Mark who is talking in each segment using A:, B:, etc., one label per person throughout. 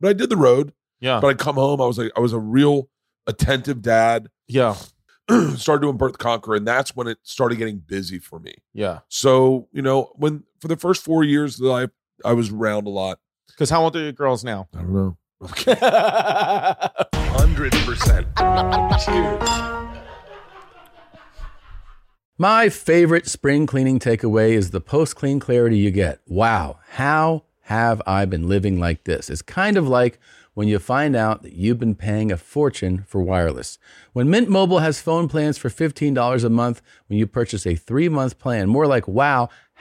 A: But I did the road.
B: Yeah.
A: But I'd come home. I was like, I was a real attentive dad.
B: yeah.
A: started doing Birth the Conqueror, and that's when it started getting busy for me.
B: Yeah.
A: So you know, when for the first four years that I I was around a lot.
B: Because how old are your girls now?
A: I don't know.
C: Hundred percent.
D: My favorite spring cleaning takeaway is the post clean clarity you get. Wow, how have I been living like this? It's kind of like when you find out that you've been paying a fortune for wireless. When Mint Mobile has phone plans for $15 a month when you purchase a three month plan, more like, wow,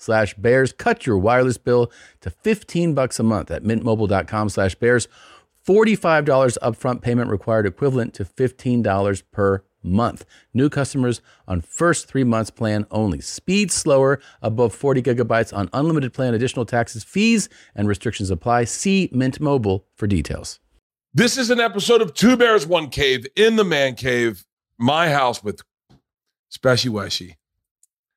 D: slash bears. Cut your wireless bill to 15 bucks a month at mintmobile.com slash bears. $45 upfront payment required equivalent to $15 per month. New customers on first three months plan only. Speed slower above 40 gigabytes on unlimited plan. Additional taxes, fees, and restrictions apply. See Mint Mobile for details.
A: This is an episode of Two Bears One Cave in the man cave, my house with Speshy Weshy.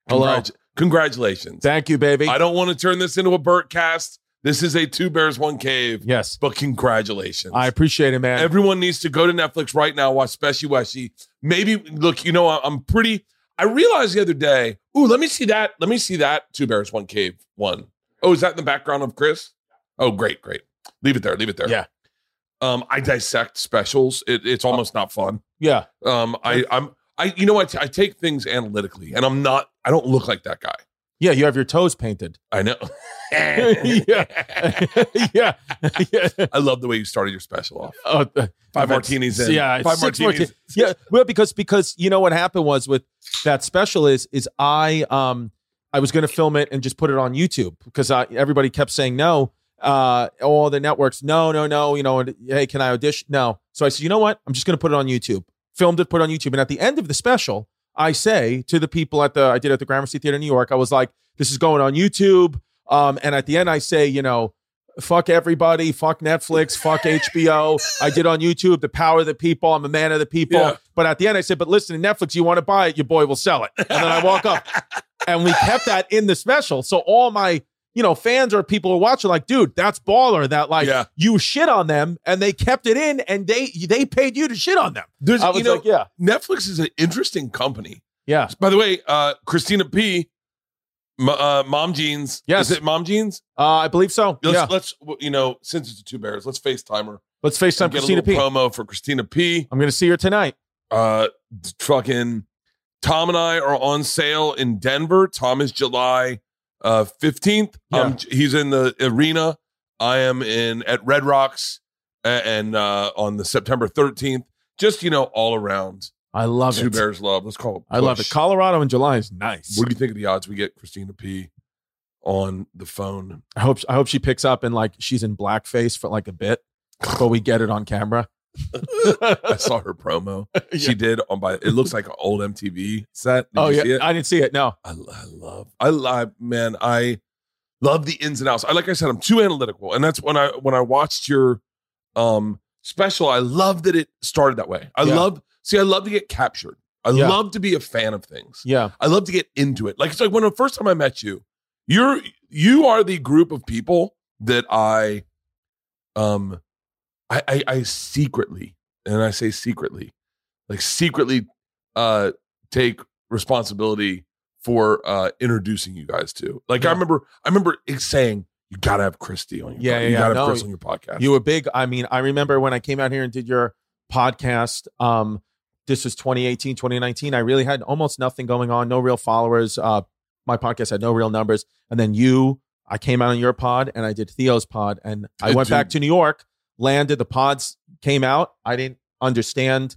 B: Hello.
A: congratulations.
B: Thank you, baby.
A: I don't want to turn this into a Burt cast. This is a Two Bears One Cave,
B: yes.
A: but congratulations.
B: I appreciate it, man.
A: Everyone needs to go to Netflix right now, watch Speshy Weshy. Maybe look, you know, I- I'm pretty. I realized the other day. Ooh, let me see that. Let me see that. Two bears, one cave, one. Oh, is that in the background of Chris? Oh, great, great. Leave it there. Leave it there.
B: Yeah.
A: Um, I dissect specials. It, it's almost not fun.
B: yeah.
A: Um, I, I'm, I, you know, I, t- I take things analytically, and I'm not. I don't look like that guy.
B: Yeah. You have your toes painted.
A: I know.
B: yeah. yeah. yeah.
A: I love the way you started your special off.
B: Oh, th-
A: Five
B: that's-
A: martinis in.
B: Yeah,
A: Five
B: six
A: martinis.
B: marti- Yeah, well, because because you know what happened was with that special is is I um I was going to film it and just put it on YouTube because I everybody kept saying no. Uh, all the networks, no, no, no. You know, and, hey, can I audition? No. So I said, you know what? I'm just going to put it on YouTube. Filmed it, put it on YouTube, and at the end of the special, I say to the people at the I did it at the Gramercy Theater in New York, I was like, this is going on YouTube. Um, and at the end, I say, you know, fuck everybody, fuck Netflix, fuck HBO. I did on YouTube, the power of the people. I'm a man of the people.
A: Yeah.
B: But at the end, I said, but listen, Netflix, you want to buy it, your boy will sell it. And then I walk up, and we kept that in the special. So all my you know fans or people who are watching like, dude, that's baller. That like
A: Yeah.
B: you shit on them, and they kept it in, and they they paid you to shit on them.
A: There's,
B: I was
A: you know,
B: like, yeah,
A: Netflix is an interesting company.
B: yeah.
A: By the way, uh, Christina P, M- uh, Mom Jeans.
B: Yes.
A: Is it Mom Jeans?
B: Uh, I believe so.
A: Let's,
B: yeah.
A: let's w- you know, since it's the two bears, let's FaceTime her.
B: Let's FaceTime
A: and get
B: Christina
A: a
B: P.
A: little promo for Christina P.
B: I'm gonna see her tonight.
A: Uh, d- fucking Tom and I are on sale in Denver. Tom is July uh, 15th. Um, he's in the arena. I am in at Red Rocks a- and uh, on the September 13th. Just, you know, all around.
B: I love
A: two
B: it.
A: bears love. Let's call it.
B: I love it.
A: push.
B: Colorado in July is nice.
A: What do you think of the odds we get Christina P on the phone?
B: I hope I hope she picks up and like she's in blackface for like a bit, but we get it on camera.
A: I saw her promo. She did on by it looks like an old MTV set. Did
B: oh
A: you
B: yeah,
A: see it? I,
B: I didn't see it. No,
A: I love I love man, I love the ins and outs. I like I said, I'm too analytical. And that's when I when I watched your um special, I love that it started that way. I
B: Yeah.
A: love see, I love to get captured. I
B: Yeah.
A: love to be a fan of things.
B: yeah,
A: I love to get into it. Like it's like when the first time I met you, you're you are the group of people that I um I I, I secretly and I say secretly, like secretly uh take responsibility for uh introducing you guys to. Like I
B: Yeah.
A: remember I remember it saying you gotta have Christy on your
B: Yeah,
A: pod-
B: yeah,
A: you
B: yeah.
A: gotta
B: No,
A: have Chris on your podcast.
B: You were big. I mean, I remember when I came out here and did your podcast. Um, this was 2018, 2019. I really had almost nothing going on, no real followers. Uh, my podcast had no real numbers. And then you, I came out on your pod and I did Theo's pod. And I
A: Good
B: went back
A: dude.
B: to New York, landed, the pods came out. I didn't understand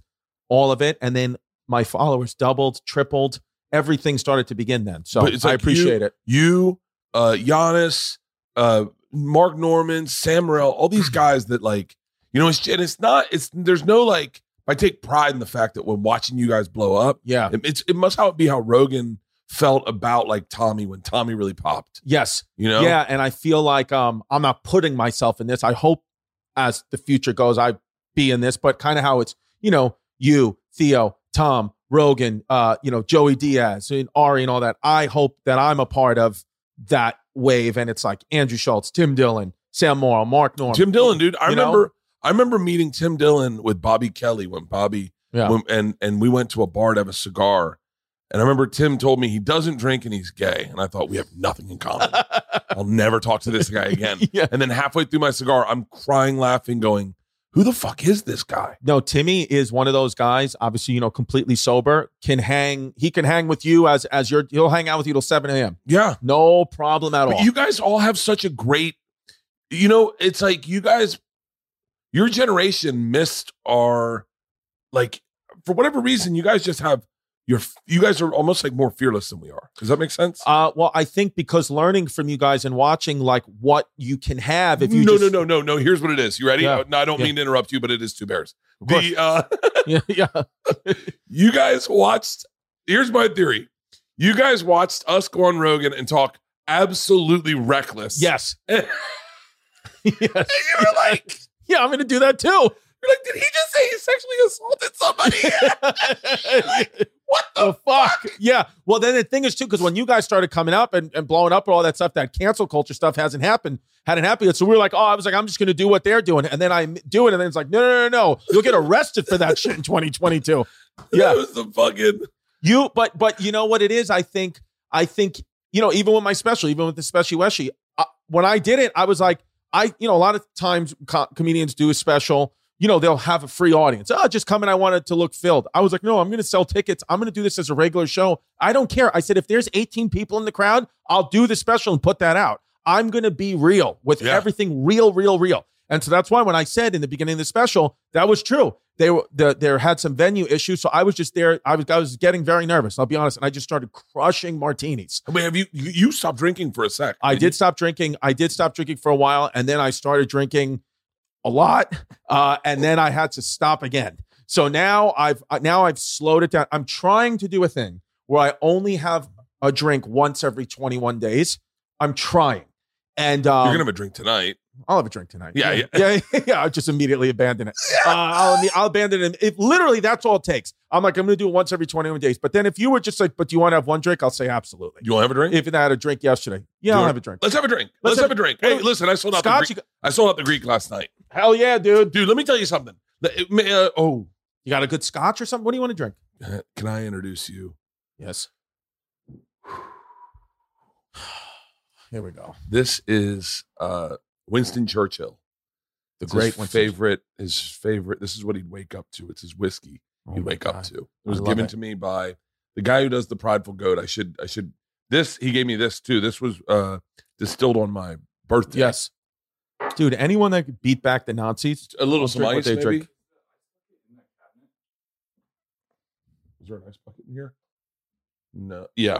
B: all of it. And then my followers doubled, tripled. Everything started to begin then. So
A: But it's
B: I
A: like
B: appreciate it.
A: you, uh, Giannis, uh,
B: Mm-hmm.
A: Mark Norman, Sam Morril, all these guys that like, you know, it's, and it's not, it's, there's no like I take pride in the fact that when watching you guys blow up,
B: Yeah.
A: it, it's it must how be how Rogan felt about like Tommy when Tommy really popped.
B: Yes.
A: You know,
B: Yeah, and I feel like um, I'm not putting myself in this. I hope as the future goes, I be in this, but kind of how it's you know you, Theo, Tom, Rogan, uh, you know Joey Diaz and Ari and all that. I hope that I'm a part of that wave, and it's like Andrew Schultz, Tim Dillon, Sam Morrow, Mark Norman,
A: Tim Dillon, dude. I
B: You know?
A: remember I remember meeting Tim Dillon with Bobby Kelly when Bobby
B: Yeah.
A: when, and and we went to a bar to have a cigar. And I remember Tim told me he doesn't drink and he's gay. And I thought we have nothing in common. I'll never talk to this guy again.
B: yeah.
A: And then halfway through my cigar, I'm crying, laughing, going, "Who the fuck is this guy?"
B: No, Timmy is one of those guys. Obviously, you know, completely sober can hang. He can hang with you as as your. He'll hang out with you till seven a.m.
A: Yeah,
B: No problem at all.
A: But you guys all have such a great, you know, it's like you guys, your generation missed our, like, for whatever reason, you guys just have your, you guys are almost like more fearless than we are. Does that make sense?
B: Uh, well, I think because learning from you guys and watching like what you can have if you
A: no,
B: just,
A: no, no, no, no. Here's what it is. You ready? Uh,
B: Yeah.
A: No, I don't
B: Yeah.
A: mean to interrupt you, but it is two bears.
B: Of course.
A: The, uh,
B: yeah, yeah,
A: you guys watched, here's my theory. You guys watched us go on Rogan and talk absolutely reckless.
B: yes, yes,
A: And you were like,
B: yeah. I'm gonna do that too.
A: you're like, did he just say he sexually assaulted somebody? What
B: the fuck? Yeah. Well, then the thing is too, because when you guys started coming up and, and blowing up and all that stuff, that cancel culture stuff hasn't happened, hadn't happened yet. So we were like, oh, I was like, I'm just gonna do what they're doing, and then I do it, and then it's like, no, no, no, no, you'll get arrested for that shit in 2022. Yeah.
A: That was the fucking
B: You, but but you know what it is. I think I think you know even with my special, even with the special Weshi, I, when I did it, I was like I you know a lot of times co- comedians do a special. You know they'll have a free audience. Oh, just come and I want it to look filled. I was like, no, I'm going to sell tickets. I'm going to do this as a regular show. I don't care. I said if there's 18 people in the crowd, I'll do the special and put that out. I'm going to be real with
A: Yeah.
B: everything, real, real, real. And so that's why when I said in the beginning of the special, that was true. They were the, there had some venue issues, so I was just there. I was I was getting very nervous. I'll be honest, and I just started crushing martinis.
A: Wait, have you you you stopped drinking for a sec?
B: I did stop drinking. I did stop drinking for a while, and then I started drinking a lot, uh, and then I had to stop again. So now I've uh, now I've slowed it down. I'm trying to do a thing where I only have a drink once every 21 days. I'm trying, and um,
A: You're gonna have a drink tonight.
B: I'll have a drink tonight.
A: Yeah,
B: yeah, yeah. I'll just immediately abandon it. Uh, I'll, I'll abandon it. If literally that's all it takes. I'm like, I'm going to do it once every 21 days. But then if you were just like, but do you want to have one drink? I'll say absolutely.
A: You wanna have a drink?
B: If I had a drink yesterday, yeah, I'll
A: Sure.
B: have a drink.
A: Let's have a drink. Let's, have, a drink. Hey, listen, I sold out the
B: Scotch,
A: Greek.
B: you, got-
A: I sold out the Greek last night,
B: hell yeah, dude.
A: dude. Let me tell you something. The- it may- uh, oh,
B: You got a good scotch or something? What do you want to drink?
A: can I introduce you?
B: Yes. Here we go.
A: This is uh, Winston Churchill, the
B: It's his
A: great
B: Winston-
A: favorite. His favorite. This is what he'd wake up to. It's his whiskey.
B: Oh
A: he'd
B: my
A: wake
B: God.
A: up to. It was
B: love
A: given
B: it.
A: to me by the guy who does the prideful goat. I should. I should. This he gave me this too. This was uh, distilled on my birthday.
B: Yes. Dude, anyone that could beat back the Nazis,
A: a little
B: I'll
A: some
B: drink what
A: ice,
B: they
A: maybe.
B: drink.
A: Is there an ice bucket in here? No. Yeah.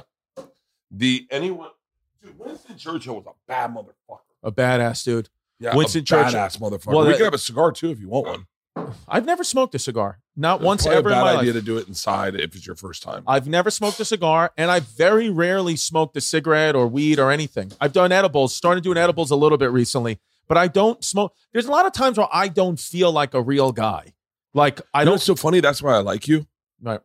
A: The anyone, dude. Winston Churchill was a bad motherfucker.
B: a badass dude.
A: Yeah, a
B: Winston Churchill.
A: badass motherfucker.
B: Well, uh,
A: we
B: that-
A: could have a cigar too if you want one.
B: I've never smoked a cigar. Not
A: It's
B: once
A: probably
B: ever
A: a
B: in
A: bad
B: my
A: idea
B: life.
A: to do it inside if it's your first time.
B: I've never smoked a cigar, and I've very rarely smoked a cigarette or weed or anything. I've done edibles, started doing edibles a little bit recently, but I don't smoke. There's a lot of times where I don't feel like a real guy. Like I
A: You know
B: don't.
A: it's so funny. That's why I like you.
B: Right.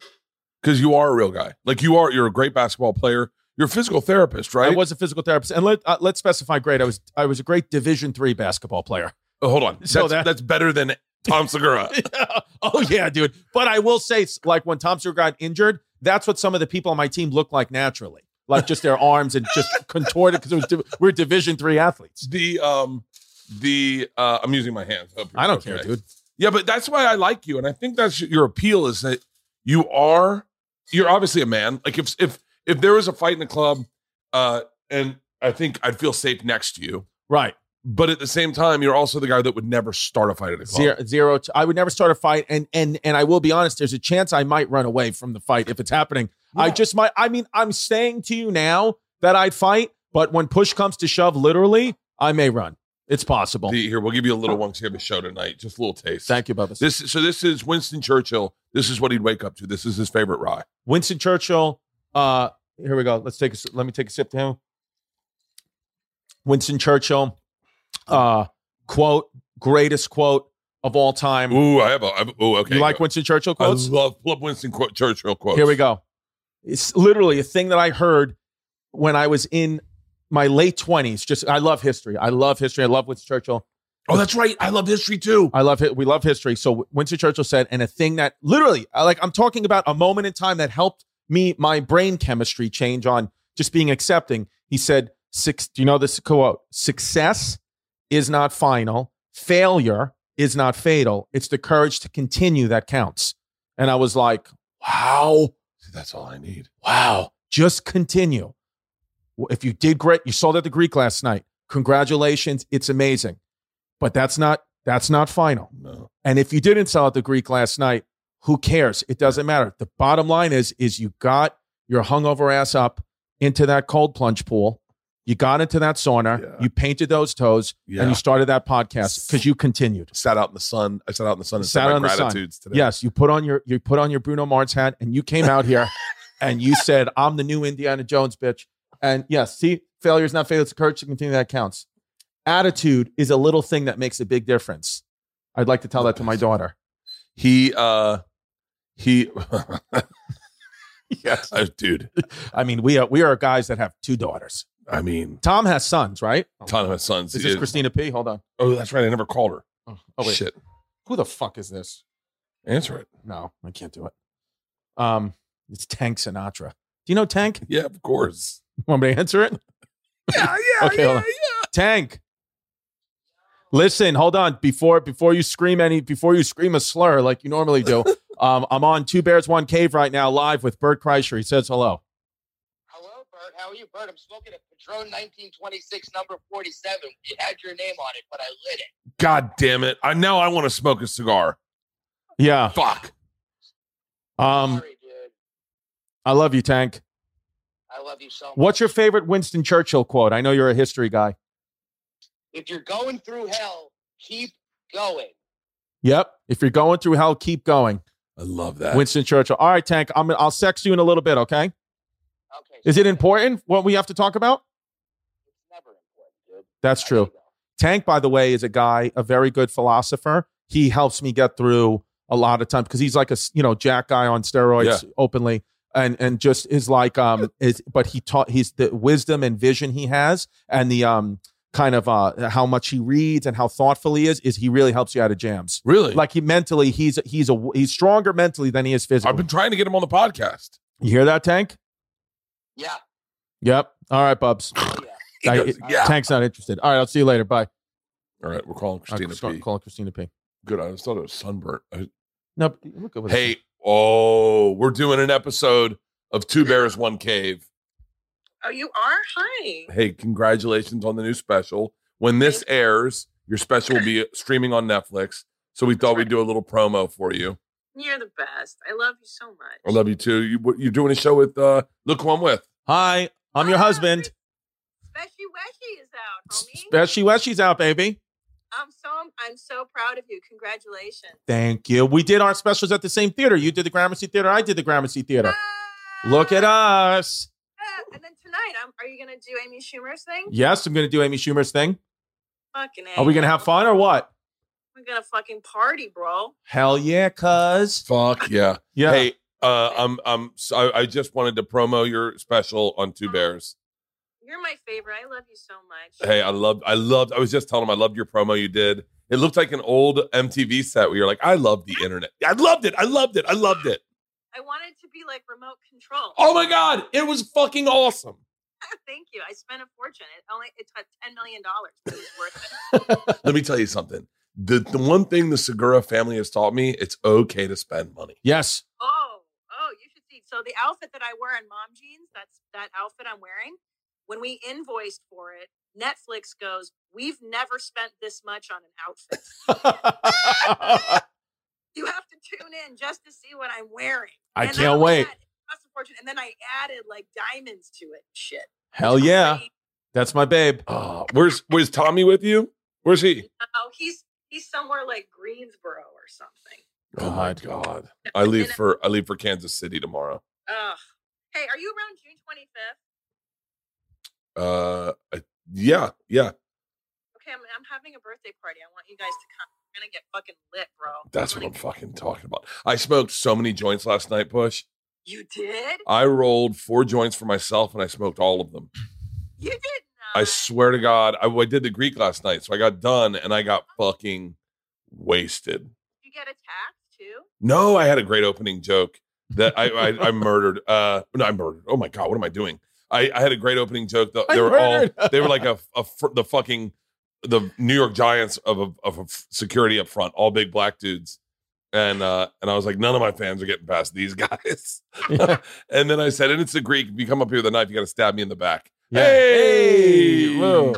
A: Because you are a real guy. Like you are. You're a great basketball player. You're a physical therapist, right?
B: I was a physical therapist, and let uh, let's specify grade. I was I was a great Division three basketball player.
A: Oh, hold on. That's,
B: So that-
A: that's better than Tom Segura.
B: oh yeah, dude. But I will say, it's like when Tom Stewart got injured, that's what some of the people on my team looked like naturally, like just their arms and just contorted because it was div- we're Division three athletes.
A: the um the uh I'm using my hands. Hope you're
B: I don't care,
A: okay.
B: dude.
A: Yeah, but that's why I like you, and I think that's your appeal is that you are you're obviously a man. Like if if if there was a fight in the club, uh, and I think I'd feel safe next to you.
B: Right.
A: But at the same time, you're also the guy that would never start a fight at a club.
B: Zero, zero. T- I would never start a fight, and and and I will be honest. There's a chance I might run away from the fight if it's happening. I
A: Yeah.
B: just might. I mean, I'm saying to you now that I'd fight, but when push comes to shove, literally, I may run. It's possible.
A: The- here, we'll give you a little one 'cause we have a show tonight. Just a little taste.
B: Thank you, Bubba.
A: This so this is Winston Churchill. This is what he'd wake up to. This is his favorite rye.
B: Winston Churchill. Uh, here we go. Let's take a, si- let me take a sip to him. Winston Churchill, uh, quote, greatest quote of all time.
A: Ooh, I have a. I have- ooh, okay.
B: you like
A: go.
B: Winston Churchill
A: I
B: quotes?
A: love love Winston Qu- Churchill quotes.
B: Here we go. It's literally a thing that I heard when I was in my late twenties. Just I love history. I love history. I love Winston Churchill.
A: Oh, that's right. I love history too.
B: I love it. We love history. So Winston Churchill said, and a thing that literally, I- like I'm talking about a moment in time that helped me, my brain chemistry change on just being accepting. He said, six, do you know this quote? Success is not final. Failure is not fatal. It's the courage to continue that counts. And I was like, wow,
A: See, that's all I need.
B: wow, just continue. If you did great, you sold at the Greek last night. Congratulations. It's amazing. But that's not, that's not final.
A: No.
B: And if you didn't sell at the Greek last night, who cares? It doesn't matter. The bottom line is is you got your hungover ass up into that cold plunge pool. You got into that sauna.
A: Yeah.
B: You painted those toes,
A: Yeah.
B: and you started that podcast because you continued.
A: sat out in the sun. I sat out in the sun and
B: Sat
A: said my
B: out in the sun.
A: gratitudes today.
B: Yes, you put on your you put on your Bruno Mars hat, and you came out here, and you said, "I'm the new Indiana Jones, bitch." And yes, see, failure is not failure; it's the courage to continue that counts. Attitude is a little thing that makes a big difference. I'd like to tell that to my daughter.
A: He uh he Yes. Uh, dude,
B: I mean, we are we are guys that have two daughters.
A: I mean
B: Tom has sons, right?
A: ton of my sons.
B: Is this
A: It-
B: Christina P? Hold on.
A: oh, that's right. I never called her.
B: Oh, Shit.
A: Shit.
B: Who the fuck is this?
A: Answer it.
B: No, I can't do it. Um, it's Tank Sinatra. Do you know Tank? You
A: Yeah, of course.
B: want me to answer it?
A: Yeah, yeah,
B: Okay, hold on. Tank. Listen, hold on. Before before you scream any before you scream a slur like you normally do, um, I'm on Two Bears One Cave right now, live with Bert Kreischer. He says hello.
C: Hello, Bert. How are you, Bert? I'm smoking a Padron 1926, number 47. It had your name on it, but I lit it.
A: God damn it. I now I want to smoke a cigar.
B: Yeah.
A: Fuck.
B: Um,
C: Sorry, dude.
B: I love you, Tank.
C: I love you so much.
B: What's your favorite Winston Churchill quote? I know you're a history guy.
C: If you're going through hell, keep going.
B: Yep. If you're going through hell, keep going.
A: I love that.
B: Winston Churchill. All right, Tank. I'm. I'll sext you in a little bit. Okay.
C: Okay.
B: Is it important what we have to talk about?
C: It's never important, dude.
B: That's
C: I
B: true.
C: know.
B: Tank, by the way, is a guy, a very good philosopher. He helps me get through a lot of times because he's like a s- you know jack guy on steroids, openly, and and just is like um is but he taught he's the wisdom and vision he has and the um kind of uh how much he reads and how thoughtful he is is he really helps you out of jams.
A: really?
B: like he mentally he's he's a he's stronger mentally than he is physically.
A: I've been trying to get him on the podcast.
B: you hear that, Tank?
C: Yeah.
B: Yep. All right, Bubs.
C: oh, yeah.
A: He
B: I-
A: goes, yeah.
B: Tank's not interested. All right, I'll see you later. Bye.
A: All right, we're calling
B: All right,
A: Christina
B: start
A: P.
B: calling Christina P.
A: Good. I just thought it was sunburnt. I-
B: No, but you look over there.
A: Hey, oh, we're doing an episode of Two Bears, One Cave.
E: Oh, you are? Hi.
A: Hey, congratulations on the new special. When this airs, your special will be streaming on Netflix. So we thought we'd do a little promo for you.
E: You're the best. I love you so much.
A: I love you too. You, you're doing a show with uh, look who I'm with.
B: Hi, I'm your
E: Hi.
B: husband.
E: Special Weshy is out, homie.
B: Especially when she's out, baby.
E: I'm so I'm so proud of you. Congratulations.
B: Thank you. We did our specials at the same theater. You did the Gramercy Theater. I did the Gramercy Theater.
E: Ah!
B: Look at us.
E: Ah, And then tonight, um, are you gonna do Amy Schumer's thing?
B: Yes, I'm going to do Amy Schumer's thing.
E: Fucking. A.
B: Are we going to have fun or what?
E: We're gonna fucking party, bro.
B: Hell yeah, cuz.
A: Fuck yeah.
B: Yeah.
A: Hey, uh, I'm I'm so I, I just wanted to promo your special on Two Bears.
E: You're my favorite. I love you so much.
A: Hey, I loved I loved I was just telling him I loved your promo you did. It looked like an old MTV set where you're like, I love the internet. I loved it. I loved it. I loved it.
E: I wanted to be like remote control.
A: Oh my god, it was fucking awesome.
E: Thank you. I spent a fortune. It only it took ten million dollars. It was worth it.
A: Let me tell you something. The the one thing the Segura family has taught me, it's okay to spend money.
B: Yes.
E: Oh, oh, you should see. So the outfit that I wear in mom jeans, that's that outfit I'm wearing. When we invoiced for it, Netflix goes, "We've never spent this much on an outfit.
B: I
E: You have to tune in just to see what I'm wearing." And not
B: can't
E: only
B: wait.
E: that, it cost a fortune. And then I added like diamonds to it. and Shit.
B: Hell yeah. That's my babe.
A: Ah. Uh, where's where's Tommy with you? Where's he?
E: Oh, he's he's somewhere like Greensboro or something.
A: Oh my god. I leave for I leave for Kansas City tomorrow.
E: Ugh. Hey, are you around June 25th?
A: Uh I- yeah, yeah.
E: Okay, I'm, I'm having a birthday party. I want you guys to come. We're gonna get fucking lit, bro.
A: That's what
E: Like,
A: I'm fucking talking about. I smoked so many joints last night, Bush.
E: You did?
B: Oh,
A: I rolled four joints for myself and I smoked all of them.
E: You did not.
A: I swear to God, I, I did the Greek last night. So I got done and I got fucking wasted.
E: you get attacked too?
A: No, I had a great opening joke that I I, I murdered. Uh, no, I murdered. Oh my god, what am I doing? I, I had a great opening joke. Though
B: I
A: they were
B: murdered.
A: all they were like a, a fr- the fucking the New York Giants of a, of a f- security up front, all big black dudes, and uh, and I was like, none of my fans are getting past these guys. and then I said, and it's a Greek. If you come up here with a knife, you got to stab me in the back.
B: Yeah.
A: Hey!
B: whoa.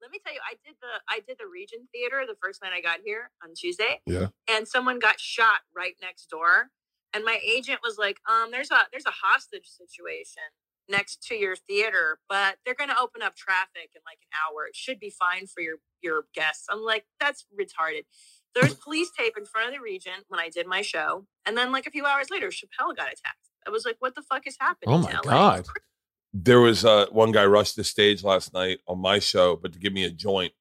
E: Let me tell you, I did the I did the Regent Theater the first night I got here on Tuesday.
A: Yeah.
E: And someone got shot right next door. And my agent was like, um, there's a there's a hostage situation next to your theater, but they're gonna open up traffic in like an hour. It should be fine for your your guests. I'm like, that's retarded. There's police tape in front of the Regent when I did my show, and then like a few hours later, Chappelle got attacked. I was like, what the fuck is happening?
B: Oh my
E: to LA?
B: God.
A: there was uh, one guy rushed the stage last night on my show, but to give me a joint,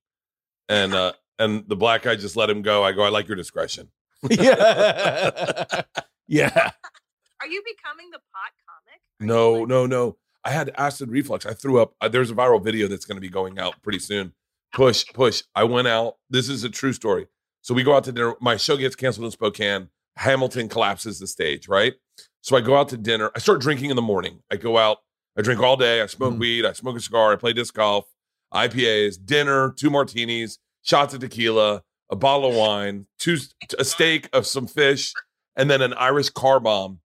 A: and uh, and the black guy just let him go. I go, I like your discretion.
B: yeah. yeah.
E: Are you becoming the pot comic? Are you,
A: No,
E: like-
A: no, no. I had acid reflux. I threw up. Uh, there's a viral video that's going to be going out pretty soon. Push, push. I went out. This is a true story. So we go out to dinner. My show gets canceled in Spokane. Hamilton collapses the stage, right? So I go out to dinner. I start drinking in the morning. I go out. I drink all day. I smoke
B: Mm.
A: weed. I smoke a cigar. I play disc golf, IPAs, dinner, two martinis, shots of tequila, a bottle of wine, two a steak of some fish, and then an Irish car bomb.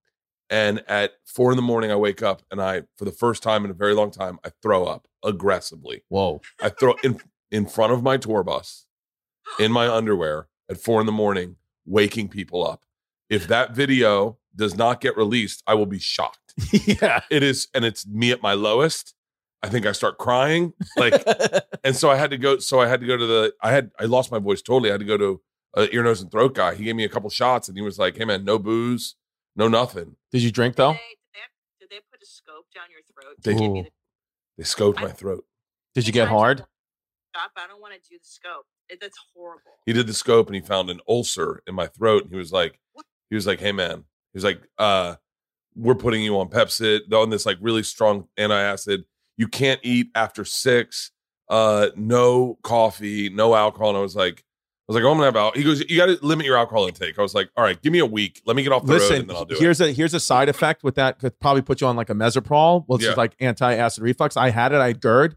A: And at four in the morning, I wake up and I, for the first time in a very long time, I throw up aggressively.
B: Whoa.
A: I throw in in front of my tour bus in my underwear at four in the morning, waking people up. If that video does not get released, I will be shocked.
B: yeah.
A: It is, and it's me at my lowest. I think I start crying. Like, and so I had to go. So I had to go to the. I had I lost my voice totally. I had to go to a ear, nose, and throat guy. He gave me a couple shots, and he was like, "Hey man, no booze, no nothing."
B: Did you drink though?
E: Did they, did, they, did they put a scope down your throat?
A: They-
E: to give you the-
A: They scoped my throat.
B: Did you get
E: Sometimes I
B: hard?
E: don't Stop! I don't want to do the scope. It, that's horrible.
A: he did the scope and he found an ulcer in my throat and he was like he was like hey man he was like uh we're putting you on pepsid on this like really strong antacid you can't eat after six uh no coffee no alcohol and i was like i was like oh, i'm gonna have alcohol he goes you gotta limit your alcohol intake i was like all right give me a week let me get off the road
B: Listen,
A: and then i'll do it
B: here's a here's a side effect with that could probably put you on like a mesoprol, which
A: Yeah.
B: is like anti-acid reflux. I had it, I had GERD.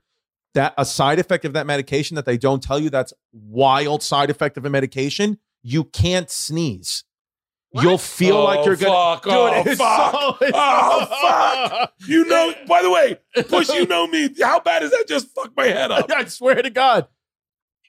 B: That a side effect of that medication that they don't tell you that's wild side effect of a medication. You can't sneeze. You'll feel like you're gonna.
A: Oh, fuck,
B: Dude,
A: oh,
B: it's
A: fuck.
B: so- it's
A: Oh,
B: so-
A: you know by the way push you know me how bad is that just fuck my head up
B: I swear to God.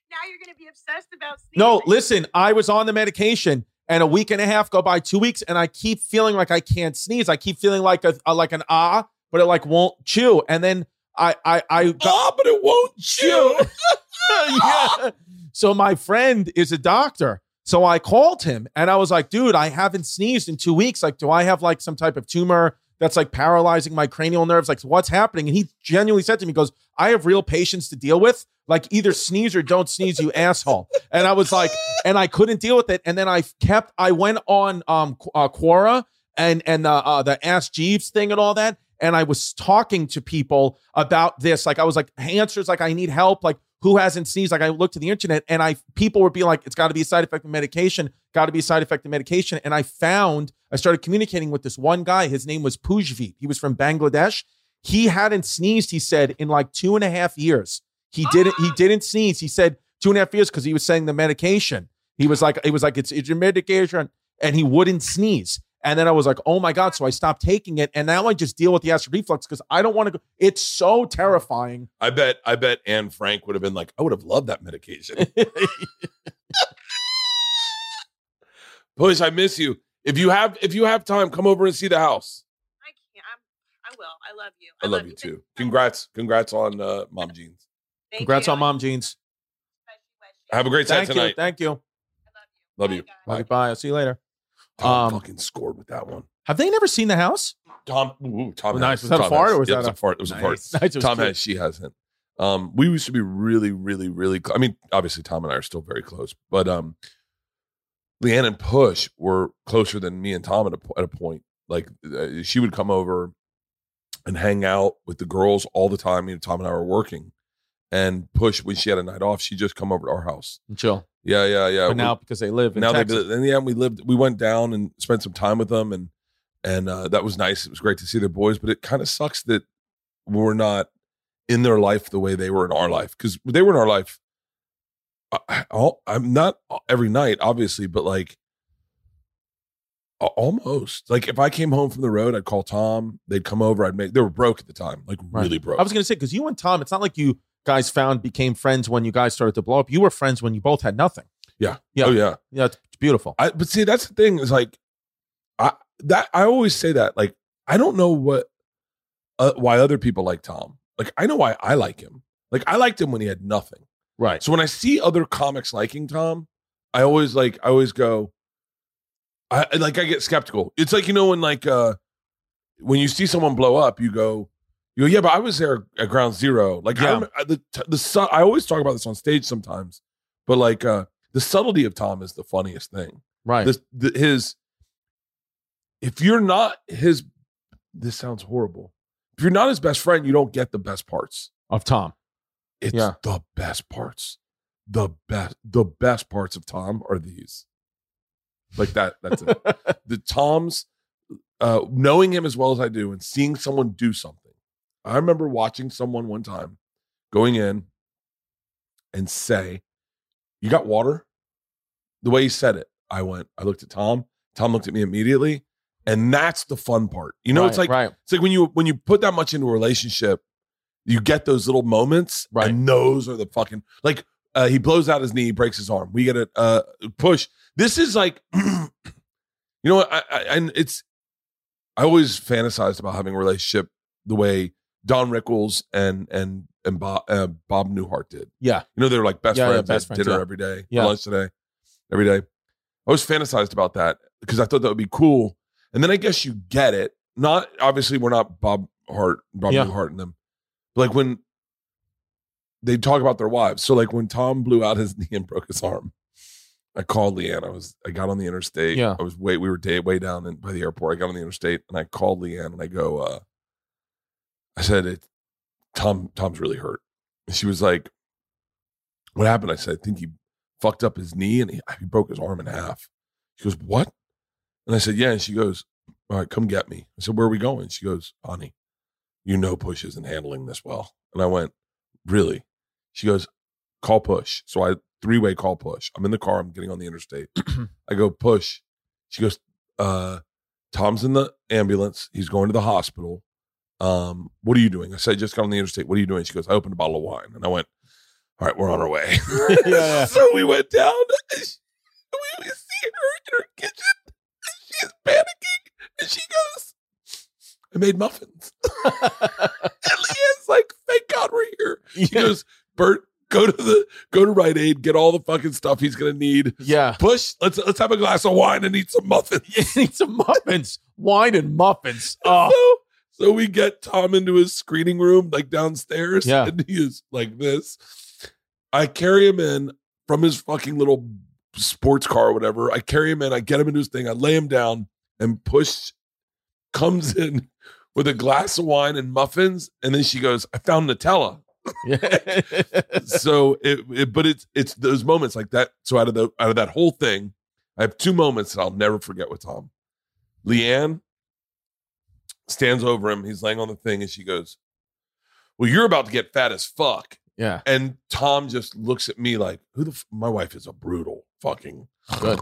E: Now you're going to be obsessed about sneezing.
B: No, listen, I was on the medication and a week and a half go by, two weeks, and I keep feeling like I can't sneeze. I keep feeling like a, a- like an ah, but it like won't chew. And then I I I got
A: ah but it won't chew
B: yeah. So my friend is a doctor. So I called him and I was like, dude, I haven't sneezed in two weeks. Like, do I have like some type of tumor that's like paralyzing my cranial nerves? Like, what's happening? And he genuinely said to me, he goes, I have real patients to deal with. Like, either sneeze or don't sneeze, you asshole. And I was like, and I couldn't deal with it. And then I kept, I went on um Qu- uh, Quora and and uh, uh, the Ask Jeeves thing and all that. And I was talking to people about this. Like I was like answers, like I need help. Like who hasn't sneezed? Like I looked to the internet and I people were being like, it's got to be a side effect of medication. Got to be a side effect of medication. And I found I started communicating with this one guy. His name was Pujvi. He was from Bangladesh. He hadn't sneezed. He said in like two and a half years. He didn't. He didn't sneeze. He said two and a half years because he was saying the medication. He was like, it was like it's, it's your medication, and he wouldn't sneeze. And then I was like, oh my God. So I stopped taking it. And now I just deal with the acid reflux because I don't want to go. It's so terrifying.
A: I bet I bet Anne Frank would have been like, I would have loved that medication. Push, I miss you. If you have if you have time, come over and see the house.
E: I can't. I'm, I will. I love you.
A: I love you too. Congrats. Congrats on uh, Mom Jeans.
E: Thank
B: Congrats
E: you.
B: on Mom Jeans.
A: Have a great time
B: Thank you.
A: tonight.
B: Thank you.
A: Love you.
E: Bye, guys.
B: Bye. Bye. I'll see you later.
A: Tom
B: Um,
A: fucking scored with that one.
B: Have they never seen the house?
A: Tom, ooh, Tom.
B: Nice.
A: has-
B: Was that a
A: Tom
B: fart
A: has-
B: or was
A: yeah,
B: that
A: it was
B: a-
A: a fart? It was a fart.
B: Nice. Nice. It was
A: Tom
B: cute.
A: has, she hasn't. Um, we used to be really, really, really. Cl- I mean, obviously, Tom and I are still very close, but um, Leanne and Push were closer than me and Tom at a, po- at a point. Like, uh, she would come over and hang out with the girls all the time. You know, Tom and I were working, and Push when she had a night off, she'd just come over to our house.
B: Chill.
A: Yeah, yeah, yeah.
B: But
A: Uh, We-
B: now because they live in
A: now
B: Texas.
A: they in the end we lived we went down and spent some time with them and and uh, that was nice it was great to see their boys but it kind of sucks that we're not in their life the way they were in our life because they were in our life I, I- all, i'm not every night obviously but like a- almost like if i came home from the road i'd call tom they'd come over i'd make they were broke at the time like
B: Right.
A: really broke
B: I was going to say because you and Tom, it's not like you guys found became friends when you guys started to blow up. You were friends when you both had nothing. yeah.
A: oh yeah
B: Yeah, it's beautiful.
A: I but see that's the thing is like I that I always say that like I don't know what uh, why other people like Tom. Like I know why I like him. Like I liked him when he had nothing.
B: right.
A: So when I see other comics liking Tom, I always like I always go I I- like I get skeptical. It's like you know when like uh when you see someone blow up, you go you go, yeah, but I was there at ground zero. Like
B: Yeah.
A: I'm I- uh, the the su- I always talk about this on stage sometimes, but like uh the subtlety of Tom is the funniest thing
B: Right.
A: this, th- his if you're not his this sounds horrible if you're not his best friend you don't get the best parts
B: of Tom.
A: it's
B: Yeah.
A: the best parts the best the best parts of tom are these like that that's it the toms uh knowing him as well as i do and seeing someone do something i remember watching someone one time going in and say you got water the way he said it i went i looked at tom tom looked at me immediately and that's the fun part you know it's
B: Right,
A: like
B: right.
A: it's like when you when you put that much into a relationship, you get those little moments,
B: Right.
A: and those are the fucking like uh, he blows out his knee, he breaks his arm. We get a uh, push. This is like, you know, what? I, I and it's I always fantasized about having a relationship the way Don Rickles and and and Bob, uh, Bob Newhart did.
B: Yeah.
A: You know, they were like best
B: Yeah, yeah,
A: friends.
B: best
A: at
B: friends,
A: dinner
B: yeah.
A: every day,
B: Yeah.
A: lunch today, every day. I always fantasized about that because I thought that would be cool. And then I guess you get it. Not obviously we're not Bob Hart, Bob
B: Yeah.
A: Newhart and them. But like when they talk about their wives. So like when Tom blew out his knee and broke his arm, I called Leanne. I was I got on the interstate.
B: Yeah.
A: I was way we were day way down in, by the airport. I got on the interstate and I called Leanne and I go, uh, I said it Tom Tom's really hurt. And she was like, What happened? I said, I think he fucked up his knee and he, he broke his arm in half. She goes, What? And I said, Yeah. And she goes, All right, come get me. I said, Where are we going? She goes, Honey, you know Push isn't handling this well. And I went, Really? She goes, Call Push. So I three way call Push. I'm in the car, I'm getting on the interstate. I go, Push. She goes, uh, Tom's in the ambulance. He's going to the hospital. Um, what are you doing? I said, I just got on the interstate. What are you doing? She goes, I opened a bottle of wine. And I went, All right, we're on our way.
B: yeah.
A: So we went down. and she- We, we see her in her kitchen. and She's panicking. And she goes, I made muffins. And Leanne's like, Thank God we're here. He
B: yeah.
A: goes, Bert, go to the go to Rite Aid, get all the fucking stuff he's gonna need.
B: Yeah.
A: Push, let's let's have a glass of wine and eat some muffins.
B: You need some muffins, wine and muffins. Oh,
A: So, so we get Tom into his screening room, like downstairs,
B: Yeah.
A: and he is like this. I carry him in from his fucking little sports car or whatever. I carry him in, I get him into his thing, I lay him down, and push comes in with a glass of wine and muffins. And then she goes, I found Nutella.
B: yeah.
A: so it, it but it's it's those moments like that so out of the out of that whole thing i have two moments that i'll never forget with tom leanne stands over him he's laying on the thing and she goes well you're about to get fat as fuck
B: yeah.
A: and tom just looks at me like who the f-? my wife is a brutal fucking
B: Good.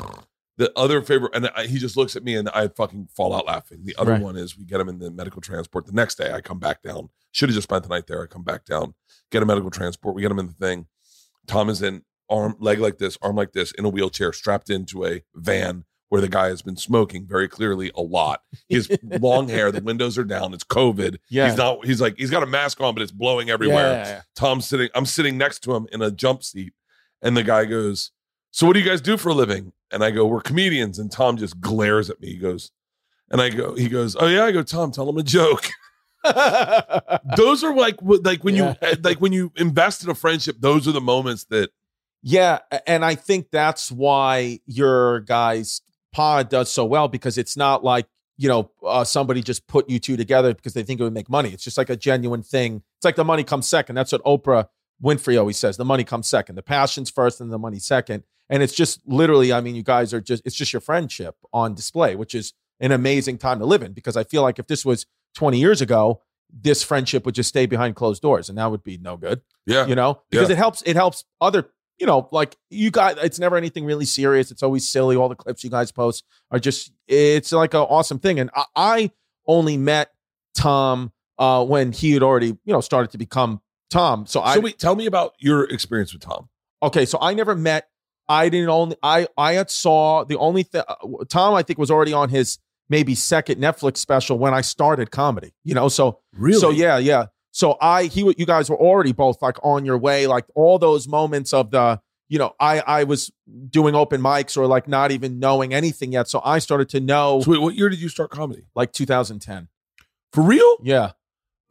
A: the other favorite and I, he just looks at me and i fucking fall out laughing the other
B: Right.
A: one is we get him in the medical transport the next day i come back down should have just spent the night there i come back down get a medical transport we get him in the thing tom is in arm leg like this arm like this in a wheelchair strapped into a van where the guy has been smoking very clearly a lot his long hair the windows are down it's covid
B: Yeah.
A: he's not he's like he's got a mask on but it's blowing everywhere
B: Yeah.
A: Tom's sitting, I'm sitting next to him in a jump seat. And the guy goes, So what do you guys do for a living? And I go, We're comedians. And Tom just glares at me. He goes, and I go, he goes, Oh yeah. I go, Tom, tell him a joke. those are like what- like when you like when you invest in a friendship, those are the moments that
B: Yeah, a- and I think that's why your guys pod does so well because it's not like you know uh, somebody just put you two together because they think it would make money. It's just like a genuine thing. It's like the money comes second. That's what Oprah Winfrey always says: the money comes second, the passions first, and the money second. And it's just literally, I mean, you guys are just—it's just your friendship on display, which is an amazing time to live in. Because I feel like if this was 20 years ago, this friendship would just stay behind closed doors, and that would be no good
A: yeah.
B: you know because it helps it helps other you know like you guys it's never anything really serious it's always silly all the clips you guys post are just it's like an awesome thing and i, I only met tom uh when he had already you know started to become tom so i
A: so wait, tell me about your experience with Tom.
B: okay so i never met i didn't only i i had saw the only thing tom i think was already on his maybe second netflix special when i started comedy you know so
A: Really?
B: so yeah, yeah. So I, he, you guys were already both like on your way, like all those moments of the, you know, I, I was doing open mics or like not even knowing anything yet. So I started to know
A: So wait, what year did you start comedy?
B: like 2010.
A: For real?
B: Yeah.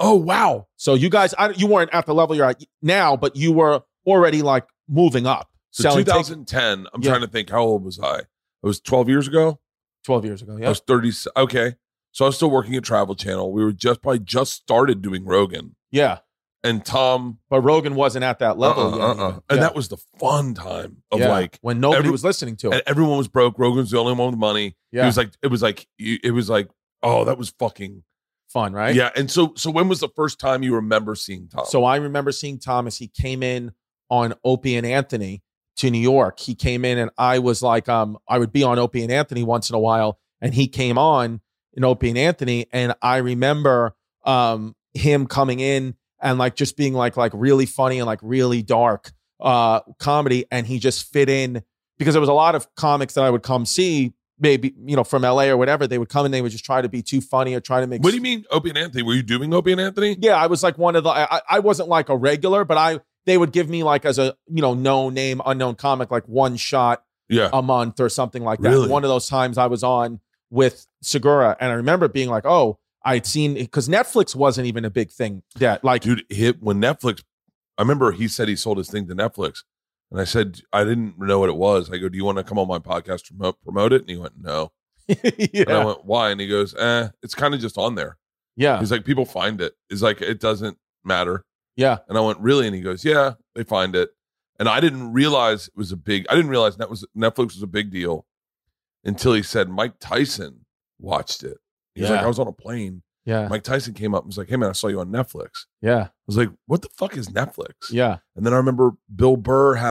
A: Oh wow.
B: So you guys, I, you weren't at the level you're at now, but you were already like moving up.
A: So
B: selling tickets
A: 2010. I'm
B: Yeah.
A: trying to think how old was I? I was 12 years ago.
B: 12 years ago.
A: I
B: Yeah.
A: was 30. Okay. So I was still working at Travel Channel. We were just probably just started doing Rogan
B: Yeah.
A: and Tom.
B: But Rogan wasn't at that level.
A: uh-uh,
B: yet
A: uh-uh.
B: even.
A: And
B: Yeah.
A: that was the fun time of
B: Yeah.
A: like
B: when nobody
A: every-
B: was listening to
A: and
B: it.
A: everyone was broke. Rogan's the only one with money.
B: Yeah.
A: It was like it was like it was like oh that was fucking
B: Fun, right?
A: yeah. And so so when was the first time you remember seeing Tom?
B: So I remember seeing Thomas. He came in on Opie and Anthony to New York. He came in and I was like, um, I would be on Opie and Anthony once in a while, and he came on in Opie and Anthony, and I remember um him coming in and like just being like like really funny and like really dark uh comedy, and he just fit in because there was a lot of comics that I would come see. Maybe you know from LA or whatever, they would come and they would just try to be too funny or try to make
A: what do you mean Opie and Anthony? Were you doing Opie and Anthony?
B: yeah, I was like one of the. I, I- I wasn't like a regular, but I they would give me like as a you know no name unknown comic like one shot
A: Yeah.
B: a month or something like that.
A: Really?
B: One of those times I was on with Segura, and I remember being like, oh, I'd seen because Netflix wasn't even a big thing yet. Like
A: dude hit when netflix i remember he said he sold his thing to netflix and i said i didn't know what it was i go do you want to come on my podcast to promote, promote it and he went no and i
B: yeah,
A: went why and he goes eh, it's kind of just on there
B: yeah,
A: he's like people find it it's like it doesn't matter
B: yeah,
A: and i went really and he goes yeah they find it and i didn't realize it was a big i didn't realize that was netflix was a big deal until he said mike tyson watched it he's
B: Yeah.
A: like i was on a plane
B: yeah,
A: mike tyson came up and was like hey man i saw you on netflix
B: yeah,
A: i was like what the fuck is netflix
B: yeah.
A: and then I remember Bill Burr had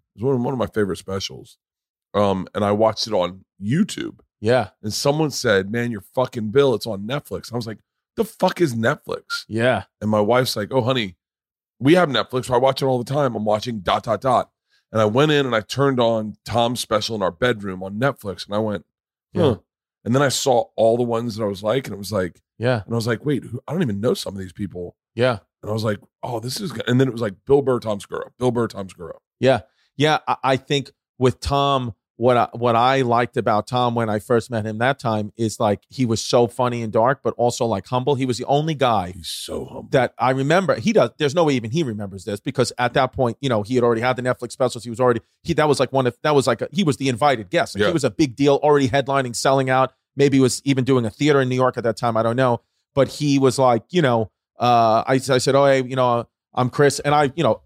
A: It was one of, one of my favorite specials. Um, and I watched it on YouTube.
B: Yeah.
A: And someone said, "Man, your fucking bill. It's on Netflix." I was like, "The fuck is Netflix?"
B: Yeah.
A: And my wife's like, "Oh, honey, we have Netflix. I watch it all the time. I'm watching dot dot dot." And I went in and I turned on Tom's special in our bedroom on Netflix, and I went, "Huh."
B: Yeah.
A: And then I saw all the ones that I was like, and it was like,
B: Yeah.
A: and I was like, "Wait, who, I don't even know some of these people."
B: Yeah.
A: And I was like, "Oh, this is," good. and then it was like Bill Burr, Tom Segura, Bill Burr, Tom Segura.
B: Yeah. Yeah. I, I think with Tom, what I, what I liked about Tom when I first met him that time is like he was so funny and dark, but also like humble. He was the only guy
A: He's so humble.
B: that I remember. He does. There's no way even he remembers this because at that point, you know, he had already had the Netflix specials. He was already he that was like one of that was like a, he was the invited guest. Like,
A: Yeah.
B: He was a big deal, already headlining, selling out. Maybe he was even doing a theater in New York at that time. I don't know, but he was like, you know, uh, I I said, oh, hey, you know, I'm Chris, and I, you know,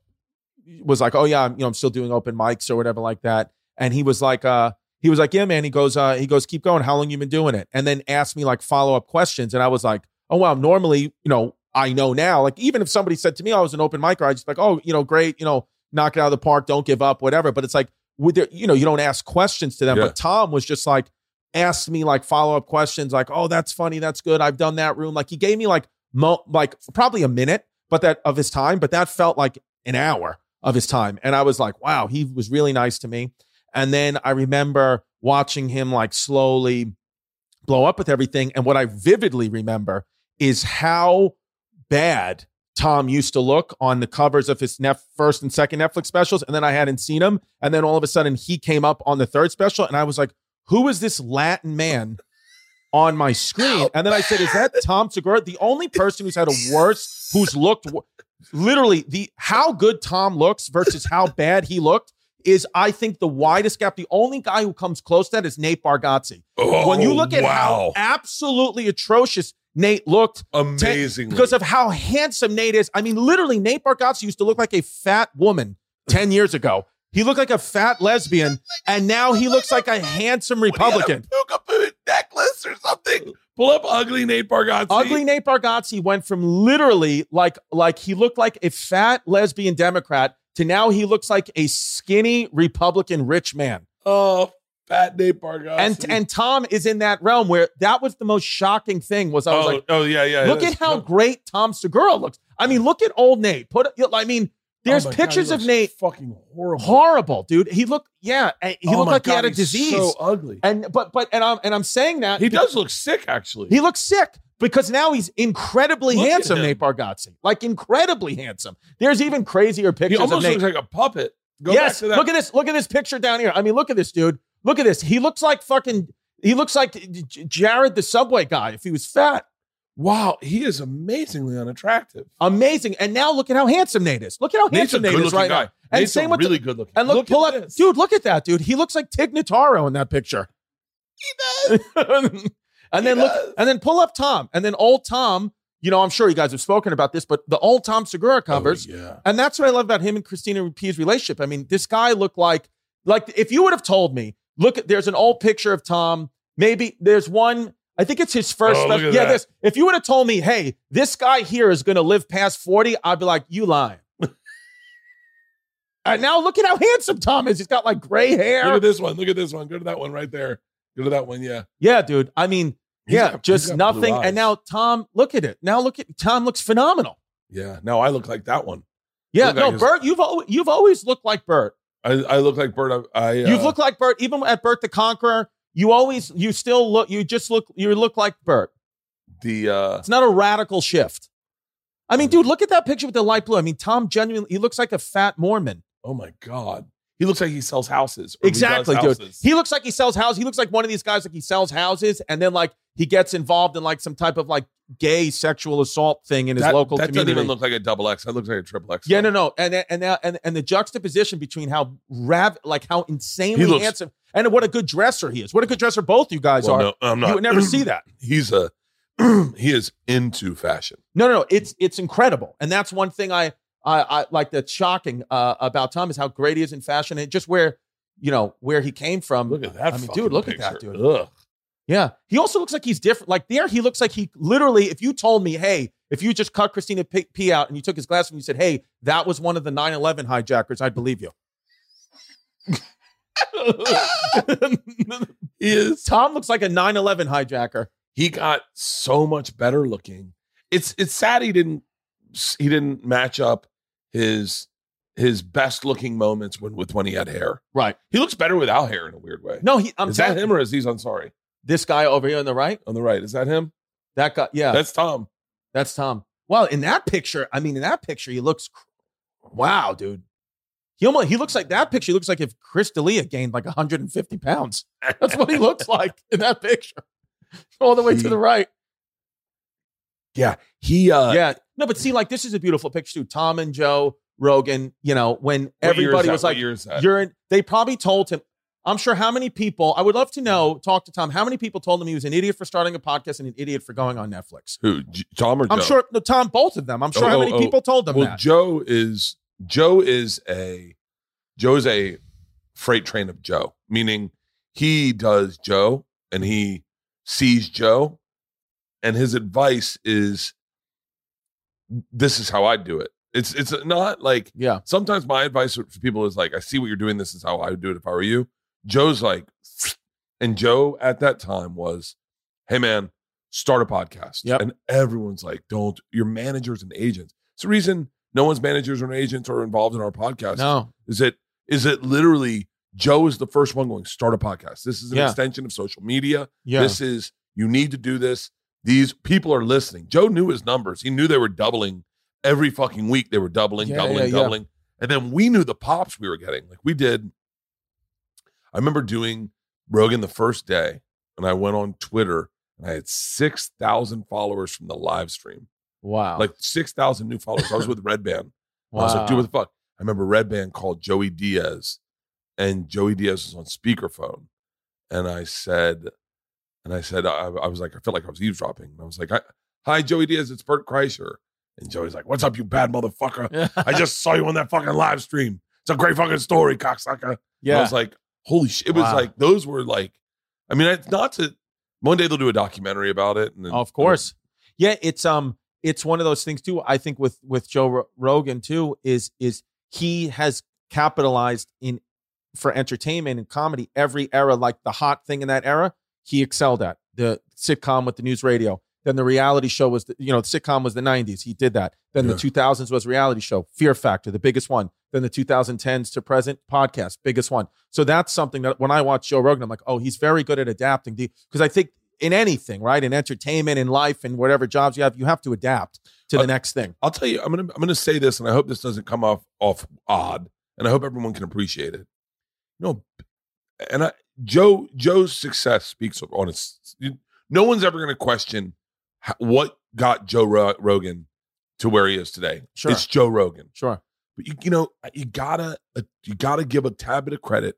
B: was like, oh yeah, I'm, you know, I'm still doing open mics or whatever like that. And he was like, uh, he was like, yeah, man. He goes, uh, he goes, keep going. How long you been doing it? And then asked me like follow up questions, and I was like, oh wow. Normally, you know, I know now. Like even if somebody said to me "Oh, I was an open micer, I just like, oh, you know, great, you know, knock it out of the park, don't give up, whatever. But it's like, would there, you know, you don't ask questions to them.
A: Yeah.
B: But Tom was just like asked me like follow up questions, like, oh, that's funny, that's good. I've done that room. Like he gave me like mo- like probably a minute, but that of his time, but that felt like an hour of his time. And I was like, wow, he was really nice to me. And then I remember watching him like slowly blow up with everything. And what I vividly remember is how bad Tom used to look on the covers of his nef- first and second Netflix specials. And then I hadn't seen him. And then all of a sudden he came up on the third special. And I was like, who is this Latin man on my screen? And then I said, is that Tom Segura? The only person who's had a worse, who's looked wo- literally the how good Tom looks versus how bad he looked is I think the widest gap. The only guy who comes close to that is Nate Bargatze
A: Oh,
B: when you look at
A: wow,
B: how absolutely atrocious Nate looked
A: amazing
B: because of how handsome Nate is. I mean, literally, Nate Bargatze used to look like a fat woman 10 years ago. He looked like a fat lesbian, and now he looks like a handsome Republican.
A: necklace or something. Pull up ugly Nate Bargatze.
B: Ugly Nate Bargatze went from literally like like he looked like a fat lesbian Democrat to now he looks like a skinny Republican rich man.
A: Oh, fat Nate Bargatze.
B: and and Tom is in that realm where that was the most shocking thing was I
A: oh,
B: was like,
A: oh yeah, yeah.
B: look at
A: that's-
B: how
A: no.
B: great Tom Segura looks. I mean, look at old Nate. Put I mean, there's
A: Oh my God, he
B: pictures
A: looks
B: of Nate.
A: Fucking horrible.
B: Horrible, dude. He looked yeah, and he
A: Oh
B: looked
A: my
B: like he
A: God,
B: had a
A: he's
B: disease.
A: So ugly.
B: and but but and I'm and I'm saying that
A: He
B: because-
A: does look sick, actually.
B: He looks sick because now he's incredibly
A: Look at
B: handsome,
A: him.
B: Nate Bargatze. Like incredibly handsome. There's even crazier
A: he
B: pictures of
A: almost
B: Nate.
A: looks like a puppet. Go
B: yes,
A: back to that.
B: look at this. Look at this picture down here. I mean, look at this dude. Look at this. He looks like fucking. He looks like J- J- Jared the Subway guy if he was fat.
A: wow, he is amazingly unattractive.
B: Amazing. And now look at how handsome Nate is. Look at how
A: Nate's a
B: handsome Nate is
A: good-looking
B: right
A: guy.
B: now. And
A: Nate's
B: same
A: a
B: with the-
A: really good looking.
B: And look, pull
A: at
B: up,
A: this.
B: dude. Look at that, dude. He looks like Tig Notaro in that picture. He does. and then
A: He
B: look,
A: does.
B: and then pull up Tom, and then old Tom. You know, I'm sure you guys have spoken about this, but the old Tom Segura covers.
A: Oh, yeah.
B: And that's what I love about him and Christina P's relationship. I mean, this guy looked like like if you would have told me, look, at there's an old picture of Tom. Maybe there's one. I think it's his first.
A: Oh,
B: spec-
A: look at
B: yeah,
A: that.
B: this. If you would have told me, hey, this guy here is going to live past forty, I'd be like, you lying. and now look at how handsome Tom is. He's got like gray
A: Look
B: hair.
A: at this one. Look at this one. Go to that one right there. Go to that one. Yeah.
B: Yeah, dude. I mean,
A: He's got-
B: yeah,
A: he's
B: just
A: got blue
B: nothing.
A: eyes.
B: And now Tom, look at it. Now look at Tom looks phenomenal.
A: Yeah. Now I look like that one.
B: Yeah,
A: Look
B: no,
A: like his-
B: Bert, you've always, you've always looked like Bert.
A: I, I look like Bert. I, I
B: You've
A: uh,
B: looked like Bert, even at Bert the Conqueror. You always, you still look, you just look, you look like Bert.
A: the uh
B: It's not a radical shift. I mean, dude, look at that picture with the light blue. I mean, Tom genuinely, he looks like a fat Mormon.
A: oh my god. He looks like he sells houses. or he does
B: Exactly, dude.
A: houses.
B: He looks like he sells houses. He looks like one of these guys, like he sells houses, and then like he gets involved in like some type of like gay sexual assault thing in his local
A: that
B: community.
A: doesn't even look like a double X. That looks like a triple X.
B: yeah, no, no, and that- and that- and and the juxtaposition between how rav like how insanely
A: He looks-
B: handsome and what a good dresser he is. What a good dresser both you guys
A: Well,
B: are.
A: no, I'm not.
B: You would never see that.
A: He's a he is into fashion.
B: No, no, no. It's it's incredible, and that's one thing I I, I like that's shocking uh, about Tom is how great he is in fashion and just where you know where he came from.
A: Look at that.
B: I mean, dude,
A: fucking
B: look at that,
A: picture.
B: dude.
A: Ugh.
B: Yeah, he also looks like he's different. Like there, he looks like he literally. If you told me, hey, if you just cut Christina P, P out and you took his glass and you said, hey, that was one of the 9-11 hijackers, I'd believe you.
A: He is
B: Tom looks like a 9-11 hijacker.
A: he got so much better looking. It's it's sad he didn't he didn't match up his his best looking moments when with when he had hair.
B: Right.
A: He looks better without hair in a weird way.
B: No, he. I'm
A: is that
B: telling-
A: him or is he on sorry
B: This guy over here on the right.
A: on the right? Is that him?
B: That guy. Yeah.
A: That's Tom.
B: That's Tom. Well, in that picture, I mean, in that picture, he looks. cr- Wow, dude. He almost he looks like that picture. He looks like if Chris D'elia gained like 150 pounds. That's what he looks like in that picture, all the way to the right.
A: He uh
B: yeah, no, but see, like this is a beautiful picture too. Tom and Joe Rogan. You know, when
A: what year is
B: everybody
A: that?
B: was
A: What
B: like,
A: year is that?
B: "You're," in, they probably told him. I'm sure how many people. I would love to know. Talk to Tom. How many people told him he was an idiot for starting a podcast and an idiot for going on Netflix?
A: who J- Tom or Joe?
B: I'm sure. No, Tom, both of them. I'm sure
A: Oh,
B: how
A: oh,
B: many
A: oh.
B: people told him
A: Well,
B: that.
A: Joe is Joe is a Joe is a freight train of Joe, meaning he does Joe and he sees Joe, and his advice is, "This is how I do it." It's it's not like
B: Yeah.
A: sometimes my advice for people is like, "I see what you're doing. This is how I would do it if I were you." Joe's like, and Joe at that time was, "Hey man, start a podcast."
B: Yep.
A: and everyone's like, "Don't." Your managers and agents. It's the reason no one's managers or agents are involved in our podcast.
B: No.
A: Is it is it literally Joe is the first one going start a podcast. This is an
B: Yeah.
A: extension of social media.
B: Yeah.
A: This is you need to do this. These people are listening. Joe knew his numbers. He knew they were doubling every fucking week. They were doubling,
B: Yeah,
A: doubling,
B: yeah, yeah.
A: doubling. And then we knew the pops we were getting. Like we did. I remember doing Rogan the first day, and I went on Twitter and I had six thousand followers from the live stream.
B: wow.
A: Like six thousand new followers. I was with Red Band.
B: wow.
A: I was like, dude, what the fuck? I remember Red Band called Joey Diaz, and Joey Diaz was on speakerphone. And I said, and I said, I, I was like, I felt like I was eavesdropping. And I was like, "Hi- hi, Joey Diaz, it's Bert Kreischer. And Joey's like, what's up, you bad motherfucker? I just saw you on that fucking live stream. It's a great fucking story, cocksucker. And I
B: yeah.
A: was like, holy shit. It was
B: Wow.
A: like, those were like, I mean, it's not to, one day they'll do a documentary about it. And then-
B: Of course. Yeah, it's um it's one of those things too. I think with with Joe Ro- Rogan too is is he has capitalized in for entertainment and comedy every era like the hot thing in that era he excelled at. The sitcom with the news radio. Then the reality show was the, you know, the sitcom was the 90s. He did that. Then
A: Yeah.
B: the 2000s was reality show. Fear Factor, the biggest one. Then the 2010s to present podcast, biggest one. So that's something that when I watch Joe Rogan, I'm like, oh, he's very good at adapting. Because I think in anything, right? In entertainment, in life, in whatever jobs you have, you have to adapt to the
A: Uh,
B: next thing.
A: I'll tell you, I'm gonna I'm gonna say this, and I hope this doesn't come off off odd, and I hope everyone can appreciate it. No, and I Joe Joe's success speaks on its. No one's ever gonna question ho- what got Joe Ro- Rogan to where he is today.
B: Sure.
A: It's Joe Rogan,
B: Sure.
A: but you you know you gotta uh, you gotta give a tad bit of credit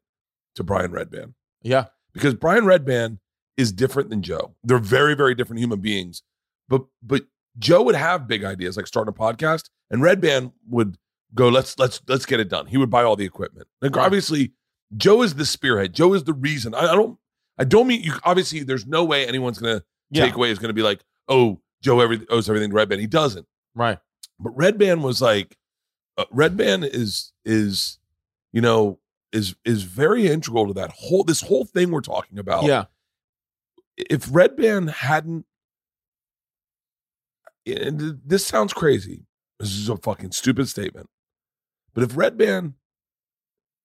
A: to Brian Redband
B: Yeah.
A: because Brian Redband is different than Joe. They're very, very different human beings. But but Joe would have big ideas like starting a podcast, and Redband would go, let's let's let's get it done. He would buy all the equipment. Like
B: Right.
A: obviously, Joe is the spearhead. Joe is the reason. I, I don't I don't mean you. Obviously, there's no way anyone's gonna
B: Yeah.
A: take away is gonna be like, oh, Joe every, owes everything to Redband. He doesn't.
B: right.
A: But Red Band was like, uh, Red Band is is, you know, is is very integral to that whole this whole thing we're talking about.
B: Yeah.
A: If Red Band hadn't, and th- this sounds crazy. This is a fucking stupid statement, but if Red Band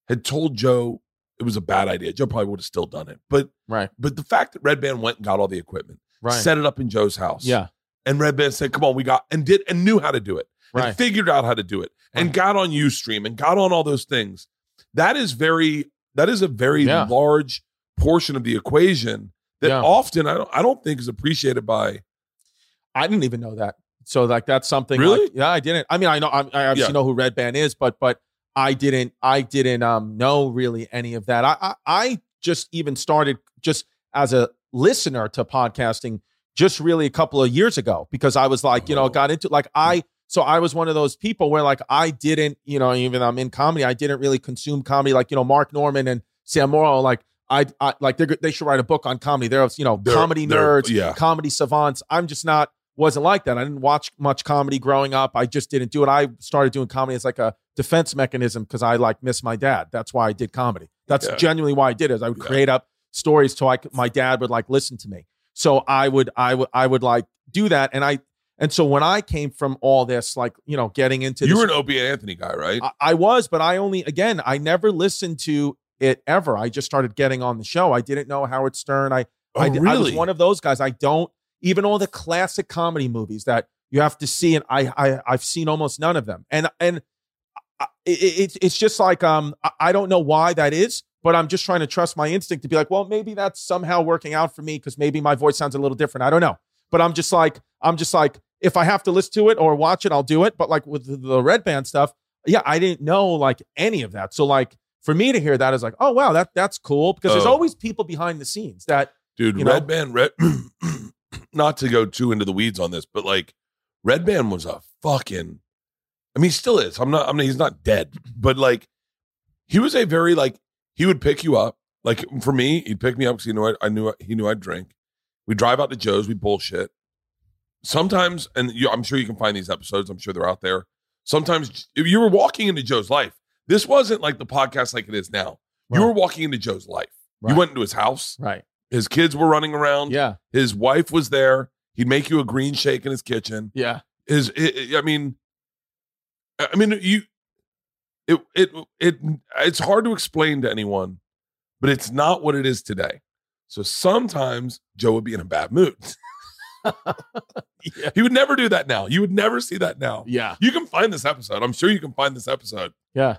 A: had told Joe it was a bad idea, Joe probably would have still done it. But
B: Right.
A: but the fact that Red Band went and got all the equipment,
B: Right.
A: set it up in Joe's house,
B: yeah.
A: and Red Band said, "Come on, we got," and did and knew how to do it and
B: Right.
A: figured out how to do it and
B: Right.
A: got on Ustream and got on all those things. That is very that is a very
B: Yeah.
A: large portion of the equation that
B: Yeah.
A: often I don't I don't think is appreciated by
B: I didn't even know that. So like that's something.
A: Really?
B: Like, yeah, I didn't. I mean, I know I, I obviously
A: Yeah.
B: know who Red Band is, but but I didn't. I didn't um know really any of that. I I, I just even started just as a listener to podcasting just really a couple of years ago because I was like you know
A: Oh.
B: got into like I so I was one of those people where like I didn't you know even though I'm in comedy I didn't really consume comedy like you know Mark Norman and Sam Morrow like. I, I like they they should write a book on comedy. They're you know
A: They're-
B: comedy
A: they're-
B: nerds
A: yeah.
B: comedy savants. I'm just not wasn't like that. I didn't watch much comedy growing up. I just didn't do it. I started doing comedy as like a defense mechanism because I like miss my dad. That's why I did comedy. That's
A: Yeah.
B: genuinely why I did it. is I would
A: Yeah.
B: create up stories so I could, my dad would like listen to me. So I would I would I would like do that. And I and so when I came from all this, like you know, getting into
A: you
B: this
A: were an Opie and Anthony guy, right?
B: I, I was, but I only again I never listened to it ever. I just started getting on the show. I didn't know Howard Stern. I
A: Oh,
B: I, d- I was one of those guys. I don't even all the classic comedy movies that you have to see, and I I I've seen almost none of them. And and I, it, it, it's just like um I, I don't know why that is, but I'm just trying to trust my instinct to be like, well, maybe that's somehow working out for me because maybe my voice sounds a little different. I don't know, but I'm just like I'm just like if I have to listen to it or watch it, I'll do it. But like with the, the red band stuff, yeah, I didn't know like any of that. So like. For me to hear that is like, oh wow, that that's cool because there's
A: Oh.
B: always people behind the scenes that
A: dude.
B: you know?
A: Red Band, Red. not to go too into the weeds on this, but like Red Band was a fucking. I mean, he still is. I'm not. I mean, he's not dead, but like he was a very like he would pick you up. Like for me, he'd pick me up because he knew I, I knew he knew I'd drink. We drive out to Joe's. We bullshit. Sometimes, and you, I'm sure you can find these episodes. I'm sure they're out there. Sometimes if you were walking into Joe's life. This wasn't like the podcast like it is now. You
B: Right.
A: were walking into Joe's life.
B: Right.
A: You went into his house.
B: Right.
A: His kids were running around.
B: Yeah.
A: His wife was there. He'd make you a green shake in his kitchen.
B: Yeah.
A: His, i i I mean, I I mean, you, it, it, it, it's hard to explain to anyone, but it's not what it is today. So sometimes Joe would be in a bad mood.
B: Yeah.
A: He would never do that now. You would never see that now.
B: Yeah.
A: You can find this episode. I'm sure you can find this episode.
B: Yeah.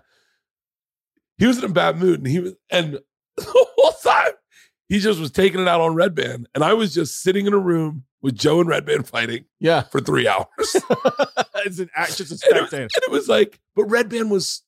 A: He was in a bad mood, and he was, and the whole time he just was taking it out on Red Band, and I was just sitting in a room with Joe and Red Band fighting
B: Yeah.
A: for three hours.
B: it's an act, just a
A: And it was-
B: spectator.
A: and it was like, but Red Band was,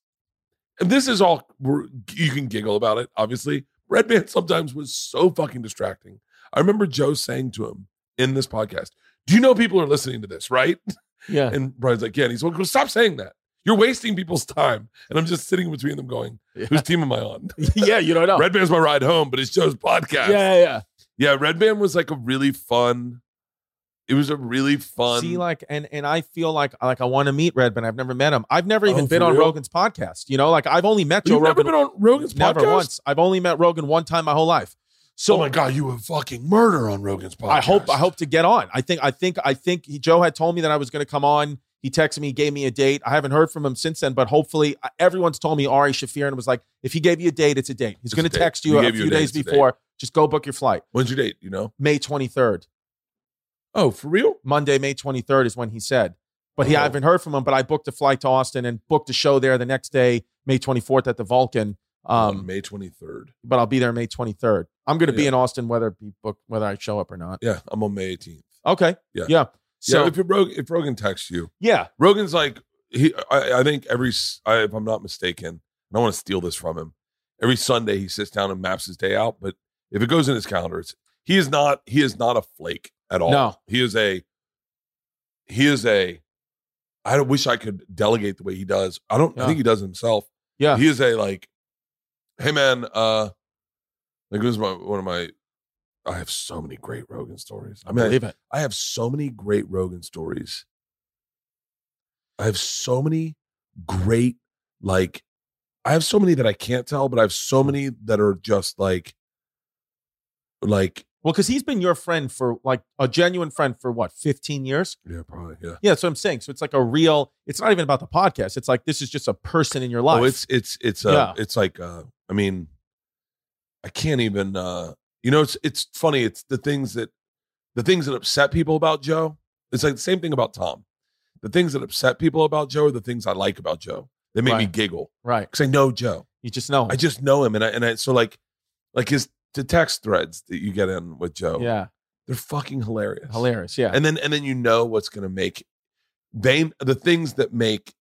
A: and this is all we're, you can giggle about it, obviously. Red Band sometimes was so fucking distracting. I remember Joe saying to him in this podcast, Do you know people are listening to this, right?
B: Yeah.
A: And Brian's like, Yeah. And he's like, well, Stop saying that. You're wasting people's time. And I'm just sitting between them going,
B: Yeah.
A: Whose team am I on?
B: yeah. You don't know.
A: Red Band's my ride home, but it's Joe's
B: yeah.
A: podcast.
B: Yeah. yeah.
A: Yeah, Red Band was like a really fun, it was a really fun.
B: See, like, and and I feel like like I want to meet Redman. I've never met him. I've never even
A: Oh,
B: been
A: for
B: on
A: real?
B: Rogan's podcast. You know, like I've only met Joe
A: You've never
B: Rogan
A: been on Rogan's
B: never
A: podcast?
B: once. I've only met Rogan one time my whole life. So
A: oh my god, you would fucking murder on Rogan's podcast.
B: I hope I hope to get on. I think I think I think he, Joe had told me that I was going to come on. He texted me, gave me a date. I haven't heard from him since then, but hopefully I- everyone's told me Ari Shafir and was like, if he gave you a date, it's a date. He's
A: It's
B: going
A: a
B: to
A: date.
B: text
A: He
B: you a
A: gave you a
B: few
A: date,
B: days
A: it's a date.
B: before. Just go book your flight.
A: When's your date? You know?
B: May 23rd.
A: Oh, for real?
B: Monday, May 23rd is when he said. But he, I
A: Oh.
B: haven't heard from him. But I booked a flight to Austin and booked a show there the next day, May 24th at the Vulcan.
A: on
B: Um,
A: May twenty third.
B: but I'll be there May 23rd. I'm going to be
A: Yeah.
B: in Austin whether it be booked, whether I show up or not.
A: Yeah, I'm on May eighteenth.
B: Okay.
A: Yeah.
B: Yeah.
A: So
B: So
A: if if Rogan, if Rogan texts you,
B: yeah,
A: Rogan's like he. I, I think every s- I, if I'm not mistaken, and I want to steal this from him. Every Sunday he sits down and maps his day out. But if it goes in his calendar, it's he is not he is not a flake at all.
B: No.
A: he is a he is a. I wish I could delegate the way he does. I don't.
B: Yeah.
A: I think he does it himself.
B: yeah,
A: he is a like hey man uh like this is my one of my i have so many great rogan stories i
B: I
A: mean
B: believe it.
A: I, I have so many great rogan stories i have so many great like i have so many that i can't tell but i have so many that are just like like
B: Well, because he's been your friend for like a genuine friend for what, 15 years?
A: yeah probably yeah
B: Yeah, that's what I'm saying. So it's like a real, it's not even about the podcast. It's like this is just a person in your life.
A: Oh, it's it's it's uh
B: Yeah.
A: it's like uh I mean I can't even uh you know it's it's funny, it's the things that the things that upset people about Joe. It's like the same thing about Tom. The things that upset people about Joe are the things I like about Joe. They make me
B: Right.
A: giggle
B: right.
A: because I know Joe.
B: You just know. him.
A: I just know him, and I and I so like like his to text threads that you get in with Joe.
B: Yeah.
A: They're fucking hilarious.
B: Hilarious. Yeah.
A: And then and then you know what's gonna make they the things that make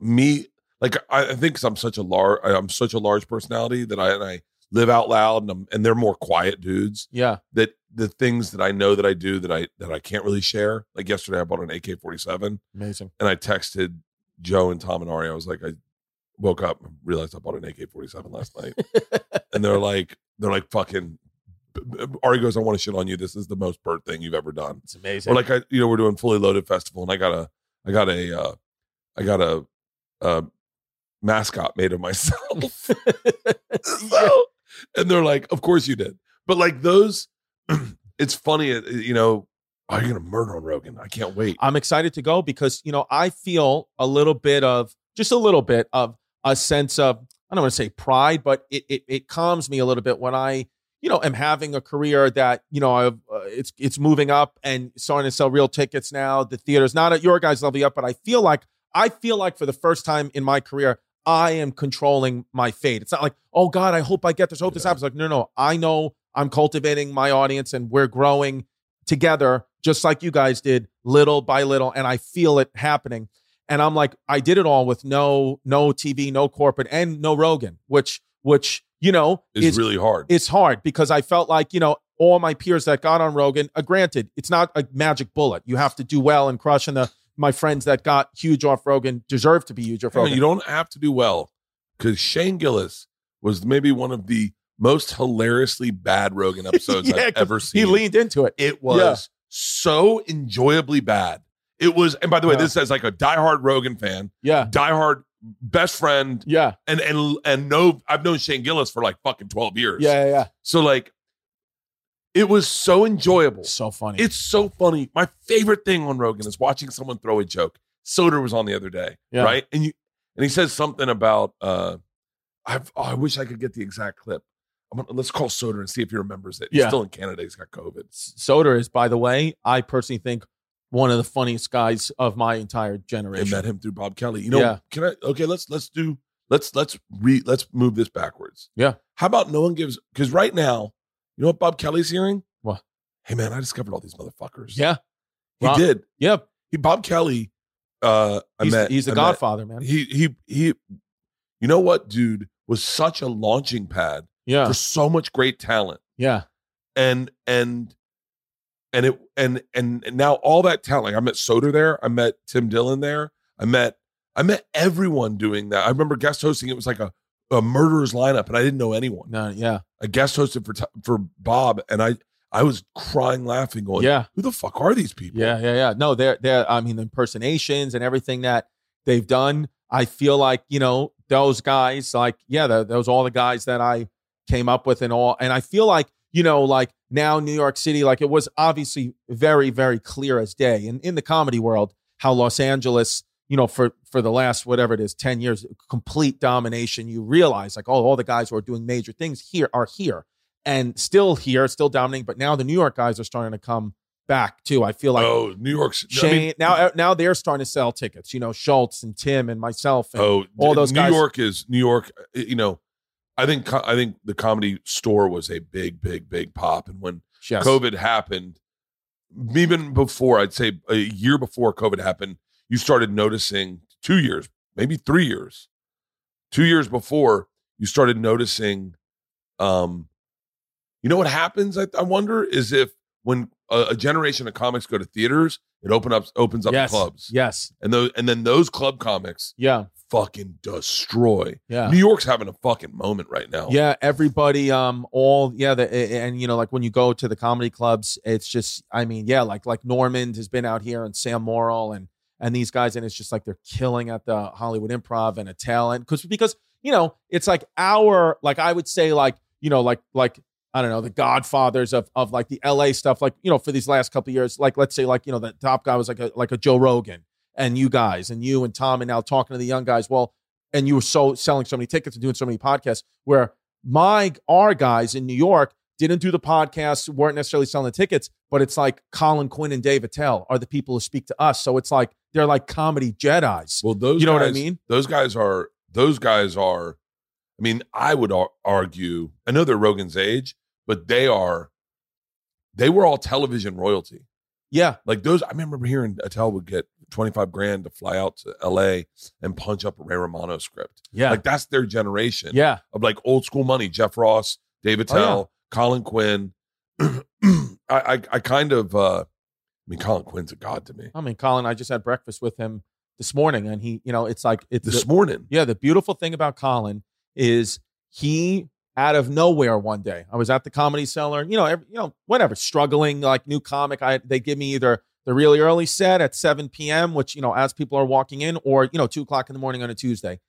A: me like I, I think 'cause I'm such a large I'm such a large personality that I and I live out loud and I'm, and they're more quiet dudes
B: yeah.
A: that the things that I know that I do that I that I can't really share. Like yesterday, I bought an AK forty seven,
B: Amazing.
A: and I texted Joe and Tom and Ari. I was like, I woke up and realized I bought an AK forty seven last night, and they're like, they're like, fucking. Ari goes, I want to shit on you. This is the most bird thing you've ever done.
B: It's amazing.
A: Or like I, you know, we're doing fully loaded festival, and I got a, I got a, uh, I got a, uh, mascot made of myself. so, and they're like, "Of course you did," but like those, it's funny, uh, you know. Are you gonna murder on Rogan? I can't wait.
B: I'm excited to go because you know I feel a little bit of just a little bit of a sense of I don't want to say pride, but it it, it calms me a little bit when I you know am having a career that you know I've, uh, it's it's moving up and starting to sell real tickets now. The theater's not at your guys' level yet, but I feel like I feel like for the first time in my career. I am controlling my fate. It's not like, oh God, I hope I get this, hope this
A: Yeah.
B: happens. Like, no, no, I know I'm cultivating my audience and we're growing together, just like you guys did, little by little, and I feel it happening. And I'm like, I did it all with no no TV, no corporate, and no Rogan, which which you know
A: It's,
B: is
A: really hard.
B: it's hard because I felt like you know all my peers that got on Rogan. Uh, granted, it's not a magic bullet. You have to do well and crush. And the my friends that got huge off Rogan deserve to be huge off
A: I mean,
B: Rogan.
A: you don't have to do well because Shane Gillis was maybe one of the most hilariously bad Rogan episodes
B: Yeah,
A: I've
B: 'cause
A: ever
B: he
A: seen.
B: leaned into it.
A: It was
B: Yeah.
A: so enjoyably bad. It was, and by the way,
B: Yeah.
A: this says like a diehard Rogan fan,
B: Yeah,
A: diehard best friend,
B: yeah,
A: and and and no, I've known Shane Gillis for like fucking twelve years.
B: yeah, yeah. yeah.
A: So like, it was so enjoyable.
B: So funny.
A: It's so funny. My favorite thing on Rogan is watching someone throw a joke. Soder was on the other day,
B: Yeah.
A: right? And you and he says something about uh, I've, oh, I wish I could get the exact clip. I'm gonna, let's call Soder and see if he remembers it. He's
B: Yeah.
A: still in Canada. He's got COVID.
B: S- Soder is, by the way, I personally think one of the funniest guys of my entire
A: I
B: generation.
A: met him through Bob Kelly. You know,
B: Yeah.
A: can I okay, let's let's do let's let's re let's move this backwards.
B: Yeah.
A: How about no one gives because right now, you know what Bob Kelly's hearing?
B: What?
A: Hey man, I discovered all these motherfuckers.
B: Yeah,
A: He
B: Bob-
A: did.
B: yeah.
A: He Bob Kelly, uh I
B: He's,
A: met
B: he's the
A: I met-
B: Godfather, man.
A: He he he you know what, dude, was such a launching pad
B: yeah,
A: for so much great talent.
B: yeah,
A: And and and it and and, and now all that talent. Like I met Soder there, I met Tim Dillon there, I met I met everyone doing that. I remember guest hosting, it was like a, a murderer's lineup, and I didn't know anyone.
B: no, yeah,
A: I guest hosted for T- for Bob and I I was crying laughing, going,
B: yeah,
A: who the fuck are these people?
B: yeah, yeah, yeah. No, they're they're. I mean, the impersonations and everything that they've done. I feel like you know those guys. Like, yeah, tho- those all the guys that I came up with and all. And I feel like you know, like now New York City, like it was obviously very, very clear as day, and in the comedy world, how Los Angeles you know, for for the last whatever it is, ten years, complete domination. You realize like, oh, all the guys who are doing major things here are here and still here, still dominating. But now the New York guys are starting to come back too. I feel like
A: oh, New York's
B: Shane
A: I mean,
B: now uh, now they're starting to sell tickets. You know, Schultz and Tim and myself. And,
A: Oh,
B: all
A: all
B: those
A: those New
B: guys-
A: York is New York. uh, You know, I think co- I think the comedy store was a big, big, big pop. And when
B: yes.
A: COVID happened, even before I'd say a year before COVID happened, you started noticing two years, maybe three years, two years before you started noticing. Um, you know what happens? I, I wonder is if when a, a generation of comics go to theaters, it open up opens up
B: yes.
A: the clubs,
B: Yes.
A: and those and then those club comics
B: Yeah.
A: fucking destroy.
B: Yeah.
A: New York's having a fucking moment right now.
B: Yeah, everybody, um, all yeah, the and you know, like when you go to the comedy clubs, it's just, I mean, yeah, like like Normand has been out here and Sam Morrill and and these guys, and it's just like they're killing at the Hollywood Improv and a talent because because you know it's like our like I would say like you know like like I don't know the Godfathers of of like the L.A. stuff like you know for these last couple of years like let's say like you know the top guy was like a like a Joe Rogan and you guys and you and Tom and now talking to the young guys well and you were so selling so many tickets and doing so many podcasts where my our guys in New York didn't do the podcasts, weren't necessarily selling the tickets, but it's like Colin Quinn and Dave Attell are the people who speak to us. So it's like they're like comedy Jedi's.
A: Well, those
B: You know what I
A: guys-
B: mean?
A: Those guys are those guys are I mean, I would ar- argue, I know they're Rogan's age, but they are, they were all television royalty.
B: Yeah.
A: Like those, I remember hearing Attell would get 25 grand to fly out to LA and punch up a Ray Romano script.
D: Yeah.
A: Like that's their generation
B: Yeah.
A: of like old school money. Jeff Ross, David
B: Oh, yeah.
A: Tell, Colin Quinn. I, I, I kind of, uh, I mean, Colin Quinn's a god to me.
B: I mean, Colin, I just had breakfast with him this morning, and he, you know, it's like it's
A: This
B: the-
A: morning,
B: yeah. The beautiful thing about Colin is he out of nowhere one day. I was at the comedy cellar, you know, every, you know, whatever, struggling like new comic. I they give me either the really early set at seven p.m., which you know, as people are walking in, or you know, two o'clock in the morning on a Tuesday.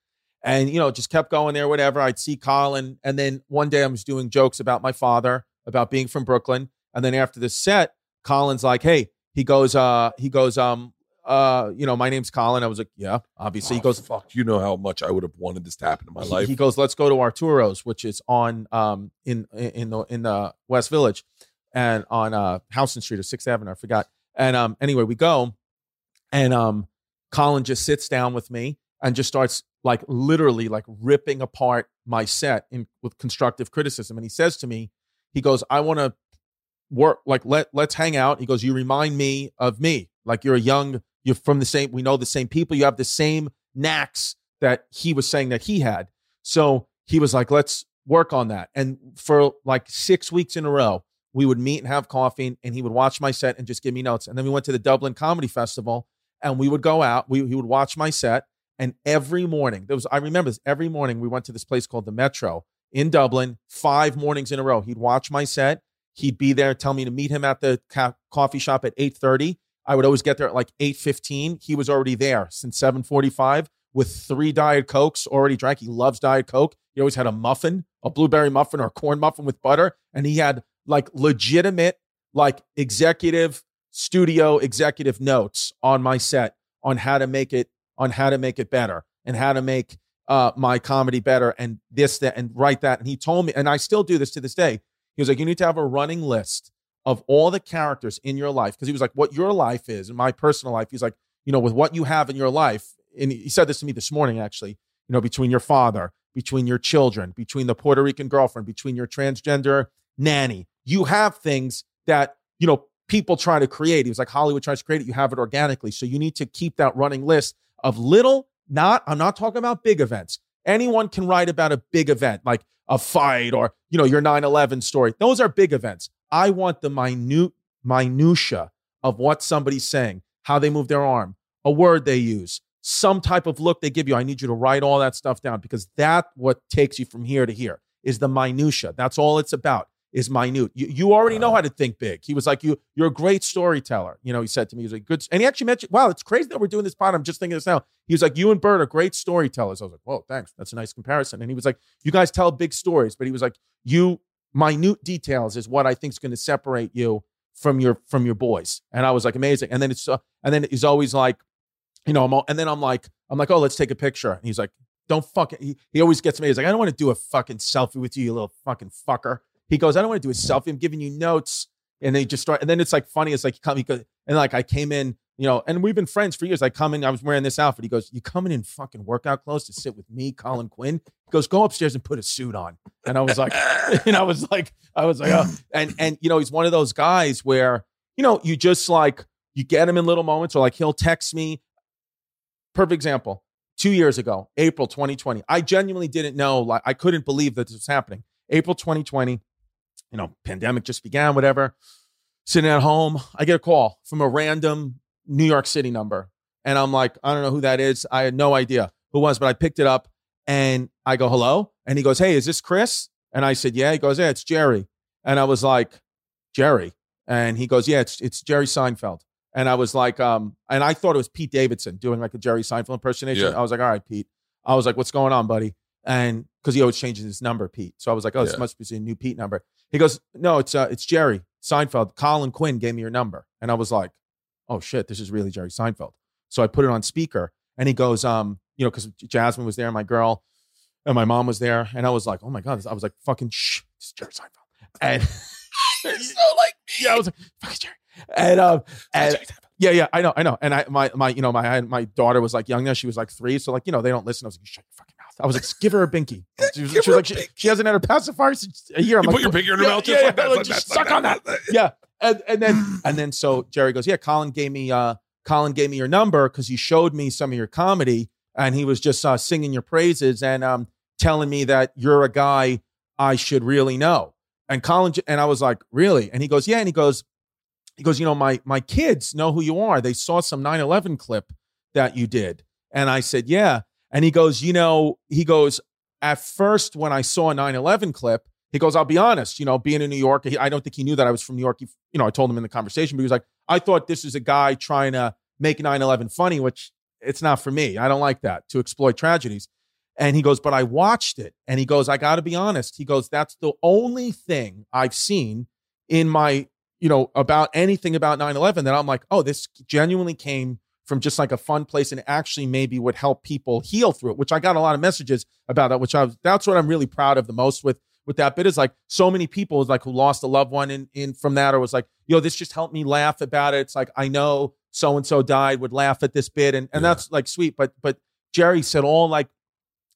B: And you know, just kept going there, whatever. I'd see Colin, and then one day I was doing jokes about my father, about being from Brooklyn, and then after the set, Colin's like, "Hey," he goes, uh, he goes, um, uh, you know, my name's Colin. I was like, "Yeah, obviously."
A: Oh,
B: he goes,
A: fuck, you know how much I would have wanted this to happen in my
B: he-
A: life.
B: He goes, "Let's go to Arturo's, which is on um in in the in the West Village, and on uh Houston Street or Sixth Avenue. I forgot." And um, anyway, we go, and um, Colin just sits down with me and just starts like literally like ripping apart my set in with constructive criticism. And he says to me, he goes, "I want to work like let let's hang out." He goes, "You remind me of me. Like you're a young, you're from the same. We know the same people. You have the same knacks that he was saying that he had. So he was like, let's work on that. And for like six weeks in a row, we would meet and have coffee, and- and he would watch my set and just give me notes. And then we went to the Dublin Comedy Festival, and we would go out. We, he would watch my set, and every morning there was. I remember this. Every morning we went to this place called the Metro in Dublin. Five mornings in a row, he'd watch my set. He'd be there, tell me to meet him at the ca- coffee shop at eight thirty. I would always get there at like eight fifteen. He was already there since seven forty five with three Diet Cokes already drank. He loves Diet Coke. He always had a muffin, a blueberry muffin or a corn muffin with butter. And he had like legitimate, like executive studio executive notes on my set on how to make it, on how to make it better and how to make uh, my comedy better and this, that, and write that. And he told me, and I still do this to this day. He was like, you need to have a running list of all the characters in your life. Cause he was like, what your life is and my personal life. He's like, you know, with what you have in your life. And he said this to me this morning, actually, you know, between your father, between your children, between the Puerto Rican girlfriend, between your transgender nanny, you have things that, you know, people try to create. He was like, Hollywood tries to create it. You have it organically. So you need to keep that running list of little, not, I'm not talking about big events. Anyone can write about a big event, like a fight or, you know, your 9 11 story. Those are big events. I want the minute, minutia of what somebody's saying, how they move their arm, a word they use, some type of look they give you. I need you to write all that stuff down because that what takes you from here to here is the minutia. That's all it's about is minute. You, you already know how to think big. He was like, you, you're a great storyteller. You know, he said to me, he was like, good. And he actually mentioned, wow, it's crazy that we're doing this pod. I'm just thinking this now. He was like, you and Bert are great storytellers. I was like, whoa, thanks. That's a nice comparison. And he was like, you guys tell big stories, but he was like, you minute details is what I think is going to separate you from your from your boys. And I was like, amazing. And then it's uh, and then he's always like, you know, I'm all, and then I'm like, I'm like, oh, let's take a picture. And he's like, don't fucking. He, he always gets me. He's like, I don't want to do a fucking selfie with you, you little fucking fucker. He goes, I don't want to do a selfie. I'm giving you notes. And they just start, and then it's like funny. It's like you come, he goes, and like I came in, you know, and we've been friends for years. I come in, I was wearing this outfit. He goes, You coming in fucking workout clothes to sit with me, Colin Quinn? He goes, Go upstairs and put a suit on. And I was like, and I was like, I was like, oh. and and you know, he's one of those guys where you know you just like you get him in little moments, or like he'll text me. Perfect example. Two years ago, April 2020, I genuinely didn't know. Like, I couldn't believe that this was happening. April 2020, you know, pandemic just began, whatever. Sitting at home, I get a call from a random New York City number, and I'm like, I don't know who that is. I had no idea who it was, but I picked it up, and I go, "Hello," and he goes, "Hey, is this Chris?" And I said, Yeah. He goes, Yeah, it's Jerry. And I was like, Jerry. And he goes, Yeah, it's it's Jerry Seinfeld. And I was like, um, and I thought it was Pete Davidson doing like a Jerry Seinfeld impersonation.
A: Yeah.
B: I was like, All right, Pete. I was like, What's going on, buddy? And because he always changes his number, Pete. So I was like, Oh, this
A: Yeah.
B: must be a new Pete number. He goes, No, it's uh, it's Jerry Seinfeld. Colin Quinn gave me your number. And I was like, Oh shit, this is really Jerry Seinfeld. So I put it on speaker and he goes, um, you know, because Jasmine was there, my girl, and my mom was there, and I was like, oh my god, this- I was like, fucking shh, this is Jerry Seinfeld, and so like, yeah, I was like, fucking Jerry, and um, and yeah, yeah, I know, I know, and I my my you know my I, my daughter was like young now, she was like three, so like you know they don't listen. I was like, shut your fucking mouth. I was like, give her a binky. She
A: Give
B: was, she was
A: her
B: like,
A: a
B: she,
A: binky.
B: she hasn't had her pacifier since a year. I'm
A: you
B: like,
A: put your finger in her
B: yeah,
A: mouth.
B: yeah,
A: just like
B: yeah,
A: that,
B: like,
A: like
B: just
A: that,
B: suck
A: like
B: on
A: that.
B: yeah. And, and then and then so Jerry goes, yeah, Colin gave me uh Colin gave me your number because he showed me some of your comedy and he was just uh, singing your praises and um telling me that you're a guy I should really know. And Colin j- and I was like, really? And he goes, yeah. And he goes, he goes, you know, my my kids know who you are. They saw some 9/11 clip that you did. And I said, yeah. And he goes, you know, he goes, at first when I saw a 9/11 clip, he goes, I'll be honest, you know, being in New York, he, I don't think he knew that I was from New York. He, you know, I told him in the conversation, but he was like, I thought this is a guy trying to make 9 11 funny, which it's not for me. I don't like that to exploit tragedies. And he goes, but I watched it. And he goes, I got to be honest. He goes, that's the only thing I've seen in my, you know, about anything about 9 11 that I'm like, oh, this genuinely came from just like a fun place and actually maybe would help people heal through it, which I got a lot of messages about that, which I was, that's what I'm really proud of the most with with that bit is like so many people like who lost a loved one in, in from that or was like yo this just helped me laugh about it it's like i know so and so died would laugh at this bit and, and
A: Yeah.
B: that's like sweet but but jerry said all like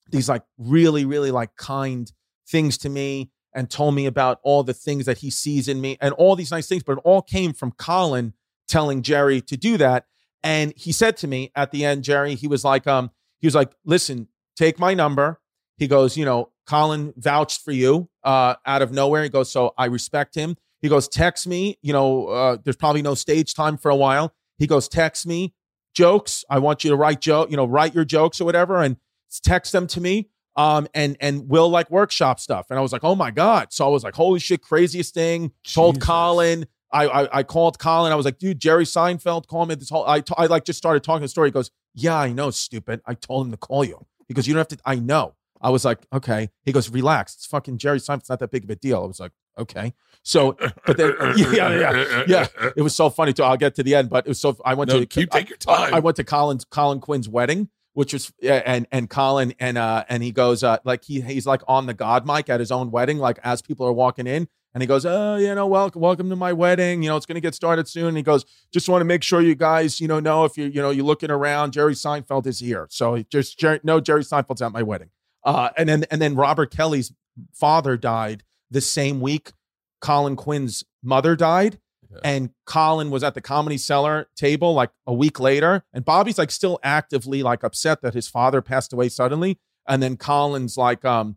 B: these like really really like kind things to me and told me about all the things that he sees in me and all these nice things but it all came from colin telling jerry to do that and he said to me at the end jerry he was like um he was like listen take my number he goes, you know, Colin vouched for you uh, out of nowhere. He goes, so I respect him. He goes, text me. You know, uh, there's probably no stage time for a while. He goes, text me jokes. I want you to write joke, you know, write your jokes or whatever, and text them to me. Um, and and we'll like workshop stuff. And I was like, oh my god. So I was like, holy shit, craziest thing. Told
A: Jesus.
B: Colin. I, I I called Colin. I was like, dude, Jerry Seinfeld called me. This whole I t- I like just started talking the story. He goes, yeah, I know, stupid. I told him to call you. He goes, you don't have to. I know. I was like, okay. He goes, relax. It's fucking Jerry Seinfeld. It's not that big of a deal. I was like, okay. So But then- yeah, yeah, yeah. it was so funny too. I'll get to the end, but it was so. I went
A: No,
B: to
A: keep-
B: I-
A: take your time.
B: I went to Colin's Colin Quinn's wedding, which was yeah, and and Colin and uh and he goes uh like he he's like on the God mic at his own wedding, like as people are walking in. And he goes, oh, you know, welcome, welcome to my wedding. You know, it's going to get started soon. And he goes, just want to make sure you guys, you know, know if you, you know, you're looking around. Jerry Seinfeld is here, so just Jerry, no, Jerry Seinfeld's at my wedding. Uh, and then and then Robert Kelly's father died the same week. Colin Quinn's mother died,
A: Yeah.
B: and Colin was at the comedy cellar table like a week later. And Bobby's like still actively like upset that his father passed away suddenly. And then Colin's like, um,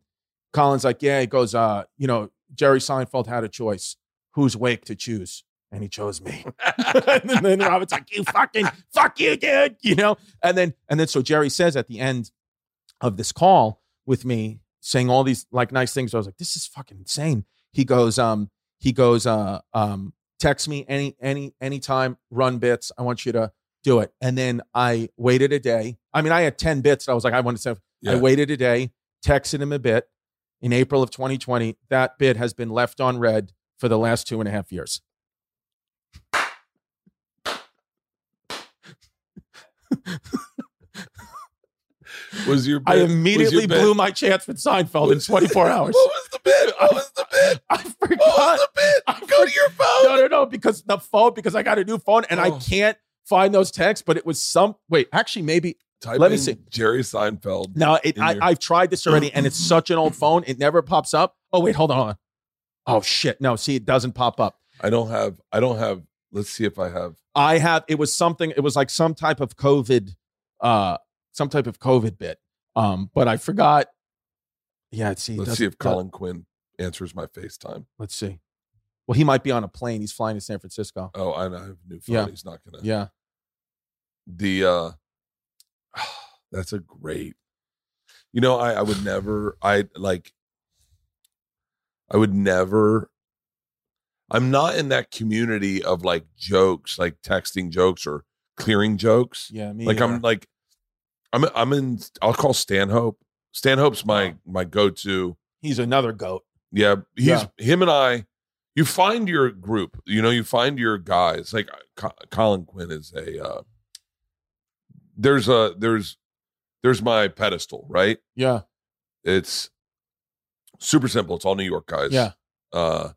B: Colin's like, yeah, he goes, uh, you know, Jerry Seinfeld had a choice. Who's wake to choose? And he chose me. and then Robert's like, you fucking, fuck you, dude. You know? And then, and then so Jerry says at the end of this call with me, saying all these like nice things. I was like, this is fucking insane. He goes, um, he goes, uh, um, text me any, any, anytime, run bits. I want you to do it. And then I waited a day. I mean, I had 10 bits. that I was like, I want to say, I
A: Yeah.
B: waited a day, texted him a bit in April of 2020. That bit has been left on red for the last two and a half years.
A: Was your
B: I
A: bit- was
B: immediately
A: your bit-
B: blew my chance with Seinfeld in
A: was-
B: 24 hours.
A: What was the bit? What was the bit?
B: I
A: What
B: forgot.
A: was the bit? Go to your
B: No,
A: phone.
B: no, no, because the phone, because I got a new phone and I
A: Oh.
B: can't find those texts, but it was some, wait, actually, maybe,
A: Type
B: Let me
A: in
B: see.
A: Jerry Seinfeld.
B: no, it,
A: In
B: I,
A: there.
B: I've tried this already and it's such an old phone. It never pops up. Oh, wait, hold on. hold on. Oh, shit. No, see, it doesn't pop up.
A: I don't have. I don't have. Let's see if I have.
B: I have it was something it was like some type of COVID uh some type of COVID bit. Um but I forgot. Yeah, let's see. it
A: Let's see if Colin
B: doesn't-
A: Quinn answers my FaceTime.
B: Let's see. Well, he might be on a plane. He's flying to San Francisco.
A: Oh, I know. I have a new phone.
B: Yeah.
A: He's not gonna.
B: Yeah.
A: The. uh That's a great. You know, I I would never. I like. I would never. I'm not in that community of like jokes, like texting jokes or clearing jokes.
B: Yeah, me.
A: like i'm
B: either.
A: like i'm i'm in i'll call stanhope stanhope's my my go-to
B: he's another goat.
A: yeah he's him and i you find your group you know you find your guys like Co- colin quinn is a uh there's a there's there's my pedestal right
B: Yeah.
A: it's super simple it's all new york guys
B: Yeah.
A: uh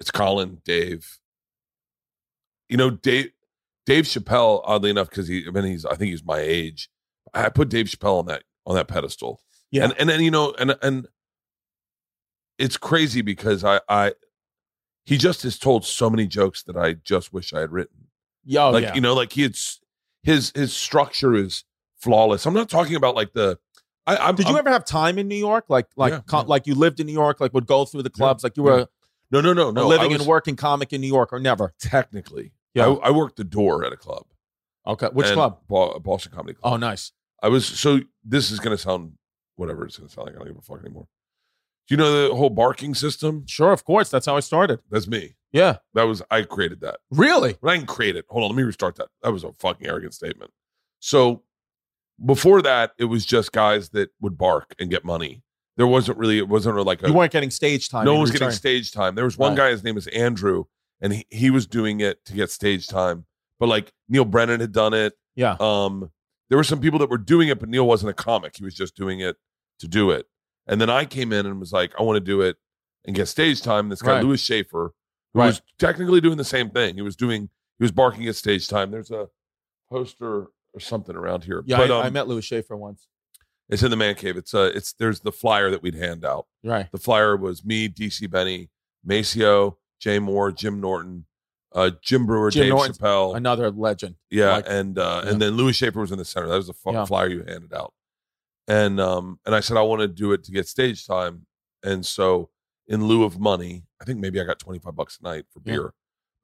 A: it's colin dave you know dave dave chappelle oddly enough because he i mean he's i think he's my age i put dave chappelle on that on that pedestal.
B: Yeah.
A: And and then you know, and and it's crazy because I I he just has told so many jokes that I just wish I had written.
B: Yo,
A: like
B: Oh, yeah.
A: you know, like he had s- his his structure is flawless. I'm not talking about like the I, I'm,
B: Did you
A: I'm-
B: ever have time in New York? Like, like,
A: Yeah,
B: co-
A: yeah.
B: like you lived in New York. Like, would go through the clubs. Like, you were
A: no no no
B: a
A: no I
B: living
A: was-
B: and working comic in New York, or never?
A: technically.
B: Yeah.
A: I, I worked the door at a club.
B: Okay, which
A: And
B: club?
A: Bo- Boston Comedy Club.
B: Oh, nice.
A: I was so this is gonna sound whatever it's gonna sound like. I don't give a fuck anymore. Do you know the whole barking system?
B: Sure, of course. That's how I started.
A: That's me.
B: Yeah,
A: That was I created that.
B: really.
A: But I didn't create it. Hold on, let me restart that. That was a fucking arrogant statement. So before that, it was just guys that would bark and get money. There wasn't really it wasn't really like a
B: You weren't getting stage time.
A: no
B: in
A: one was
B: return.
A: getting stage time. There was one
B: Right.
A: guy, his name is Andrew, and he, he was doing it to get stage time. But like Neil Brennan had done it.
B: Yeah.
A: Um, there were some people that were doing it, but Neil wasn't a comic. He was just doing it to do it. And then I came in and was like, I want to do it and get stage time. This guy,
B: Right.
A: Lewis Schaefer, who
B: Right.
A: was technically doing the same thing. He was doing, he was barking at stage time. There's a poster or something around here.
B: Yeah,
A: but
B: I,
A: um,
B: I met Louis Schaefer once.
A: it's in the man cave. It's uh it's there's the flyer that we'd hand out.
B: Right.
A: The flyer was me, DC Benny, Maceo, Jay Moore, Jim Norton, uh, Jim Brewer,
B: Jim
A: Dave
B: Norton's
A: Chappelle.
B: Another legend.
A: yeah,
B: like-
A: and uh,
B: yeah.
A: and then Louis Schaefer was in the center. That was the fu-
B: Yeah.
A: flyer you handed out. And um and I said I want to do it to get stage time. And so in lieu of money, I think maybe I got twenty five bucks a night for
B: Yeah.
A: beer.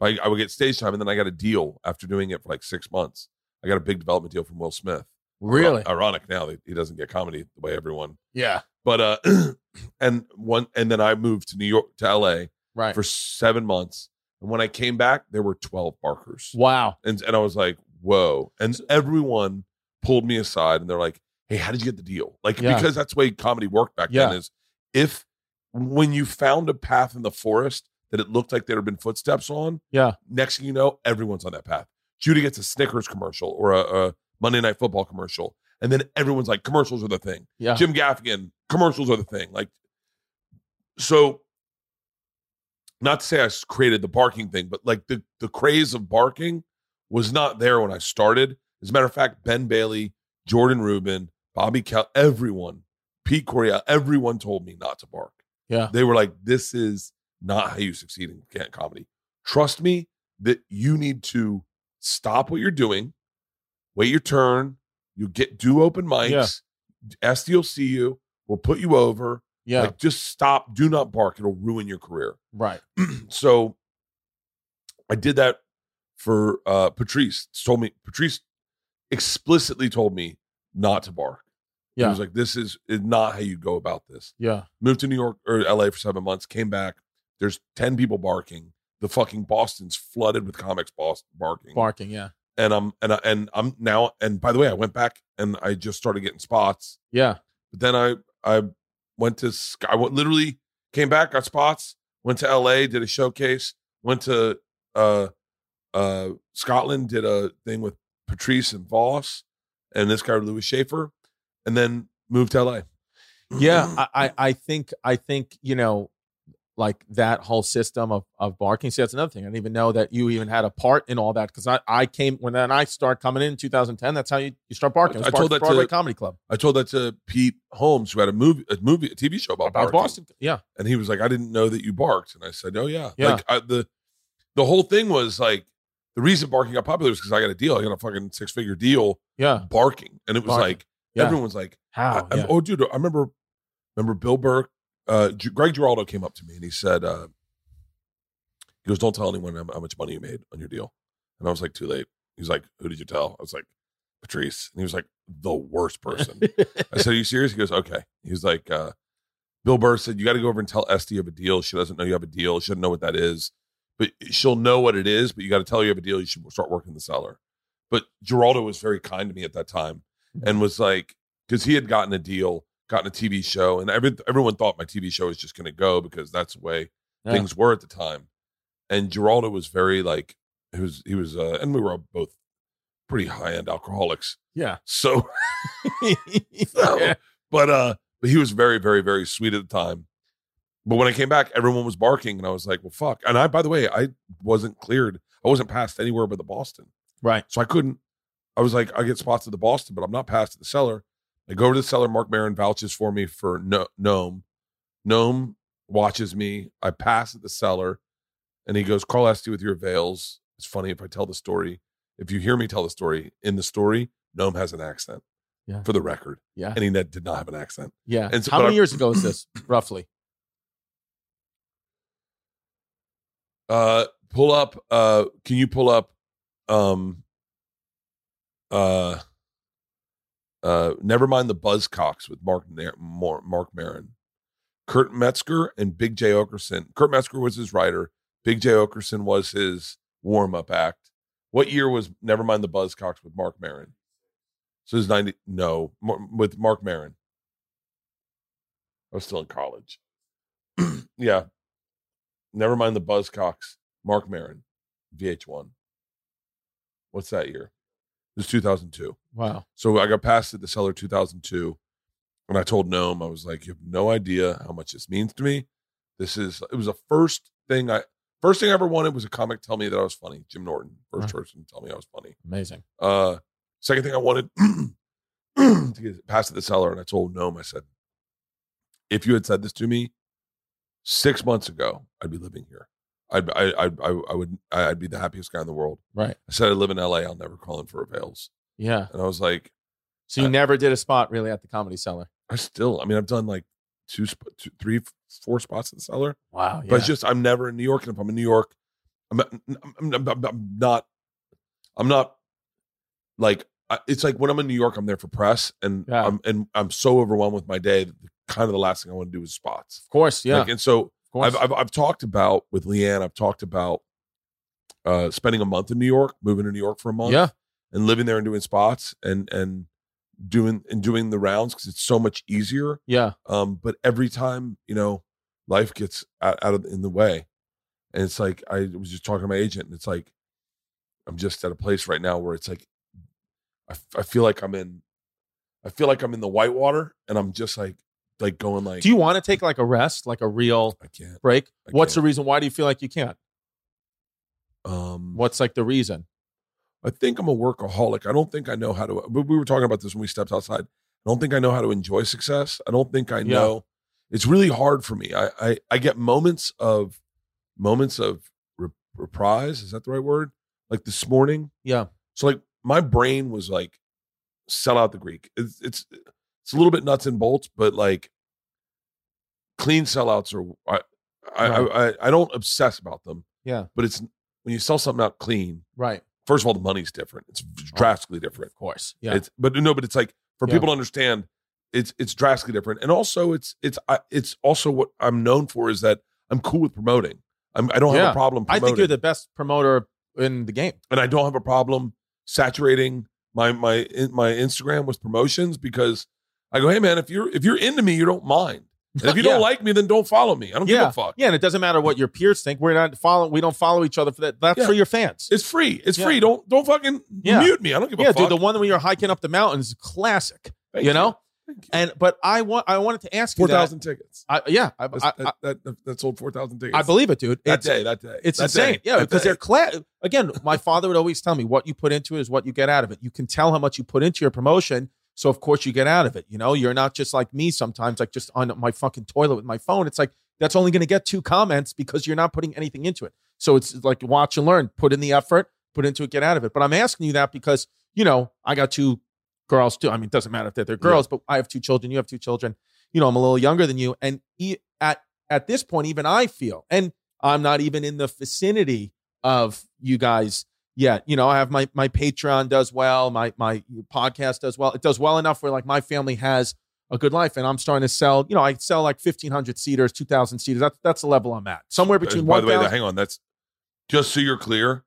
A: I, I would get stage time, and then I got a deal after doing it for like six months. I got a big development deal from Will Smith. ironic now that he doesn't get comedy the way everyone
B: Yeah.
A: but uh and one and then i moved to new york to la
B: Right.
A: for seven months and when i came back there were 12 barkers
B: wow.
A: and, and i was like whoa and everyone pulled me aside and they're like hey how did you get the deal like
B: Yeah.
A: because that's the way comedy worked back
B: Yeah.
A: then is if when you found a path in the forest that it looked like there had been footsteps on
B: Yeah.
A: next thing you know everyone's on that path judy gets a snickers commercial or a, a monday night football commercial and then everyone's like commercials are the thing
B: Yeah.
A: Jim Gaffigan, commercials are the thing. Like, so not to say I s- created the barking thing, but like the the craze of barking was not there when I started. As a matter of fact, Ben Bailey, Jordan Rubin, Bobby Cal, everyone, Pete Coryell, everyone told me not to bark.
B: Yeah.
A: They were like, "This is not how you succeed in can- comedy." Trust me that you need to stop what you're doing, wait your turn. You get do open mics.
B: Yeah.
A: SD will see you. We'll put you over.
B: Yeah.
A: Like, just stop. Do not bark. It'll ruin your career.
B: right.
A: So I did that for uh Patrice. Told me Patrice explicitly told me not to bark. He
B: Yeah.
A: was like, "This is, is not how you go about this."
B: Yeah.
A: Moved to New York or LA for seven months. Came back. There's ten people barking. The fucking Boston's flooded with comics. Boston barking
B: Barking. Yeah.
A: and I'm and I, and I'm now and by the way, I went back and I just started getting spots.
B: Yeah.
A: But then I I went to Sky. I went, literally came back, got spots, went to L.A., did a showcase, went to uh uh Scotland, did a thing with Patrice and Voss, and this guy Louis Schaefer, and then moved to L.A.
B: Yeah. I, I, I think I think you know, like that whole system of of barking. See, that's another thing. I didn't even know that you even had a part in all that because I I came when then I start coming in 2010. That's how you, you start barking. It was
A: I told
B: Bar-
A: that to-
B: Broadway Comedy Club
A: I told that to Pete Holmes, who had a movie, a movie, a TV show about,
B: about
A: barking.
B: Boston. Yeah.
A: and he was like, "I didn't know that you barked." And I said, "Oh yeah,
B: Yeah.
A: like I, the the whole thing was like the reason barking got popular was because I got a deal, I got a fucking six figure deal
B: Yeah.
A: barking, and it was
B: Uh. Barking.
A: like
B: Yeah.
A: everyone's like,
B: How?
A: I- I'm- "Oh dude, I remember remember Bill Burke, uh, G- Greg Giraldo came up to me and he said, uh, he goes, don't tell anyone how, how much money you made on your deal," and I was like, "Too late." He's like, "Who did you tell?" I was like, "Patrice," and he was like, "The worst person." I said, Are you serious? He goes, Okay. He was like, uh, Bill Burr said, You got to go over and tell Esty you have a deal. She doesn't know you have a deal. She doesn't know what that is, but she'll know what it is, but you got to tell her you have a deal. You should start working the seller. But Geraldo was very kind to me at that time and was like, Because he had gotten a deal, gotten a TV show, and every, everyone thought my TV show was just going to go because that's the way
B: Yeah.
A: things were at the time. And Geraldo was very like, he was, he was, uh, and we were both pretty high end alcoholics.
B: yeah.
A: So,
B: yeah.
A: but uh but he was very very very sweet at the time but when i came back everyone was barking and i was like well fuck and i by the way i wasn't cleared i wasn't passed anywhere but the boston
B: Right.
A: so i couldn't i was like i get spots at the boston but i'm not passed at the cellar I go over to the seller. Mark Maron vouches for me for no, Gnome. Gnome watches me. I pass at the seller, and he goes, "Carl asked you with your veils." It's funny if I tell the story. If you hear me tell the story in the story, Gnome has an accent.
B: Yeah.
A: For the record,
B: Yeah.
A: and he ne- did not have an accent.
B: Yeah.
A: And so-
B: How
A: but
B: many
A: I-
B: years ago is this, roughly?
A: Uh, pull up. Uh, can you pull up? Um. Uh. Uh. Never mind the Buzzcocks with Mark Nar- Mar- Mark Maron, Kurt Metzger, and Big J Okerson. Kurt Metzger was his writer. Big J Okerson was his warm up act. What year was Never Mind the Buzzcocks with Mark Maron? So it was ninety. No, Mar- with Mark Maron. I was still in college. yeah, Never mind the Buzzcocks. Mark Marin, VH1. What's that year? It was 2002.
B: Wow.
A: So I got passed at the seller 2002. And I told Gnome, I was like, you have no idea how much this means to me. This is, it was the first thing I, first thing I ever wanted was a comic tell me that I was funny. Jim Norton, first person to tell me I was funny.
B: Amazing.
A: Uh, second thing I wanted to get passed at the seller, and I told Gnome, I said, if you had said this to me six months ago, I'd be living here. I'd, I, I, I, I would, I'd be the happiest guy in the world.
B: Right.
A: I said, I live in LA. I'll never call in for avails.
B: Yeah.
A: And I was like,
B: So you
A: Uh,
B: never did a spot really at the Comedy Cellar.
A: I still, I mean, I've done like two, sp- two three, four spots at the seller,
B: Wow.
A: but it's just, I'm never in New York. And if I'm in New York, I'm, I'm, I'm, I'm, I'm not, I'm not like, I, it's like when I'm in New York, I'm there for press and
B: Yeah.
A: I'm, and I'm so overwhelmed with my day that the, kind of the last thing I want to do is spots.
B: of course. Yeah.
A: Like, and so
B: of course.
A: I've, I've, I've talked about with Leanne, I've talked about uh, spending a month in New York, moving to New York for a month
B: yeah.
A: and living there and doing spots and, and doing, and doing the rounds because it's so much easier
B: Yeah.
A: um but every time you know life gets out, out of in the way and it's like i was just talking to my agent and it's like i'm just at a place right now where it's like i, f- I feel like i'm in i feel like i'm in the whitewater and i'm just like like going like
B: Do you want to take like a rest, like a real
A: i can't
B: break?
A: I
B: What's the
A: can't.
B: reason? Why do you feel like you can't?
A: um
B: What's like the reason?
A: i think i'm a workaholic i don't think i know how to but we were talking about this when we stepped outside i don't think i know how to enjoy success i don't think i
B: Yeah.
A: know it's really hard for me i i, I get moments of moments of re- reprise is that the right word like this morning
B: Yeah.
A: so like my brain was like sell out the greek it's it's it's a little bit nuts and bolts but like clean sellouts are i i I, I, I don't obsess about them
B: Yeah.
A: but it's when you sell something out clean
B: Right.
A: first of all, the money's different. It's drastically different.
B: Of course. Oh. Yeah.
A: It's but no, but it's like for
B: Yeah.
A: people to understand, it's it's drastically different. And also, it's it's I, it's also what I'm known for is that I'm cool with promoting. I'm, I don't have
B: Yeah.
A: a problem.
B: I
A: Promoting,
B: think you're the best promoter in the game.
A: and I don't have a problem saturating my my in- my Instagram with promotions because I go, hey man, if you're if you're into me, you don't mind. And if you
B: Yeah.
A: don't like me, then don't follow me. I don't give a fuck.
B: Yeah, and it doesn't matter what your peers think. We're not following. We don't follow each other for that. That's
A: Yeah.
B: for your fans.
A: It's free. It's
B: Yeah.
A: free. Don't don't fucking
B: Yeah.
A: mute me. I don't give
B: Yeah,
A: a fuck.
B: dude. The one when you're hiking up the mountains, classic.
A: Thank
B: you know.
A: Thank you.
B: And but I want I wanted to ask you
A: four
B: that.
A: thousand tickets.
B: I, yeah, I,
A: That's,
B: I, I,
A: that, that, that, that sold 4,000 tickets.
B: I believe it, dude.
A: that
B: It's,
A: day, that day.
B: it's
A: that
B: insane.
A: day,
B: yeah,
A: that
B: because
A: day.
B: they're cla- again. My father would always tell me, "What you put into it is what you get out of it." You can tell how much you put into your promotion, so of course you get out of it. You know, you're not just like me sometimes, like just on my fucking toilet with my phone. It's like that's only going to get two comments because you're not putting anything into it. So it's like watch and learn. Put in the effort, put into it, get out of it. But I'm asking you that because you know I got two girls too. I mean, it doesn't matter if they're, they're girls, but I have two children. You have two children. You know, I'm a little younger than you, and e- at at this point, even I feel, and I'm not even in the vicinity of you guys yet. You know, I have my my Patreon does well, my my podcast does well. It does well enough where like my family has a good life, and I'm starting to sell. You know, I sell like 1,500 seaters, 2,000 seaters. That's that's the level I'm at. Somewhere between
A: By the way,
B: 1,000
A: hang on. That's just so you're clear.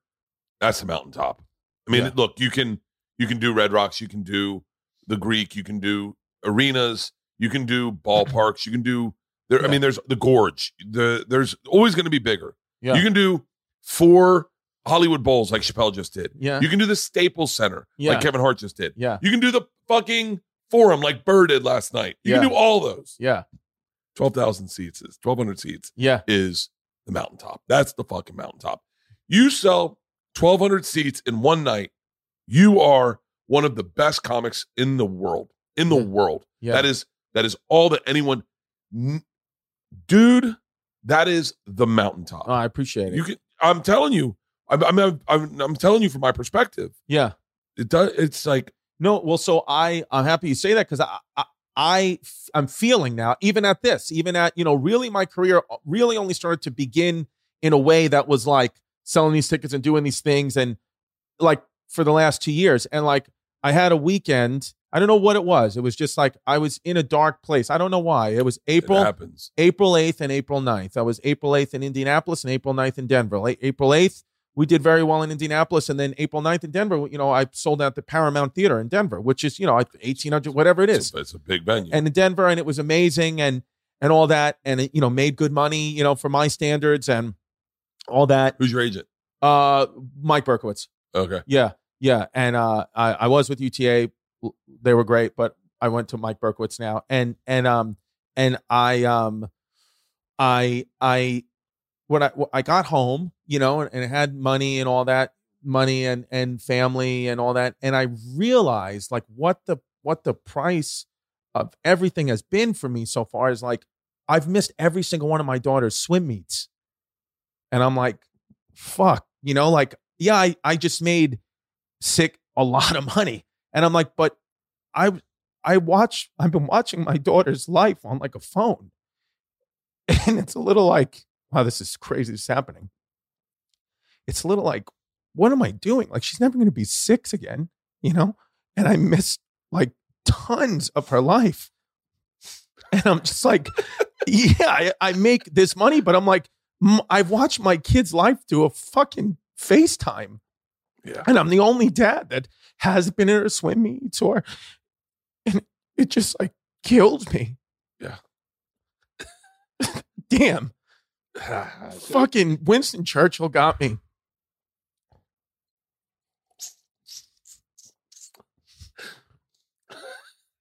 A: That's the mountaintop. I mean,
B: Yeah.
A: look, you can you can do Red Rocks, you can do the Greek, you can do arenas, you can do ballparks, you can do there. I
B: Yeah.
A: mean, there's the gorge. The there's always going to be bigger.
B: Yeah.
A: You can do four Hollywood Bowls like Chappelle just did.
B: Yeah.
A: You can do the Staples Center
B: Yeah.
A: like Kevin Hart just did.
B: yeah,
A: You can do the fucking Forum like Burr did last night. You
B: Yeah.
A: can do all those.
B: yeah,
A: Twelve thousand seats is twelve hundred seats
B: yeah.
A: is the mountaintop. That's the fucking mountaintop. You sell 1,200 seats in one night. You are one of the best comics in the world. in the
B: Yeah.
A: world.
B: Yeah.
A: That is that is all that anyone, n- dude. That is the mountaintop.
B: Oh, I appreciate it.
A: you can. I'm telling you. I'm, I'm, I'm, I'm telling you from my perspective.
B: yeah.
A: It does. It's like
B: No, well, so I I'm happy you say that because I, I I I'm feeling now, even at this, even at you know, really my career uh, really only started to begin in a way that was like selling these tickets and doing these things and like for the last two years and like I had a weekend. I don't know what it was. It was just like I was in a dark place. I don't know why. It was April.
A: it happens.
B: April 8th and April 9th. I was April 8th in Indianapolis and April 9th in Denver. Like April 8th, we did very well in Indianapolis. And then April 9th in Denver, you know, I sold out the Paramount Theater in Denver, which is, you know, 1,800, whatever it
A: It's,
B: is.
A: a, it's a big venue.
B: And in Denver, and it was amazing and, and all that. And it, you know, made good money, you know, for my standards and all that.
A: Who's your agent?
B: Uh, Mike Berkowitz.
A: Okay.
B: Yeah, yeah, and uh, I, I was with UTA. They were great, but I went to Mike Berkowitz now, and and um and I um I I when I when I got home, you know, and, and had money and all that money and and family and all that, and I realized like what the what the price of everything has been for me so far is like I've missed every single one of my daughter's swim meets, and I'm like, fuck, you know, like yeah, I, I just made sick a lot of money. And I'm like, but I I watch I've been watching my daughter's life on like a phone. And it's a little like, wow, this is crazy this is happening. It's a little like, what am I doing? Like she's never gonna be six again, you know? And I missed like tons of her life. And I'm just like, yeah, I, I make this money, but I'm like, m- I've watched my kid's life do a fucking FaceTime.
A: Yeah.
B: And I'm the only dad that has been in her swim meets or, and it just like killed me.
A: Yeah.
B: Damn.
A: Fuck.
B: Fucking Winston Churchill got me.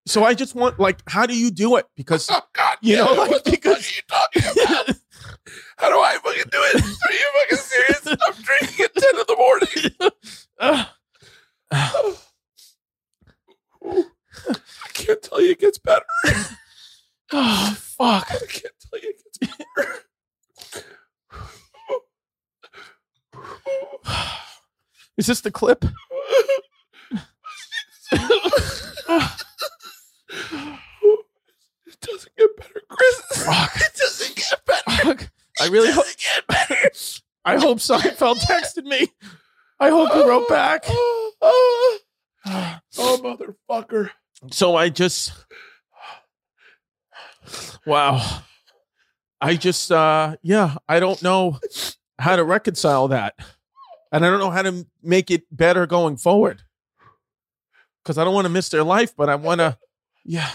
B: So I just want like, how do you do it? Because
A: Oh, God,
B: You know,
A: damn it.
B: like,
A: what the
B: because-
A: fuck are you talking about? How do I fucking do it? Are you fucking serious? I'm drinking at 10 in the morning.
B: Ugh.
A: I can't tell you it gets better.
B: oh fuck.
A: I can't tell you it gets better.
B: Is this the clip?
A: It doesn't get better, Chris.
B: Fuck.
A: It doesn't get better.
B: Fuck. I really hope.
A: doesn't get better.
B: I hope Seinfeld texted me. I hope he wrote back.
A: Oh, oh, oh, motherfucker.
B: So I just. Wow. I just, uh, yeah, I don't know how to reconcile that. And I don't know how to m- make it better going forward. Because I don't want to miss their life, but I want to, yeah.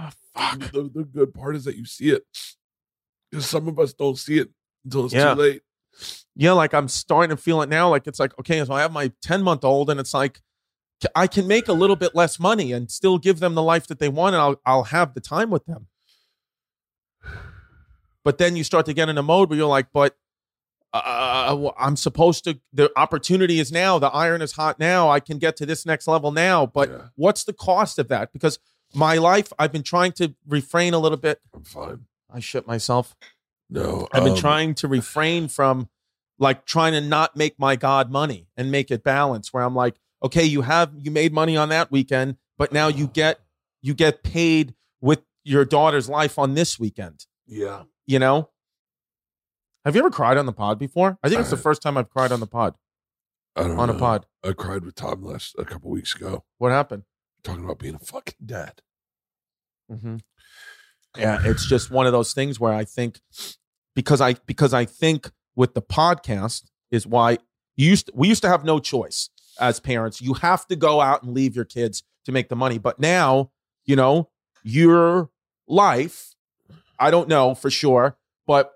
B: Oh, fuck.
A: The, the good part is that you see it. Because some of us don't see it until it's
B: Yeah.
A: too late.
B: yeah, like I'm starting to feel it now. Like it's like, okay, so I have my 10 month old and it's like, c- I can make a little bit less money and still give them the life that they want and I'll, I'll have the time with them. But then you start to get in a mode where you're like, but uh, well, I'm supposed to, the opportunity is now, the iron is hot now. I can get to this next level now. But
A: Yeah.
B: what's the cost of that? Because my life, I've been trying to refrain a little bit.
A: I'm fine.
B: I shit myself.
A: No.
B: I've been
A: um,
B: trying to refrain from like trying to not make my God money and make it balance where I'm like, okay, you have you made money on that weekend, but now you get you get paid with your daughter's life on this weekend,
A: Yeah.
B: you know? Have you ever cried on the pod before? I Uh, think it's the
A: Uh,
B: first time I've cried on the pod.
A: I don't
B: On a
A: know.
B: pod.
A: I cried with Tom last a couple weeks ago,
B: What happened?
A: talking about being a fucking dad.
B: Mm-hmm. Yeah, it's just one of those things where I think because I because I think with the podcast is why you used we used to have no choice as parents. You have to go out and leave your kids to make the money, but now you know your life. I don't know for sure, but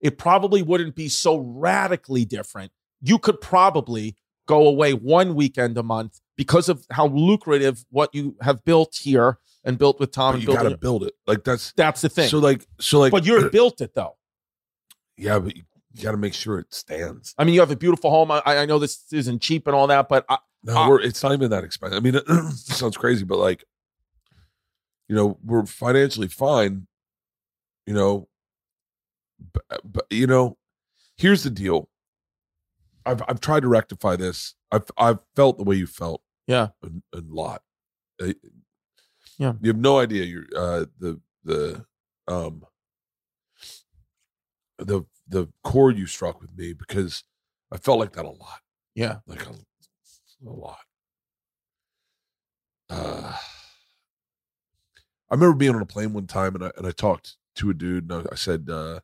B: it probably wouldn't be so radically different. You could probably go away one weekend a month because of how lucrative what you have built here and built with Tom
A: but
B: and
A: you
B: built
A: gotta
B: with-
A: build it. Like that's
B: that's the thing.
A: so like so like
B: but you're built it though.
A: yeah, but you gotta make sure it stands.
B: I mean, you have a beautiful home. I, I know this isn't cheap and all that, but I,
A: No,
B: Uh,
A: we're, it's not even that expensive. I mean, it sounds crazy, but like, you know, we're financially fine. You know, but, but you know, here's the deal. I've I've tried to rectify this. I've I've felt the way you felt.
B: Yeah.
A: a, a lot. Uh,
B: Yeah.
A: you have no idea. You're uh, the the um the the chord you struck with me because I felt like that a lot
B: Yeah.
A: like a, a lot. Uh, I remember being on a plane one time and I and I talked to a dude and I, I said, uh,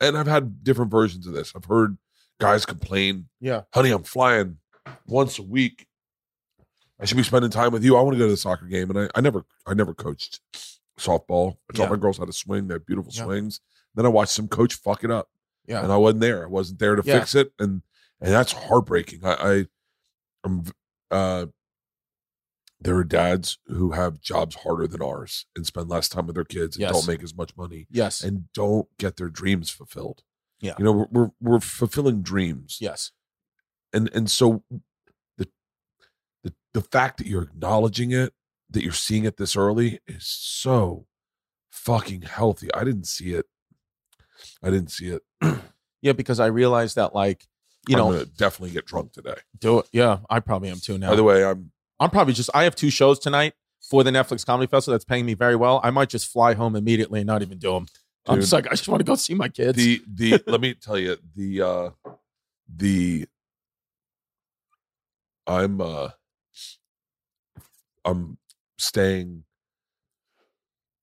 A: and I've had different versions of this. I've heard guys complain,
B: Yeah.
A: honey, I'm flying once a week. I should be spending time with you. I want to go to the soccer game." And I, I never, I never coached softball. I taught
B: Yeah.
A: my girls how to swing. They have beautiful
B: Yeah.
A: swings. Then I watched some coach fuck it up
B: Yeah.
A: and I wasn't there. I wasn't there to
B: Yeah.
A: fix it, and and that's heartbreaking. I, I I'm v- uh, there are dads who have jobs harder than ours and spend less time with their kids and
B: Yes.
A: don't make as much money
B: Yes.
A: and don't get their dreams fulfilled.
B: Yeah.
A: you know we're we're, we're fulfilling dreams,
B: yes.
A: and and so the the the fact that you're acknowledging it, that you're seeing it this early, is so fucking healthy. I didn't see it. I didn't see it.
B: Yeah, because I realized that like, you
A: I'm
B: know,
A: gonna definitely get drunk today.
B: do it. Yeah, I probably am too now.
A: By the way, I'm
B: I'm probably just I have two shows tonight for the Netflix Comedy Festival that's paying me very well. I might just fly home immediately and not even do them. I'm
A: Dude.
B: just like I just want to go see my kids.
A: the the let me tell you the uh the I'm uh I'm staying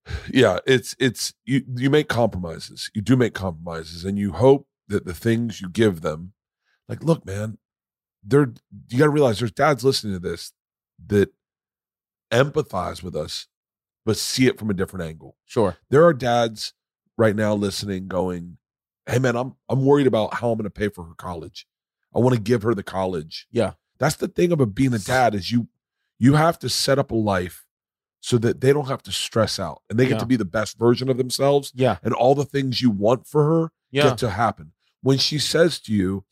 A: yeah it's it's you you make compromises you do make compromises and you hope that the things you give them like look man there you got to realize there's dads listening to this that empathize with us but see it from a different angle
B: sure.
A: there are dads right now listening going hey man i'm i'm worried about how i'm going to pay for her college i want to give her the college
B: Yeah.
A: that's the thing about being a dad is you you have to set up a life so that they don't have to stress out and they get
B: Yeah.
A: to be the best version of themselves
B: Yeah.
A: and all the things you want for her
B: Yeah.
A: get to happen. When she says to you,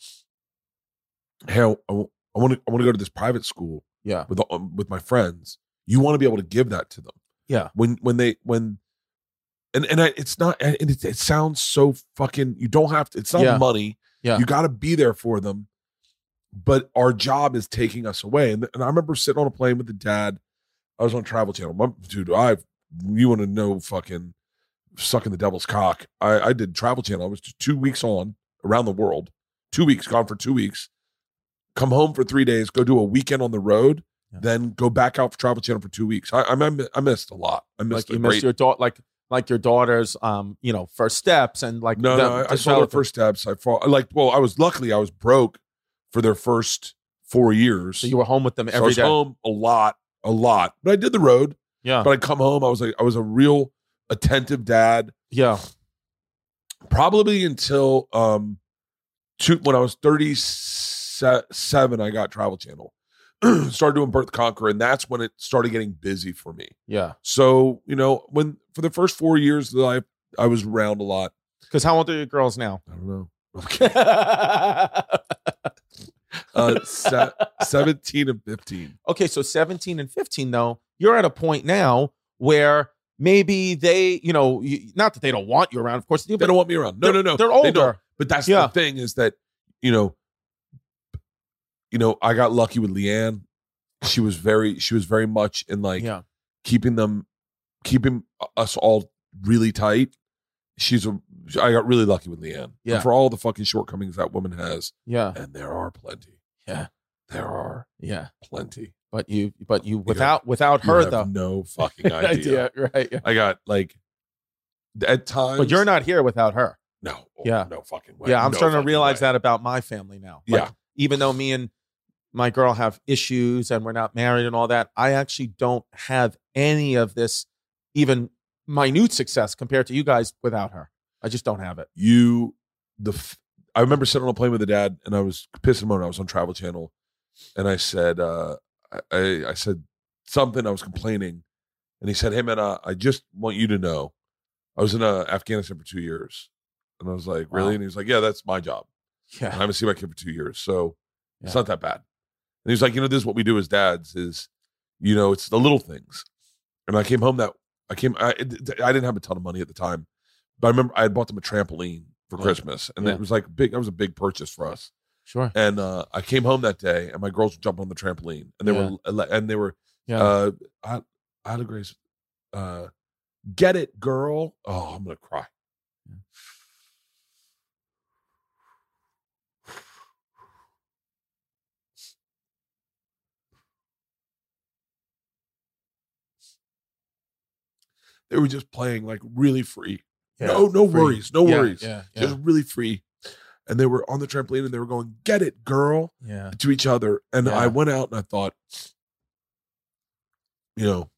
A: "Hey, I want to, I want to go to this private school,
B: Yeah.
A: with um, with my friends," you want to be able to give that to them,
B: Yeah.
A: When when they when, and and I, it's not, and it, it sounds so fucking. You don't have to. It's not
B: Yeah.
A: money.
B: Yeah.
A: you got to be there for them. But our job is taking us away. And, and I remember sitting on a plane with the dad. I was on Travel Channel. My, dude, I you want to know fucking sucking the devil's cock. I, I did Travel Channel. I was t- two weeks on around the world, two weeks gone for two weeks, come home for three days, go do a weekend on the road,
B: Yeah.
A: then go back out for Travel Channel for two weeks. I I, mi- I missed a lot. I missed
B: like you
A: a
B: missed
A: great-
B: your daughter, like like your daughter's, um, you know, first steps and like
A: no,
B: the-
A: no, I, I
B: the
A: saw their
B: development.
A: first steps. I fall like well, I was luckily I was broke for their first four years.
B: So you were home with them
A: So I
B: every
A: was
B: day.
A: home a lot, a lot. But I did the road.
B: Yeah,
A: But I come home, I was like I was a real attentive dad.
B: yeah,
A: probably until um two, when I was 37 I got Travel Channel. started doing Birth Conquer and that's when it started getting busy for me.
B: yeah.
A: So, you know, when for the first 4 years that I I was around a lot.
B: Because how old are your girls now?
A: I don't know.
B: okay,
A: Uh se- 17 and 15.
B: so 17 and 15 though, you're at a point now where maybe they, you know, you, not that they don't want you around, of course,
A: They
B: but
A: don't want me around. No, no,
B: they're-
A: no.
B: They're
A: They
B: older.
A: don't. But that's
B: Yeah.
A: the thing is that, you know, you know, I got lucky with Leanne. She was very she was very much in like
B: yeah,
A: keeping them keeping us all really tight she's a i got really lucky with leanne
B: Yeah.
A: And for all the fucking shortcomings that woman has
B: yeah,
A: and there are plenty
B: Yeah.
A: there are
B: yeah.
A: plenty
B: But you, but you,
A: got-
B: without without
A: You
B: her
A: have
B: though,
A: no fucking idea.
B: right? Yeah.
A: i got like at times
B: But you're not here without her.
A: no
B: Yeah.
A: no fucking way
B: yeah, I'm
A: No
B: starting to
A: fucking
B: realize
A: way.
B: that about my family now. Like,
A: yeah
B: even though me and my girl have issues and we're not married and all that, I actually don't have any of this even minute success compared to you guys without her. I just don't have it.
A: you the f- I remember sitting on a plane with a dad and I was pissing him off. I was on Travel Channel and I said uh I- I I said something I was complaining and he said, "Hey man, uh, I just want you to know I was in uh, Afghanistan for 2 years." And I was like, "Really?"
B: Wow.
A: And he was like, "Yeah, that's my job. And I
B: Yeah.
A: haven't seen my kid for 2 years. So it's
B: Yeah.
A: not that bad." And And he's like, you know, this is what we do as dads is, you know, it's the little things. And I came home that I came, I, I didn't have a ton of money at the time, but I remember I had bought them a trampoline for
B: Yeah.
A: Christmas, and
B: Yeah.
A: it was like big. That was a big purchase for us.
B: Sure.
A: And uh, I came home that day, and my girls were jumping on the trampoline, and they were and they were
B: Yeah.
A: uh, I, I had a grace. Uh, get it, girl. Oh, I'm gonna cry. They were just playing like really free. No, no
B: Free.
A: worries, no
B: Yeah,
A: worries.
B: Yeah.
A: Just
B: Yeah.
A: really free. And they were on the trampoline and they were going, "Get it, girl."
B: Yeah.
A: to each other. And
B: Yeah.
A: I went out and I thought, you know,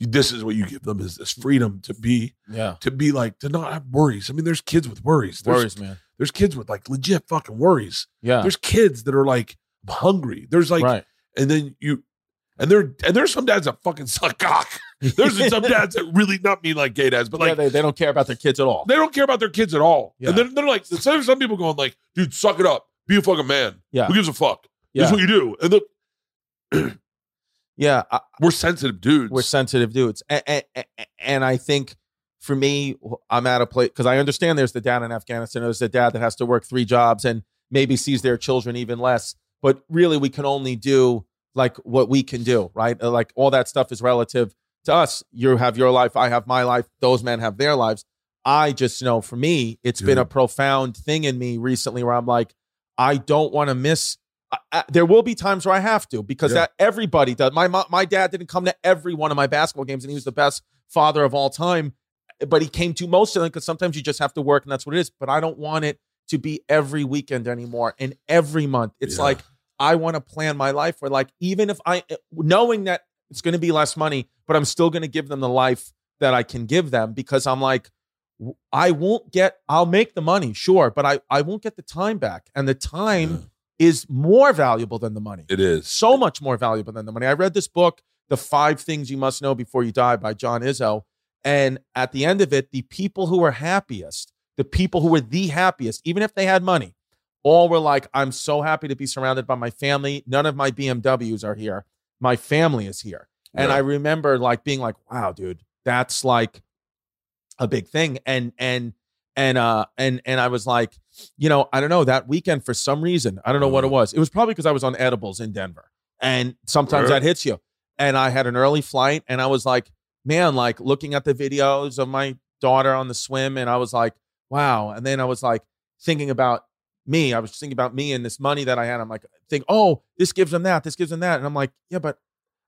A: this is what you give them is this freedom to be
B: Yeah.
A: to be like to not have worries. I mean, there's kids with worries. There's,
B: Worries, man.
A: there's kids with like legit fucking worries.
B: Yeah.
A: There's kids that are like I'm hungry. There's like,
B: right.
A: and then you, and there and there's some dads that fucking suck cock. There's some dads that really not mean like gay dads, but like
B: yeah, they, they don't care about their kids at all.
A: they don't care about their kids at all.
B: Yeah.
A: And they're, they're like, instead of some people going like, dude, suck it up, be a fucking man.
B: Yeah.
A: who gives a fuck? This
B: Yeah.
A: is what you do. And the,
B: Yeah. I,
A: we're sensitive dudes.
B: we're sensitive dudes. And, and, I think for me, I'm at a place because I understand there's the dad in Afghanistan, there's the dad that has to work three jobs and maybe sees their children even less. But really, we can only do like what we can do, right? Uh, Like all that stuff is relative to us. You have your life, I have my life, those men have their lives. I just know for me, it's been
A: Yeah.
B: a profound thing in me recently where I'm like, I don't want to miss. I, I- there will be times where I have to because
A: Yeah.
B: that everybody does. My mo- my dad didn't come to every one of my basketball games, and he was the best father of all time. But he came to most of them because sometimes you just have to work, and that's what it is. But I don't want it to be every weekend anymore and every month. It's
A: Yeah.
B: like I want to plan my life where, like, even if I knowing that it's going to be less money, but I'm still going to give them the life that I can give them because I'm like, w- I won't get, I'll make the money, sure, but I, I won't get the time back. And the time
A: Yeah.
B: is more valuable than the money,
A: It is.
B: so much more valuable than the money. I read this book, The Five Things You Must Know Before You Die by John Izzo. And at the end of it, the people who were happiest, the people who were the happiest, even if they had money, all were like, I'm so happy to be surrounded by my family. None of my BMWs are here. My family is here. And I remember like being like, wow, dude, that's like a big thing. And and and uh and and I was like, you know, I don't know, that weekend for some reason, I don't know what it was. It was probably because I was on edibles in Denver. And sometimes
A: Right.
B: that hits you. And I had an early flight and I was like, man, like looking at the videos of my daughter on the swim, and I was like, wow. And then I was like thinking about me. I was thinking about me and this money that I had. I'm like, think, oh, this gives them that, this gives them that. And I'm like, yeah, but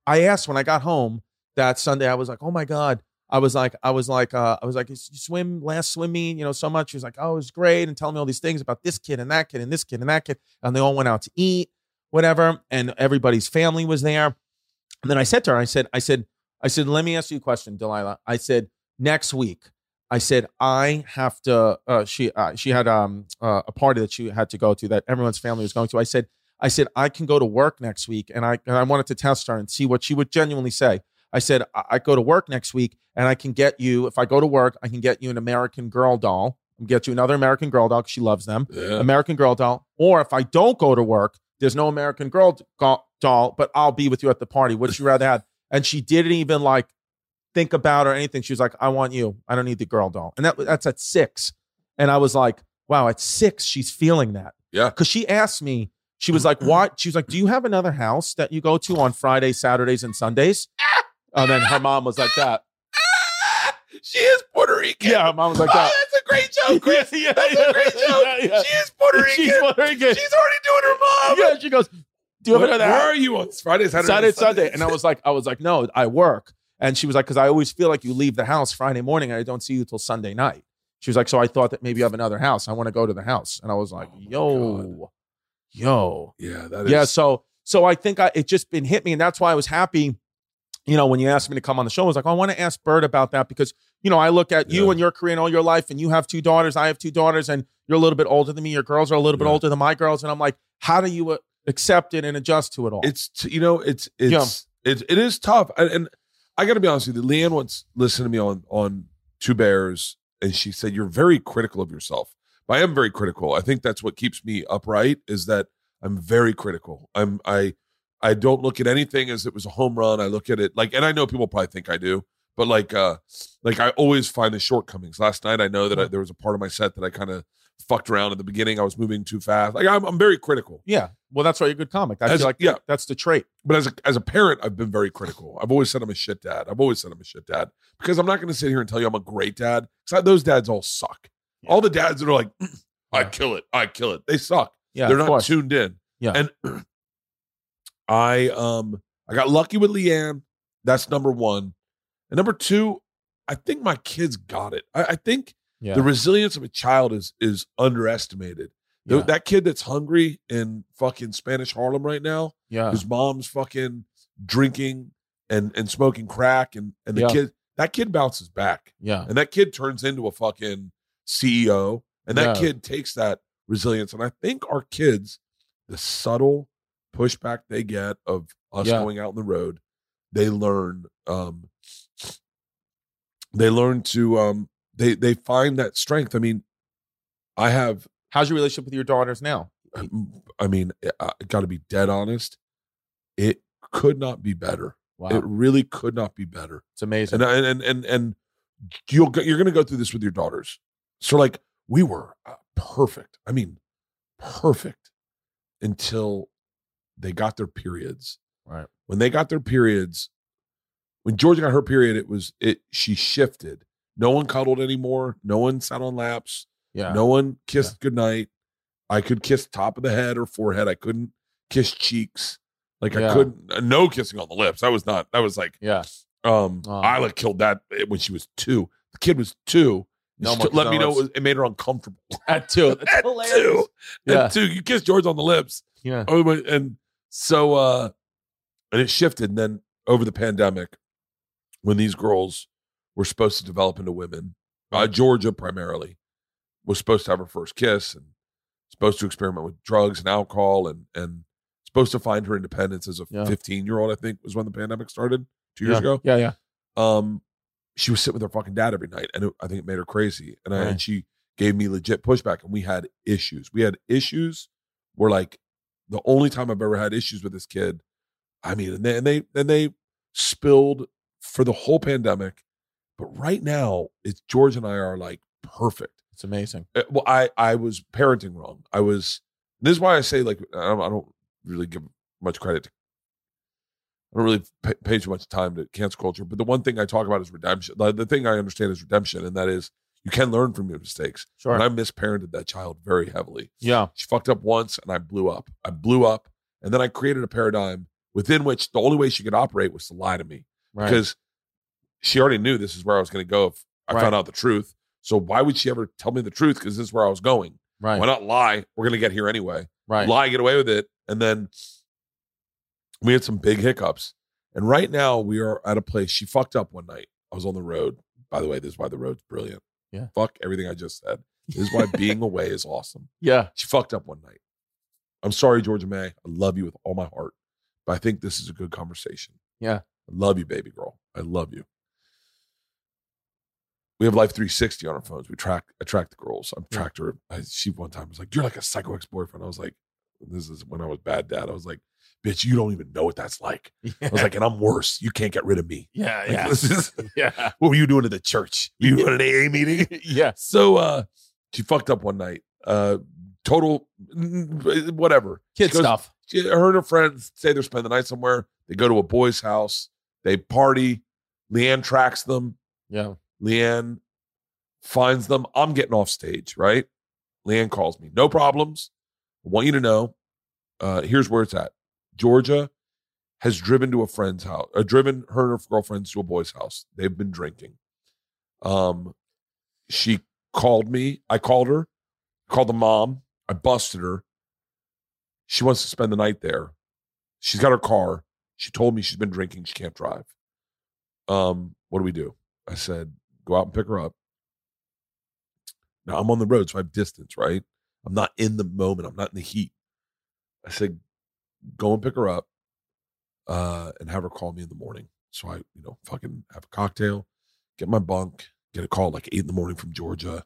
B: I asked when I got home that Sunday, I was like, oh my God. I was like, I was like, uh, I was like, you swim last swim meet, you know, so much. She was like, oh, it was great. And telling me all these things about this kid and that kid and this kid and that kid. And they all went out to eat, whatever. And everybody's family was there. And then I said to her, I said, I said, I said, let me ask you a question, Delilah. I said, next week, I said, I have to, uh, she, uh, she had um, uh, a party that she had to go to that everyone's family was going to. I said, I said, I can go to work next week. And I, and I wanted to test her and see what she would genuinely say. I said, I, I go to work next week and I can get you, if I go to work, I can get you an American Girl doll. I'll get you another American Girl doll 'cause she loves them.
A: Yeah.
B: American Girl doll. Or if I don't go to work, there's no American Girl d- go- doll, but I'll be with you at the party. Would you rather have? And she didn't even like think about or anything. She was like, I want you. I don't need the girl doll. And that that's at six. And I was like, wow, at six, she's feeling that.
A: Yeah.
B: Cause she asked me, she was like, what? She was like, do you have another house that you go to on Fridays, Saturdays, and Sundays? And then her mom was like that.
A: she is Puerto Rican.
B: Yeah, her mom was like that.
A: Oh, that's a great joke, Chris.
B: Yeah, yeah,
A: That's a great
B: yeah,
A: joke.
B: yeah, yeah.
A: She is Puerto Rican.
B: She's
A: She's,
B: Puerto Rican.
A: already doing her mom.
B: Yeah, she goes, do you have
A: Where,
B: another
A: where
B: house?
A: are you on Friday, Saturday,
B: Saturday,
A: and
B: Sunday.
A: Sunday?
B: And I was like, I was like, no, I work. And she was like, because I always feel like you leave the house Friday morning and I don't see you till Sunday night. She was like, so I thought that maybe you have another house. I want to go to the house. And I was like,
A: Oh my
B: yo, yo.
A: yeah, that is.
B: Yeah. So, so I think I, it just been hit me. And that's why I was happy, you know, when you asked me to come on the show, I was like, "Oh, I want to ask Bird about that because, you know, I look at you
A: Yeah.
B: and your career and all your life and you have two daughters. I have two daughters and you're a little bit older than me. Your girls are a little bit
A: Yeah.
B: older than my girls. And I'm like, how do you uh, accept it and adjust to it all?
A: It's t- you know, it's it's it, it is tough, and, and I got to be honest with you. Leanne once listened to me on on Two Bears, and she said, "You're very critical of yourself." But I am very critical. I think that's what keeps me upright. Is that I'm very critical. I'm I I don't look at anything as it was a home run. I look at it like, and I know people probably think I do, but like, uh, like I always find the shortcomings. Last night, I know
B: Mm.
A: that I, there was a part of my set that I kind of fucked around at the beginning. I was moving too fast. Like I'm, I'm very critical,
B: Yeah. Well, that's why you're a good comic. I
A: As-
B: feel like
A: yeah.
B: that's the trait.
A: but as a, as a parent, I've been very critical. I've always said I'm a shit dad. I've always said I'm a shit dad because I'm not going to sit here and tell you I'm a great dad. 'Cause those dads all suck. All the dads that are like, "Mm, I kill it, I kill it, they suck.
B: Yeah.
A: they're
B: of
A: not
B: course.
A: tuned in.
B: Yeah.
A: And I um I got lucky with Leanne. That's number one. And number two, I think my kids got it. I, I think
B: Yeah.
A: the resilience of a child is is underestimated. The-
B: Yeah.
A: that kid that's hungry in fucking Spanish Harlem right now,
B: yeah.
A: whose mom's fucking drinking and and smoking crack, and and the
B: Yeah.
A: kid that kid bounces back,
B: Yeah.
A: and that kid turns into a fucking CEO, and that
B: Yeah.
A: kid takes that resilience. And I think our kids, the subtle pushback they get of us
B: Yeah.
A: going out on the road, they learn. Um, they learn to um, they they find that strength. I mean, I have
B: How's your relationship with your daughters now?
A: I mean, eh, I got to be dead honest. It could not be better.
B: Wow.
A: It really could not be better.
B: it's amazing.
A: And I- and and and you'll go, you're going to go through this with your daughters. So like we were uh, perfect. I mean, perfect until they got their periods.
B: Right.
A: When they got their periods, when Georgia got her period, it was it. She shifted. No one cuddled anymore. No one sat on laps.
B: yeah.
A: No one kissed goodnight. I could kiss top of the head or forehead. I couldn't kiss cheeks. Like I
B: Yeah.
A: couldn't uh, no kissing on the lips. That was not that was like
B: Yeah.
A: um
B: Oh.
A: Isla killed that eh, when she was two. The kid was two.
B: No
A: No
B: more
A: let
B: kissing
A: me
B: on
A: know it,
B: lips.
A: was, it made her uncomfortable.
B: At two.
A: At two.
B: Yeah.
A: At two. You kissed George on the lips.
B: Yeah.
A: Oh, my- and so uh and it shifted. And then over the pandemic, when these girls were supposed to develop into women, uh, Georgia primarily was supposed to have her first kiss and supposed to experiment with drugs and alcohol and and supposed to find her independence as a
B: Yeah.
A: 15 year old, I think was when the pandemic started two years
B: yeah.
A: ago
B: Yeah. Yeah.
A: um, she was sitting with her fucking dad every night, and it, I think it made her crazy. And, I,
B: Right.
A: and she gave me legit pushback, and we had issues. We had issues where like the only time I've ever had issues with this kid, I mean, and they and they and they spilled for the whole pandemic. But right now, it's George and I are like perfect.
B: It's amazing.
A: Uh, well i i was parenting wrong i was this is why i say like i don't, I don't really give much credit to, i don't really pay, pay too much time to cancel culture but the one thing i talk about is redemption the, the thing i understand is redemption and that is you can learn from your mistakes
B: Sure.
A: and i misparented that child very heavily
B: yeah.
A: she fucked up once and i blew up i blew up and then i created a paradigm within which the only way she could operate was to lie to me
B: Right.
A: because she already knew this is where I was going to go if I
B: Right.
A: found out the truth. So why would she ever tell me the truth? Because this is where I was going.
B: Right.
A: Why not lie? We're going to get here anyway.
B: right.
A: Lie, get away with it, and then we had some big hiccups. And right now we are at a place. She fucked up one night. I was on the road. By the way, this is why the road's brilliant.
B: Yeah.
A: Fuck everything I just said. This is why being away is awesome.
B: yeah.
A: She fucked up one night. I'm sorry, Georgia May. I love you with all my heart, but I think this is a good conversation.
B: Yeah.
A: I love you, baby girl. I love you. We have Life 360 on our phones. We track, I track the girls. I've
B: Yeah.
A: tracked her. I, she one time was like, You're like a psycho ex boyfriend. I was like, This is when I was bad dad. I was like, Bitch, you don't even know what that's like. I was like, And I'm worse. You can't get rid of me.
B: yeah.
A: Like, this is,
B: yeah.
A: what were you doing at the church? Were you doing an AA meeting?
B: Yeah.
A: So uh she fucked up one night. Uh total mm, whatever.
B: Kid
A: Goes-
B: stuff.
A: She, her and her friends say they're spending the night somewhere. They go to a boy's house. They party. Leanne tracks them.
B: Yeah.
A: Leanne finds them. I'm getting off stage, right? Leanne calls me. No problems. I want you to know. Uh, here's where it's at. Georgia has driven to a friend's house, uh, driven her and her girlfriends to a boy's house. They've been drinking. Um, she called me. I called her, called the mom. I busted her. She wants to spend the night there. She's got her car. She told me she's been drinking. She can't drive. Um, what do we do? I said, go out and pick her up. Now I'm on the road, so I have distance, right? I'm not in the moment. I'm not in the heat. I said, go and pick her up uh, and have her call me in the morning. So I, you know, fucking have a cocktail, get my bunk, get a call like eight in the morning from Georgia,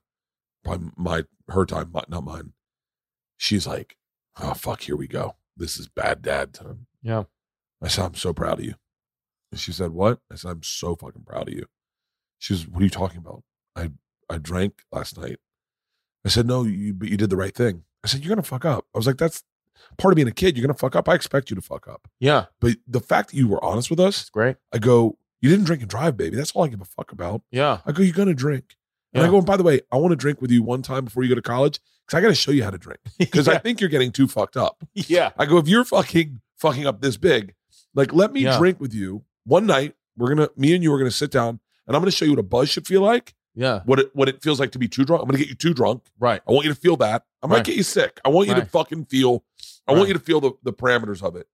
A: probably my her time, my- not mine. She's like, oh fuck, here we go. This is bad dad time.
B: Yeah.
A: I said, I'm so proud of you. And she said, What? I said, I'm so fucking proud of you. She was, What are you talking about? I I drank last night. I said, No, you but you did the right thing. I said, You're gonna fuck up. I was like, That's part of being a kid. You're gonna fuck up. I expect you to fuck up.
B: Yeah,
A: But the fact that you were honest with us,
B: it's great.
A: I go, You didn't drink and drive, baby. That's all I give a fuck about.
B: Yeah,
A: I go, You're gonna drink. And I
B: Yeah.
A: go, and by the way, I want to drink with you one time before you go to college because I got to show you how to drink because I
B: yeah.
A: think you're getting too fucked up.
B: yeah,
A: I go, if you're fucking fucking up this big, like let me
B: Yeah.
A: drink with you one night. We're gonna, me and you are gonna sit down, and I'm gonna show you what a buzz should feel like.
B: yeah.
A: What it what it feels like to be too drunk. I'm gonna get you too drunk.
B: Right.
A: I want you to feel that. I might
B: Right.
A: get you sick. I want you to
B: Right.
A: fucking feel. I want
B: Right.
A: you to feel the, the parameters of it.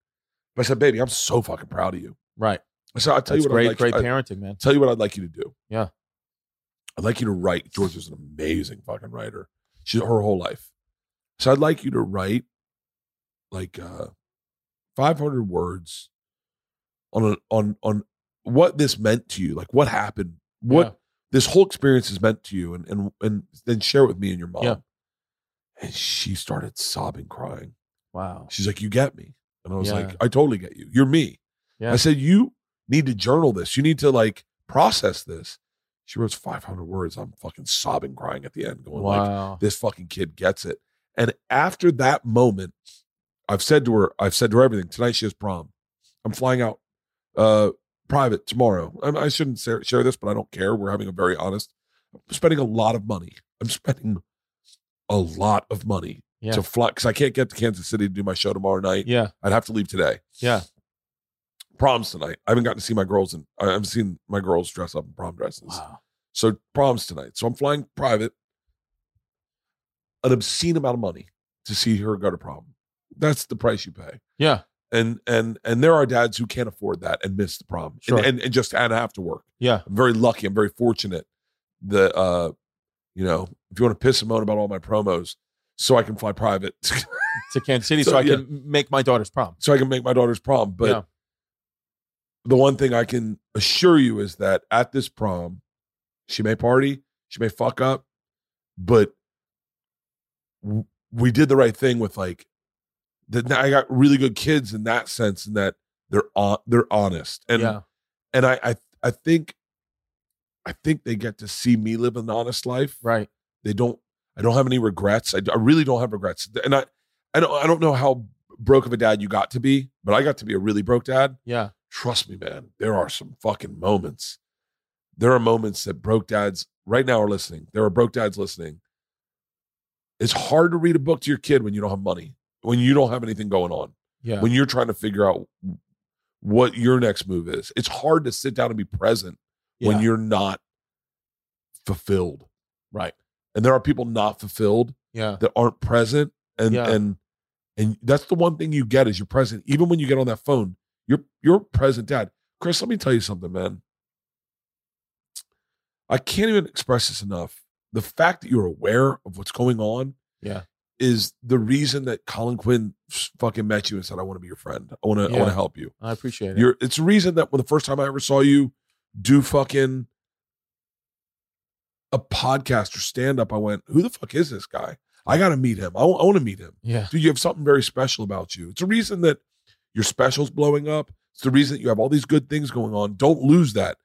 A: But I said, baby, I'm so fucking proud of you.
B: Right.
A: I said, I'll tell
B: That's
A: you what
B: great,
A: I'd like.
B: great
A: I-
B: parenting, man.
A: tell you what I'd like you to do.
B: Yeah.
A: I'd like you to write. George is an amazing fucking writer. She her whole life. So I'd like you to write like uh 500 words on a, on on what this meant to you, like what happened, what
B: Yeah.
A: this whole experience has meant to you and and and then share it with me and your mom.
B: Yeah.
A: And she started sobbing crying.
B: Wow.
A: She's like, "You get me," and I was
B: Yeah.
A: like, "I totally get you. You're me."
B: Yeah.
A: I said, "You need to journal this. You need to like process this." She wrote 500 words. I'm fucking sobbing, crying at the end, going like,
B: Wow.
A: "This fucking kid gets it." And after that moment, I've said to her, I've said to her everything. Tonight she has prom. I'm flying out uh private tomorrow. I, I shouldn't share, share this, but I don't care. We're having a very honest. I'm spending a lot of money. I'm spending a lot of money
B: Yeah.
A: to fly because I can't get to Kansas City to do my show tomorrow night.
B: yeah.
A: I'd have to leave today.
B: Yeah.
A: Prom's tonight. I haven't gotten to see my girls and I haven't seen my girls dress up in prom dresses.
B: Wow.
A: So prom's tonight. So I'm flying private. An obscene amount of money to see her go to prom. That's the price you pay.
B: Yeah.
A: And and and there are dads who can't afford that and miss the prom. And-
B: Sure.
A: And, and just and have to work.
B: Yeah.
A: I'm very lucky. I'm very fortunate that uh, you know, if you want to piss and moan about all my promos, so I can fly private.
B: To Kansas City, so,
A: So,
B: I
A: yeah.
B: can make my daughter's prom.
A: so I can make my daughter's prom. But
B: Yeah.
A: the one thing I can assure you is that at this prom, she may party, she may fuck up, but w- we did the right thing with like that. I got really good kids in that sense, in that they're on, they're honest, and
B: yeah.
A: and I, I I think I think they get to see me live an honest life,
B: Right.
A: they don't i don't have any regrets i, I really don't have regrets and i I don't, I don't know how broke of a dad you got to be but i got to be a really broke dad
B: Yeah.
A: trust me man there are some fucking moments there are moments that broke dads right now are listening there are broke dads listening it's hard to read a book to your kid when you don't have money when you don't have anything going on
B: Yeah.
A: when you're trying to figure out what your next move is it's hard to sit down and be present when
B: Yeah.
A: you're not fulfilled
B: right.
A: and there are people not fulfilled
B: Yeah.
A: that aren't present and
B: Yeah.
A: and and that's the one thing you get is you're present even when you get on that phone you're you're present dad chris let me tell you something man i can't even express this enough the fact that you're aware of what's going on
B: Yeah.
A: is the reason that colin quinn fucking met you and said i want to be your friend i want to i
B: Yeah.
A: want to help you
B: I appreciate it.
A: you're, it's the reason that when the first time I ever saw you do fucking a podcast or stand up, I went, who the fuck is this guy? I got to meet him. I want to meet him.
B: yeah.
A: Dude, you have something very special about you. It's the reason that your special's blowing up. It's the reason that you have all these good things going on. Don't lose that.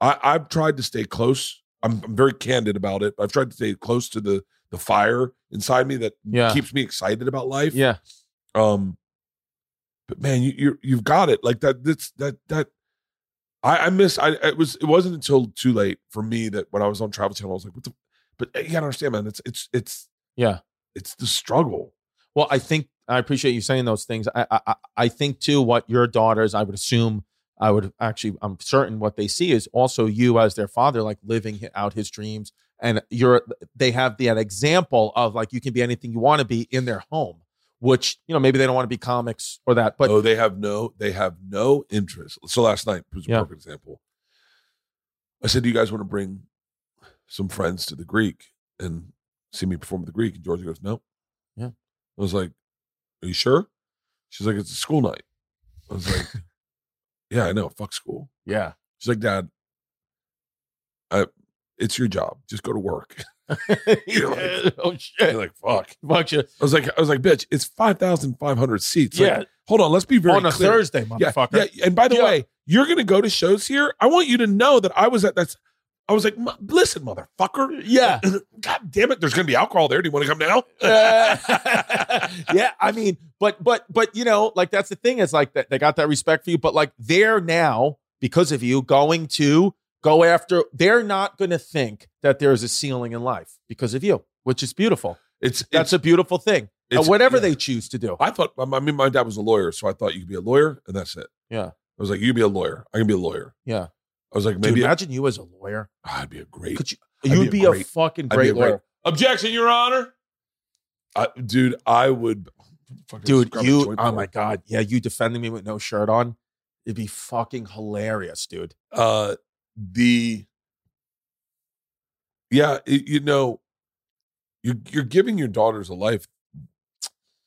A: I, I've tried to stay close. I'm, I'm very candid about it. I've tried to stay close to the the fire inside me that
B: Yeah.
A: keeps me excited about life.
B: Yeah.
A: Um, but man, you you're, you've got it like that. That's that that I, I miss. I it was it wasn't until too late for me that when I was on Travel Channel, I was like, what the. But eh, you gotta understand, man. It's it's it's
B: Yeah.
A: it's the struggle.
B: Well, I think I appreciate you saying those things. I I, I- I think too what your daughters, I would assume, I would actually, I'm certain what they see is also you as their father, like living hi- out his dreams, and you're they have that example of like you can be anything you want to be in their home, which you know maybe they don't want to be comics or that, but
A: oh, they have no they have no interest. So last night was a
B: Yeah.
A: perfect example. I said, do you guys want to bring some friends to the Greek and see me perform at the Greek? And Georgia goes, no.
B: Yeah.
A: I was like, are you sure? She's like, it's a school night. I was like, yeah, I know. Fuck school.
B: yeah,
A: She's like, Dad, I, it's your job. Just go to work. You're like-
B: oh
A: I'm
B: shit,
A: like, fuck.
B: bunch of
A: I was like, I was like, bitch, it's five thousand five hundred seats. Like,
B: yeah,
A: Hold on, let's be very
B: on a
A: clear.
B: Thursday,
A: yeah,
B: motherfucker.
A: yeah. And by the
B: Yeah.
A: way, you're gonna go to shows here. I want you to know that I was at that's. I was like, "M- listen, motherfucker.
B: Yeah.
A: God damn it. There's gonna be alcohol there. Do you want to come down?
B: Uh, yeah, I mean, but but but you know, like that's the thing is like that they got that respect for you, but like they're now because of you going to go after. They're not going to think that there is a ceiling in life because of you, which is beautiful.
A: It's
B: That's
A: it's,
B: a beautiful thing. Uh,
A: it's
B: whatever
A: yeah.
B: they choose to do.
A: I thought. I mean, my dad was a lawyer, so I thought you could be a lawyer, and that's it.
B: Yeah.
A: I was like, you be a lawyer. I can be a lawyer.
B: Yeah.
A: I was like,
B: Dude,
A: maybe
B: imagine you as a lawyer.
A: Ah, I'd be a great.
B: Could you?
A: I'd
B: You'd be, a,
A: great-
B: fucking
A: I'd be
B: great
A: a great-
B: lawyer,
A: Objection, Your Honor. I, dude, I would. fucking
B: dude.
A: grab a
B: You,
A: joint
B: oh
A: for
B: my
A: it.
B: god, yeah, you defending me with no shirt on, it'd be fucking hilarious, dude.
A: Uh, the. Yeah, it- you know, you're you're giving your daughters a life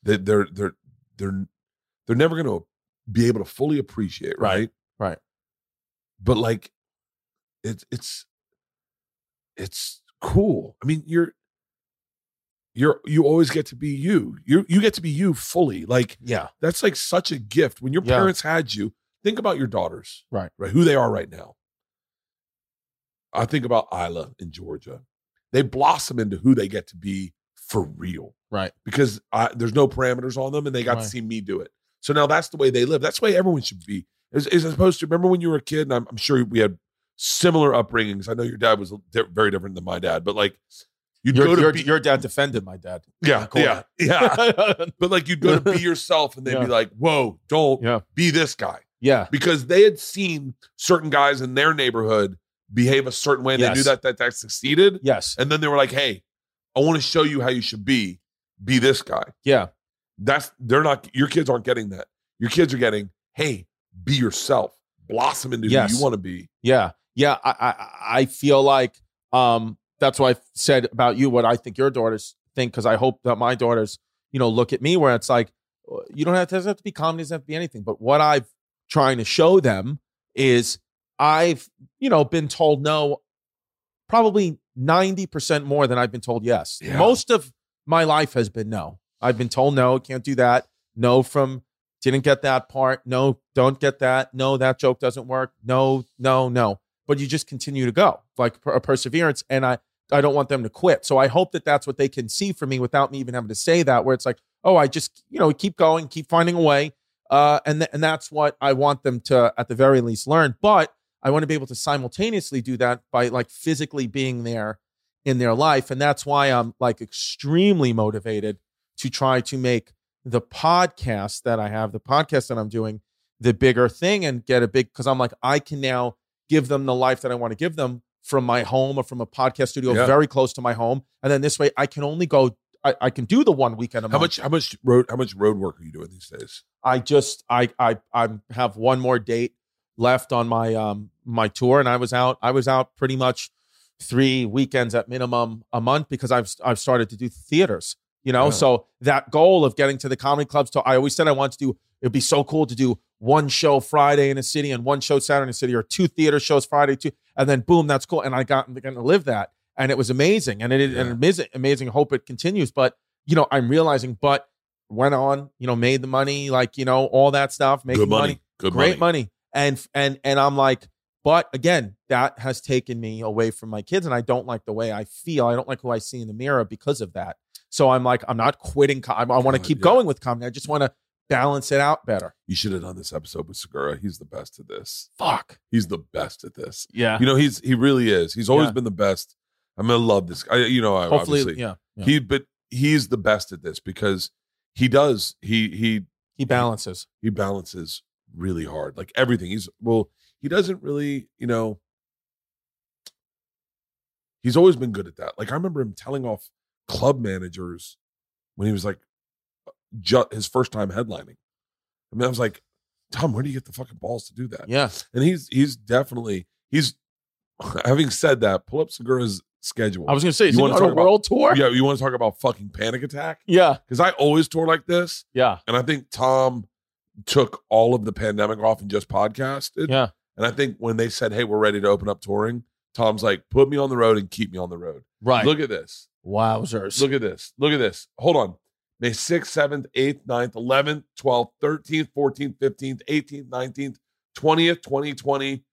A: that they're they're they're they're never going to be able to fully appreciate, right?
B: Right, right.
A: But like, it's it's it's cool. I mean, you're you're you always get to be you. You you get to be you fully. Like
B: Yeah,
A: That's like such a gift. When your
B: Yeah.
A: parents had you, think about your daughters,
B: Right.
A: Right, who they are right now. I think about Isla in Georgia. They blossom into who they get to be for real,
B: right.
A: because I, there's no parameters on them, and they got
B: Right.
A: to see me do it. So now that's the way they live. That's the way everyone should be. Is as opposed to remember when you were a kid, and I'm, I'm sure we had similar upbringings. I know your dad was di- very different than my dad, but like you'd
B: Your,
A: go to
B: your,
A: be-
B: your dad defended my dad.
A: yeah,
B: cool.
A: yeah, yeah. But like you'd go to be yourself, and they'd
B: Yeah.
A: be like, "Whoa, don't
B: Yeah.
A: be this guy,"
B: yeah.
A: because they had seen certain guys in their neighborhood behave a certain way, and they knew
B: Yes.
A: that that that succeeded,
B: Yes.
A: and then they were like, "Hey, I want to show you how you should be. Be this guy."
B: Yeah.
A: That's they're not. Your kids aren't getting that. Your kids are getting, "Hey, be yourself, blossom into
B: Yes.
A: who you want to be."
B: Yeah. Yeah. I, I I feel like um that's why I said about you what I think your daughters think because I hope that my daughters you know look at me where it's like uh, you don't have to, doesn't have to be comedy doesn't have to be anything but what I've trying to show them is I've you know been told no probably ninety percent more than I've been told yes
A: Yeah.
B: most of my life has been no I've been told no can't do that no from didn't get that part no don't get that no that joke doesn't work no no no but you just continue to go like per- perseverance and i i don't want them to quit so i hope that that's what they can see from me without me even having to say that where it's like oh i just you know keep going keep finding a way uh and th- and that's what i want them to at the very least learn but i want to be able to simultaneously do that by like physically being there in their life and that's why i'm like extremely motivated to try to make the podcast that I have, the podcast that I'm doing, the bigger thing and get a big because I'm like, I can now give them the life that I want to give them from my home or from a podcast studio
A: Yeah.
B: very close to my home. And then this way I can only go I, I can do the one weekend a
A: How
B: month.
A: much? How much road? How much road work are you doing these days?
B: I just I I I have one more date left on my um my tour and I was out I was out pretty much three weekends at minimum a month because I've I've started to do theaters you know
A: Yeah.
B: so that goal of getting to the comedy clubs to I always said I want to do it'd be so cool to do one show Friday in a city and one show Saturday in a city or two theater shows Friday two and then boom that's cool and I got going to live that and it was amazing and it
A: Yeah.
B: and amazing amazing hope it continues but you know I'm realizing but went on, you know, made the money, like you know, all that stuff, making
A: Good money.
B: money,
A: Good
B: great
A: money.
B: money. and and and I'm like, but again, that has taken me away from my kids, and I don't like the way I feel. I don't like who I see in the mirror because of that. So I'm like, I'm not quitting. Com- I, want to
A: God,
B: keep
A: yeah.
B: going with comedy. I just want to balance it out better.
A: You should have done this episode with Segura. He's the best at this.
B: Fuck.
A: He's the best at this.
B: Yeah.
A: you know he's he really is he's always
B: Yeah.
A: been the best i'm gonna love this guy you know I,
B: Hopefully,
A: obviously
B: yeah. yeah. He,
A: he but he's the best at this because he does he he
B: balances.
A: he balances really hard like everything he's well he doesn't really you know he's always been good at that like i remember him telling off club managers when he was like ju- his first time headlining i mean i was like tom where do you get the fucking balls to do that
B: Yeah.
A: and he's he's definitely he's having said that pull up segura's schedule
B: I was gonna say, is
A: You
B: he
A: wanna
B: on a
A: talk about-
B: world tour?
A: yeah you want to talk about fucking panic attack
B: Yeah.
A: because i always tour like this
B: Yeah.
A: and i think tom took all of the pandemic off and just podcasted
B: Yeah.
A: and i think when they said hey we're ready to open up touring tom's like put me on the road and keep me on the road
B: Right.
A: look at this
B: Wowzers.
A: look at this look at this hold on May 6th, 7th, 8th, 9th, 11th, 12th, 13th, 14th, 15th, 18th, 19th, 20th, 2020,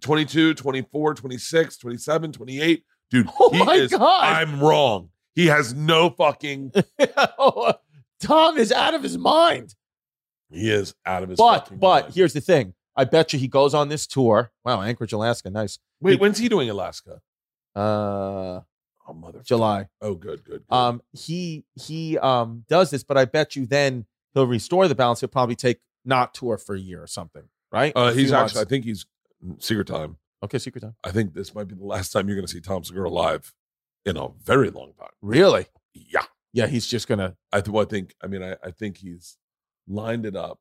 A: 22, 24, 26, 27, 28. Dude,
B: Oh
A: he
B: my
A: is-
B: god!
A: I'm wrong. He has no fucking.
B: Tom is out of his mind.
A: He is out of his.
B: But
A: fucking
B: but
A: mind.
B: here's the thing. I bet you he goes on this tour. Wow, Anchorage, Alaska, nice.
A: wait, when's he doing Alaska?
B: Uh,
A: Oh mother.
B: July.
A: Oh good, good. good.
B: Um, he he um does this, but I bet you then he'll restore the balance. He'll probably take not tour for a year or something, right?
A: Uh,
B: A
A: he's
B: few
A: actually. I
B: months.
A: think he's mm, secret time.
B: okay. Secret time.
A: I think this might be the last time you're going to see Tom Segura live in a very long time.
B: Really?
A: Yeah,
B: Yeah, he's just gonna
A: I, th- well, I think. I mean, I, I think he's lined it up.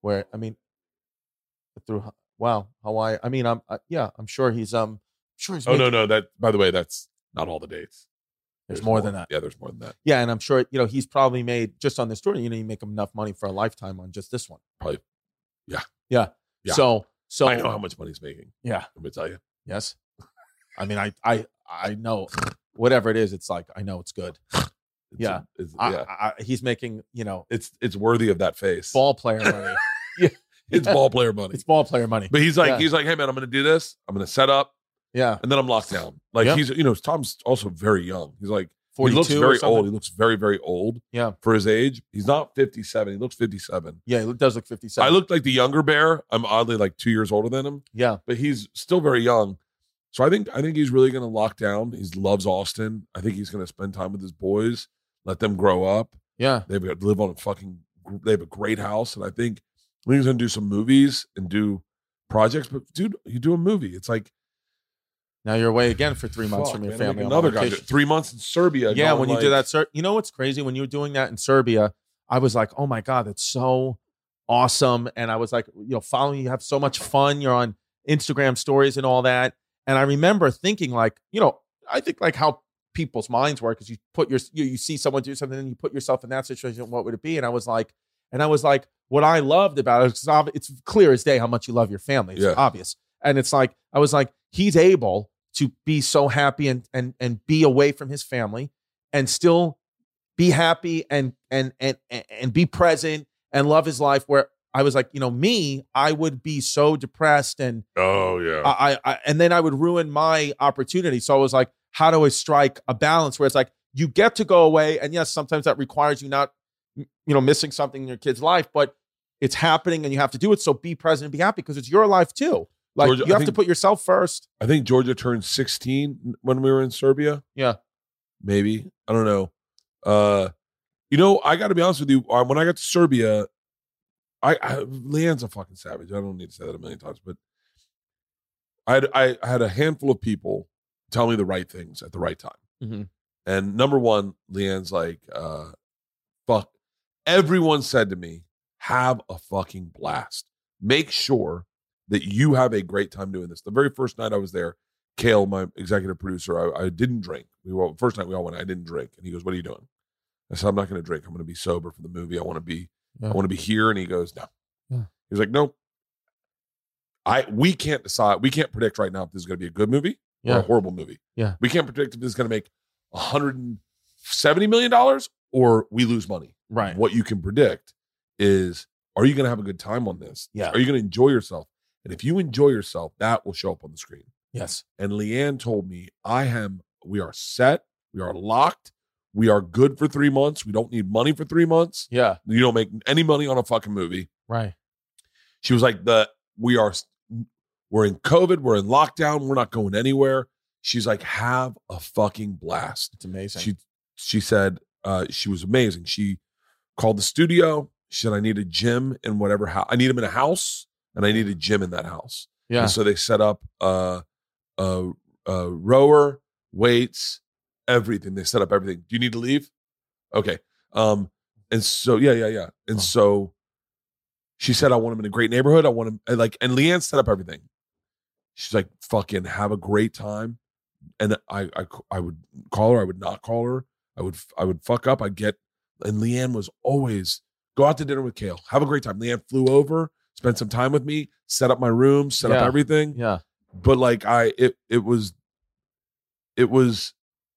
B: where I mean, through Ha- wow Hawaii. I mean, I'm uh, yeah, I'm sure he's um sure he's
A: Oh no,
B: making-
A: no. That by the way, that's not all the dates.
B: There's more than that.
A: Yeah, there's more than that.
B: yeah, and I'm sure you know he's probably made just on this tour. You know, you make him enough money for a lifetime on just this one.
A: Probably. Yeah.
B: yeah,
A: Yeah.
B: So so
A: I know how much money he's making.
B: yeah
A: I'm gonna tell you.
B: yes. I mean, I I I know whatever it is, it's like I know it's good.
A: It's
B: Yeah.
A: it's,
B: I,
A: yeah.
B: I, I- he's making you know
A: It's it's worthy of that face.
B: ball player money.
A: It's ball player money.
B: it's ball player money.
A: But he's like,
B: Yeah.
A: he's like, hey man, I'm gonna do this. I'm gonna set up,
B: Yeah,
A: and then I'm locked down. Like
B: Yep.
A: he's, you know, Tom's also very young. He's like, he
B: forty
A: looks
B: two or
A: very
B: something.
A: old. He looks very, very old.
B: Yeah.
A: for his age, he's not 57. He looks 57.
B: Yeah, he does look fifty seven.
A: I looked like the younger bear. I'm oddly like two years older than him,
B: yeah
A: but he's still very young. So I think I think he's really gonna lock down. He loves Austin. I think he's gonna spend time with his boys, let them grow up.
B: yeah
A: They've got live on a fucking. They have a great house, and I think I think he's gonna do some movies and do projects. But dude, you do a movie, it's like
B: now you're away again for three months
A: Fuck,
B: from your
A: man,
B: family
A: like
B: on
A: Another guy.
B: vacation.
A: did Three months in Serbia.
B: yeah
A: going
B: when you
A: like-
B: do that Ser- you know what's crazy when you were doing that in serbia i was like oh my god that's so awesome and i was like you know following you have so much fun you're on instagram stories and all that and i remember thinking like you know i think like how people's minds work is you put your you, you see someone do something and you put yourself in that situation what would it be and i was like and i was like what i loved about it it's, ob- it's clear as day how much you love your family it's
A: Yeah.
B: obvious and it's like i was like he's able to be so happy and and and be away from his family and still be happy and and and and- and be present and love his life where i was like you know me i would be so depressed and
A: Oh yeah.
B: I, I, I and then I would ruin my opportunity. So I was like, how do I strike a balance where it's like you get to go away, and yes, sometimes that requires you not, you know, missing something in your kid's life, but it's happening and you have to do it. So be present and be happy because it's your life too. Like
A: Georgia,
B: you
A: I
B: have to
A: think-
B: put yourself first.
A: I think Georgia turned 16 when we were in Serbia.
B: Yeah.
A: Maybe. I don't know. Uh you know, I got to be honest with you, uh, when I got to Serbia, I, I Leanne's a fucking savage. I don't need to say that a million times, but I had, I had a handful of people tell me the right things at the right time.
B: Mhm.
A: And number one, Leanne's like, uh, fuck. Everyone said to me, have a fucking blast. Make sure that you have a great time doing this. The very first night I was there, Kale, my executive producer, I, I didn't drink. We were first night we all went. I didn't drink, and he goes, "What are you doing?" I said, "I'm not going to drink. I'm going to be sober for the movie. I want to be,
B: Yeah.
A: I want to be here." And he goes, "No."
B: Yeah.
A: He was like, "Nope." I we can't decide. We can't predict right now if this is going to be a good movie or a horrible movie.
B: Yeah.
A: we can't predict if this is going to make 170 million dollars or we lose money.
B: right.
A: What you can predict is are you going to have a good time on this?
B: Yeah.
A: Are you going to enjoy yourself? And if you enjoy yourself, that will show up on the screen.
B: Yes.
A: And Leanne told me, I am, we are set, we are locked, we are good for three months. We don't need money for three months.
B: Yeah.
A: You don't make any money on a fucking movie.
B: Right.
A: She was like, the we are we're in COVID, we're in lockdown, we're not going anywhere. She's like, have a fucking blast.
B: It's amazing.
A: She she said uh, she was amazing. She called the studio. She said I need a gym in whatever house. I need him in a house, and I need a gym in that house.
B: yeah.
A: And so they set up uh, a a rower, weights, everything. They set up everything. Do you need to leave? Okay. Um. And so yeah, yeah, yeah. And
B: Huh.
A: so she said, I want him in a great neighborhood. I want him and like, and Leanne set up everything. She's like, fucking have a great time. And I, I, I would call her. I would not call her. I would, I would fuck up. I would get, and Leanne was always go out to dinner with Kale. Have a great time. Leanne flew over, spent some time with me, set up my room, set up
B: Yeah.
A: everything
B: yeah.
A: but like I it it was it was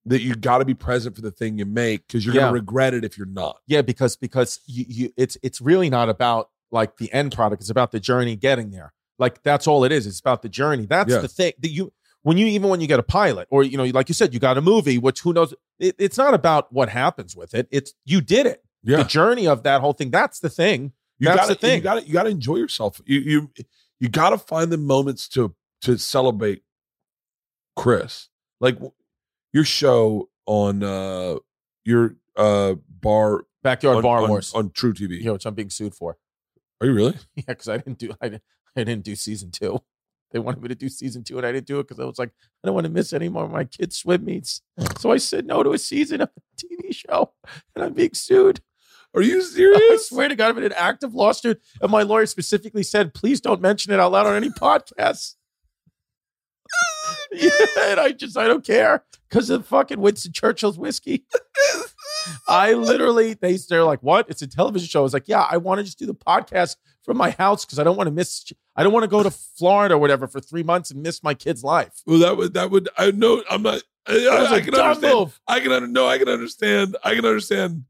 A: that you got to be present for the thing you make because you're
B: Yeah.
A: gonna regret it if you're not.
B: Yeah, because because you, you it's it's really not about like the end product. It's about the journey getting there. Like that's all it is. It's about the journey. That's
A: Yeah.
B: the thing that you when you even when you get a pilot or you know like you said you got a movie which who knows it, it's not about what happens with it. It's you did it. The
A: Yeah,
B: journey of that whole thing. That's the thing.
A: you
B: that's
A: gotta,
B: the thing.
A: You got to you got to enjoy yourself. You you you got to find the moments to to celebrate Chris. Like w- your show on uh your uh bar
B: Backyard
A: on,
B: Bar
A: on-
B: Wars.
A: on True TV.
B: you know, which I'm being sued for.
A: Are you really?
B: Yeah, because I didn't do I didn't, I didn't do season two. They wanted me to do season two, and I didn't do it because I was like, I don't want to miss any more of my kids' swim meets. So I said no to a season of a TV show, and I'm being sued.
A: Are you
B: I
A: serious?
B: swear to God, I'm in an active lawsuit, and my lawyer specifically said, please don't mention it out loud on any podcasts. yeah, and I just I don't care because of fucking Winston Churchill's whiskey. I literally they they're like, what? It's a television show. I was like, yeah, I want to just do the podcast from my house because I don't want to miss. I don't want to go to Florida or whatever for three months and miss my kid's life.
A: well, that would that would I know I'm not. I,
B: It was
A: I, I
B: a
A: can
B: dumb
A: understand.
B: move.
A: I can under, no, I can understand. I can understand.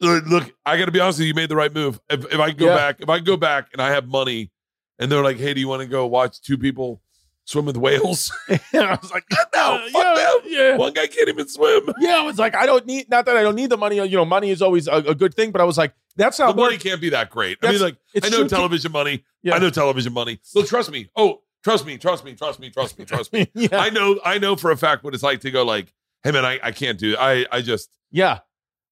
A: Look, look, I got to be honest with you. You made the right move. If, if I go
B: Yeah.
A: back, if I go back and I have money, and they're like, "Hey, do you want to go watch two people swim with whales?"
B: And I was like,
A: no,
B: Uh, yeah,
A: "Oh, fuck
B: yeah,
A: them.
B: yeah.
A: One guy can't even swim.
B: Yeah, I was like, I don't need. Not that I don't need the money. You know, money is always a, a good thing. But I was like, that's
A: The
B: not
A: money
B: working.
A: can't be that great. I
B: That's-
A: mean, like, I know
B: shoot-
A: television money.
B: Yeah.
A: I know television money. Look, trust me. Oh, trust me. Trust me. Trust me. Trust me. Trust me.
B: yeah,
A: I know. I know for a fact what it's like to go like, "Hey, man, I, I can't do. I I just
B: yeah.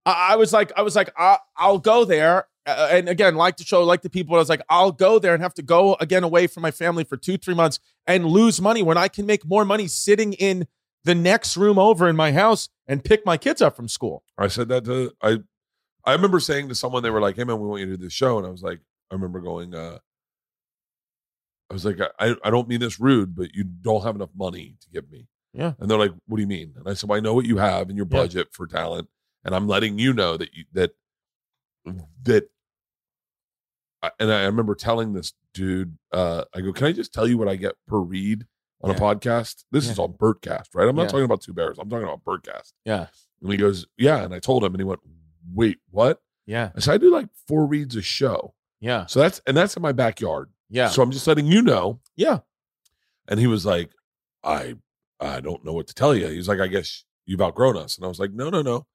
B: I, I was like, I was like, I, I'll go there. Uh, and again, like the show, like the people. I was like, I'll go there and have to go again away from my family for two, three months and lose money when I can make more money sitting in the next room over in my house and pick my kids up from school.
A: I said that to I I remember saying to someone they were like, "Hey man, we want you to do this show," and I was like, I remember going, uh, I was like, I I don't mean this rude, but you don't have enough money to give me.
B: Yeah.
A: And they're like, "What do you mean?" And I said, well, "I know what you have in your
B: Yeah.
A: budget for talent, and I'm letting you know that you that that." I- And I remember telling this dude, uh, I go, "Can I just tell you what I get per read on
B: Yeah.
A: a podcast? This is
B: Yeah.
A: on Birdcast, right? I'm not
B: Yeah.
A: talking about Two Bears. I'm talking about Birdcast."
B: Yeah.
A: And he goes, Yeah. And I told him, and he went, Wait, what?
B: Yeah,
A: I said, I do like four reads a show.
B: yeah,
A: So that's, and that's in my backyard.
B: yeah,
A: So I'm just letting you know.
B: yeah.
A: And he was like, I, I don't know what to tell you. He's like, I guess you've outgrown us. And I was like, No, no, no.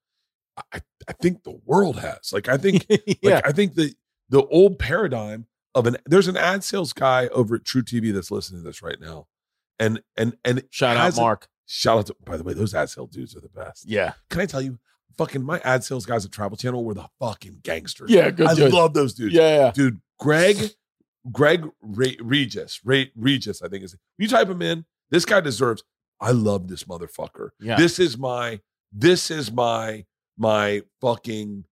A: I, I- I think the world has. Like, I think,
B: yeah,
A: like, I think the, the old paradigm of an, there's an ad sales guy over at True TV that's listening to this right now. And, and, and
B: Shout out,
A: has a-
B: Mark.
A: shout out to, by the way, those ad sales dudes are the best
B: Yeah,
A: can I tell you, fucking my ad sales guys at Travel Channel were the fucking gangsters.
B: yeah, good.
A: I
B: dude.
A: love those dudes.
B: yeah, yeah.
A: Dude, Greg, Greg Re- Regis, Re- Regis, I think is you type him in. This guy deserves. I love this motherfucker.
B: Yeah.
A: This is my, this is my, my fucking.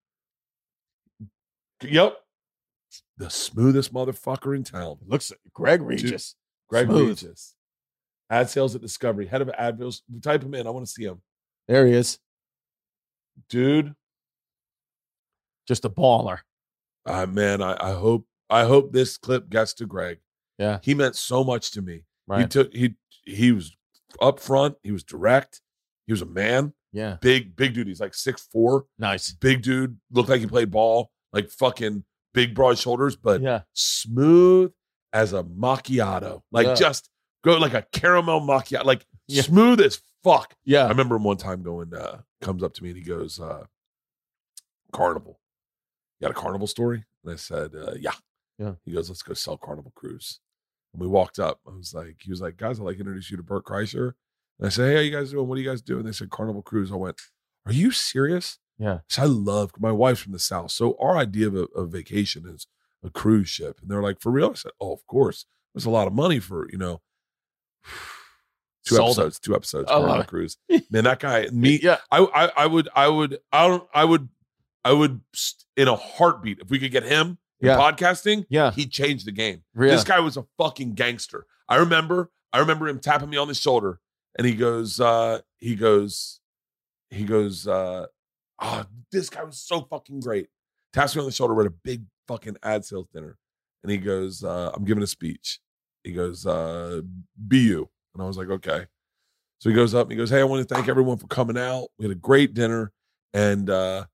A: Yep. The smoothest motherfucker in town.
B: Looks Greg
A: Regis. Greg
B: Smooth.
A: Regis. Ad sales at Discovery, head of ad sales. Type him in. I want to see him.
B: There he is.
A: Dude,
B: Just a baller.
A: uh, man, I, I hope I hope this clip gets to Greg.
B: Yeah.
A: he meant so much to me. He
B: Right.
A: took he he was upfront. He was direct. He was a man,
B: Yeah.
A: big big dude. He's like six four,
B: Nice.
A: big dude. Looked like he played ball, like fucking big broad shoulders, but
B: Yeah.
A: smooth as a macchiato. Like
B: Yeah.
A: just go like a caramel macchiato, like
B: Yeah.
A: smooth as fuck. I
B: Yeah.
A: remember him one time going, uh, comes up to me and he goes, uh, Carnival. You got a carnival story? And I said, uh, yeah.
B: Yeah.
A: He goes, let's go sell Carnival Cruise. And we walked up. I was like, he was like, guys, I'd like to introduce you to Bert Kreischer. And I said, hey, how you guys doing? What are you guys doing? They said, Carnival Cruise. I went, are you serious?
B: Yeah.
A: So I love, my wife's from the South. So our idea of a, of vacation is a cruise ship. And they're like, for real? I said, oh, of course. That's a lot of money for, you know, two
B: Sold it.
A: episodes, two episodes,
B: I love
A: Carnival
B: it.
A: Cruise. Man, that guy, me,
B: Yeah.
A: I, I, I would, I would, I don't, I would, I would, st- in a heartbeat, if we could get him in
B: Yeah.
A: podcasting,
B: Yeah.
A: he changed the game.
B: Really.
A: This guy was a fucking gangster. I remember, I remember him tapping me on the shoulder, and he goes, uh, he goes, he goes, uh, oh, this guy was so fucking great. Taps me on the shoulder. We're at a big fucking ad sales dinner, and he goes, uh, I'm giving a speech. He goes, uh, be you, and I was like, okay. So he goes up and he goes, Hey, I want to thank everyone for coming out. We had a great dinner. And uh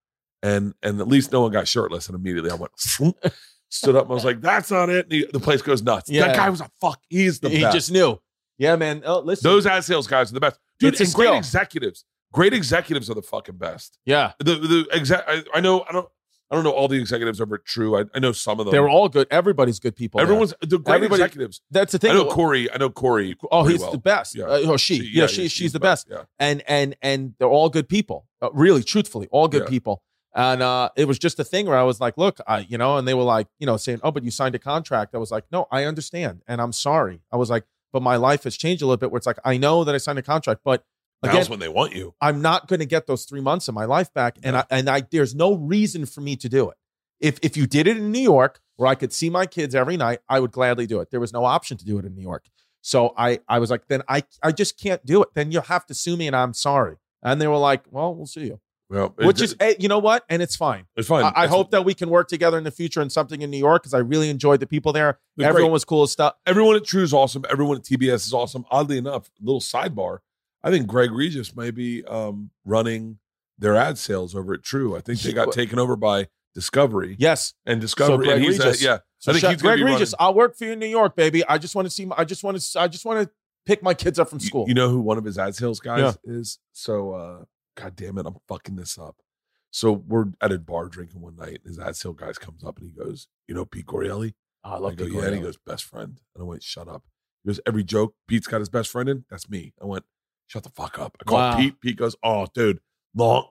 A: and and at least no one got shirtless. And immediately I went stood up and I was like, That's not it. And he- the place goes nuts.
B: Yeah.
A: That guy was a fuck. He's the
B: he
A: best.
B: just knew. Yeah, man. Oh, listen.
A: Those ad sales guys are the best. Dude,
B: It's a
A: and great
B: skill.
A: executives. Great executives are the fucking best.
B: yeah,
A: The the exact I, I know I don't I don't know all the executives over at True. I, I know some of them.
B: they were all good. Everybody's good people. there.
A: everyone's the great
B: Everybody-
A: executives.
B: That's the thing.
A: I know Corey. I know Corey.
B: oh,
A: pretty
B: he's
A: well.
B: the best.
A: Yeah.
B: Uh, oh, she. yeah, she, she's, the best.
A: Yeah.
B: and and and they're all good people uh, really truthfully all good
A: Yeah.
B: people and uh it was just a thing where i was like look i you know and they were like you know saying oh but you signed a contract i was like no i understand and i'm sorry i was like but my life has changed a little bit where it's like i know that i signed a contract but again
A: That's when they want you.
B: i'm not going to get those three months of my life back and i and i there's no reason for me to do it if if you did it in new york where i could see my kids every night i would gladly do it there was no option to do it in new york so I, I was like, then I, I just can't do it. Then you'll have to sue me, and I'm sorry. And they were like, well, we'll sue you,
A: Well, it-
B: which is, eh, you know what? And it's fine.
A: it's fine.
B: I, I
A: It's-
B: hope that we can work together in the future and something in New York because I really enjoyed the people there.
A: they're
B: Everyone
A: great.
B: was cool as stuff.
A: everyone at True is awesome. Everyone at TBS is awesome. Oddly enough, little sidebar. I think Greg Regis may be um, running their ad sales over at True. I think they got taken over by Discovery
B: Yes.
A: and Discovery.
B: Greg
A: and he's a-
B: Regis.
A: yeah,
B: So
A: I think
B: shout-
A: he's gonna
B: Greg
A: be
B: Regis,
A: running-
B: I'll work for you in New York, baby. I just want to see. My, I just want to. I just want to pick my kids up from
A: You-
B: school.
A: You, know who one of his ad sales guys is? So, uh, God damn it, I'm fucking this up. So we're at a bar drinking one night. His ad sale guy comes up and he goes, "You know Pete Corielli?"
B: Oh, I
A: I go, yeah. And he goes, best friend. And I went, shut up. He goes, every joke Pete's got his best friend in, that's me. I went, shut the fuck up. I called
B: Wow.
A: Pete. Pete goes, oh, dude, long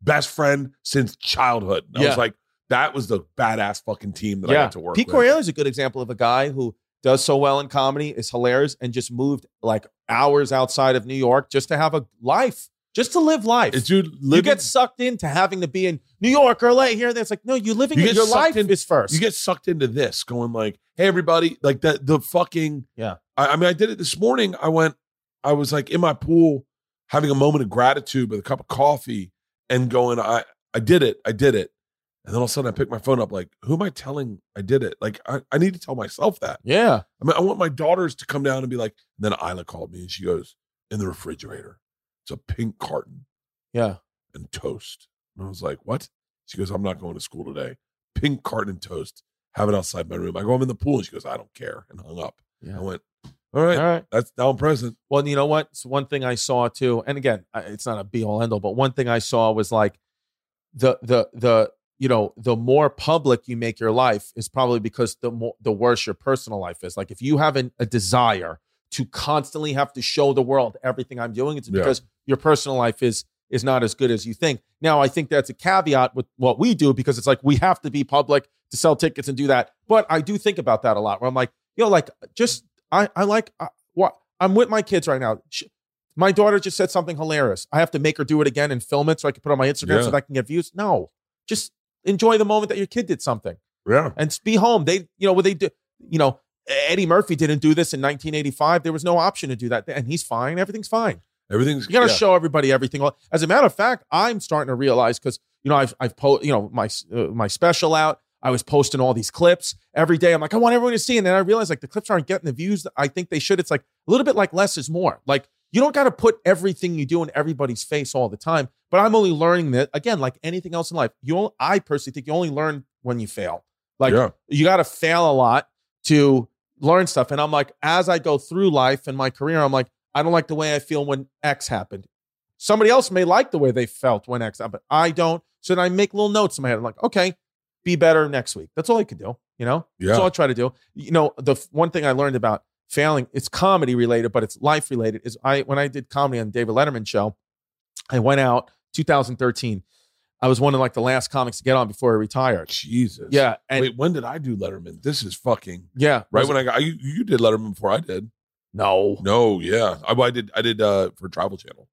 A: best friend since childhood. And I
B: Yeah.
A: was like, that was the badass fucking team that I
B: yeah.
A: got to work
B: Pete
A: with.
B: Corleone is a good example of a guy who does so well in comedy, is hilarious, and just moved like hours outside of New York just to have a life, just to live life.
A: It's dude,
B: you
A: living,
B: get sucked into having to be in New York or LA here. That's like, no, you're living
A: You
B: it.
A: get
B: your
A: sucked
B: life
A: in-
B: is first.
A: you get sucked into this, going like, hey, everybody, like that the fucking
B: Yeah.
A: I, I mean, I did it this morning. I went, I was like in my pool having a moment of gratitude with a cup of coffee and going, I I did it, I did it. And then all of a sudden I picked my phone up, like, who am I telling I did it? Like I, I need to tell myself that.
B: yeah.
A: I mean, I want my daughters to come down and be like, and then Isla called me and she goes, in the refrigerator. It's a pink carton
B: Yeah.
A: and toast. And I was like, what? She goes, I'm not going to school today. Pink carton and toast. Have it outside my room. I go, I'm in the pool. And she goes, I don't care. And hung up.
B: Yeah.
A: I went, all right,
B: All right.
A: that's now I'm present.
B: Well, you know what? It's one thing I saw too, and again, I- it's not a be all end all, but one thing I saw was like the the the you know the more public you make your life is probably because the more the worse your personal life is. Like if you have an, a desire to constantly have to show the world everything I'm doing, it's
A: Yeah.
B: because your personal life is is not as good as you think. Now, I think that's a caveat with what we do because it's like we have to be public to sell tickets and do that. But I do think about that a lot where I'm like, yo, like just I I like I, what I'm with my kids right now. Sh my daughter just said something hilarious. I have to make her do it again and film it so I can put it on my Instagram so
A: Yeah.
B: that I can get views. No, just enjoy the moment that your kid did something
A: Yeah.
B: and s- be home. They, you know, what they do, you know, Eddie Murphy didn't do this in 1985. There was no option to do that, and he's fine. Everything's fine.
A: Everything's
B: You got to
A: yeah.
B: show everybody everything. As a matter of fact, I'm starting to realize because you know I've I've po- you know my s- uh, my special out. I was posting all these clips every day. I'm like, I want everyone to see, and then I realized like the clips aren't getting the views that I think they should. It's like a little bit like less is more. Like you don't got to put everything you do in everybody's face all the time. But I'm only learning that again, like anything else in life. You, only, I personally think you only learn when you fail. Like
A: yeah.
B: you got to fail a lot to learn stuff. And I'm like, as I go through life and my career, I'm like, I don't like the way I feel when X happened. Somebody else may like the way they felt when X happened. I don't. So then I make little notes in my head. I'm like, okay, be better next week. That's all I could do. You know,
A: Yeah.
B: that's all I try to do. You know, the f- one thing I learned about failing, it's comedy related, but it's life related. Is I when I did comedy on the David Letterman show, I went out 2013. I was one of like the last comics to get on before I retired.
A: Jesus.
B: Yeah, and
A: Wait, when did I do Letterman? This is fucking
B: yeah,
A: right when I got you, you did Letterman before I did.
B: no,
A: No, yeah. I, well, I did I did uh for Travel Channel.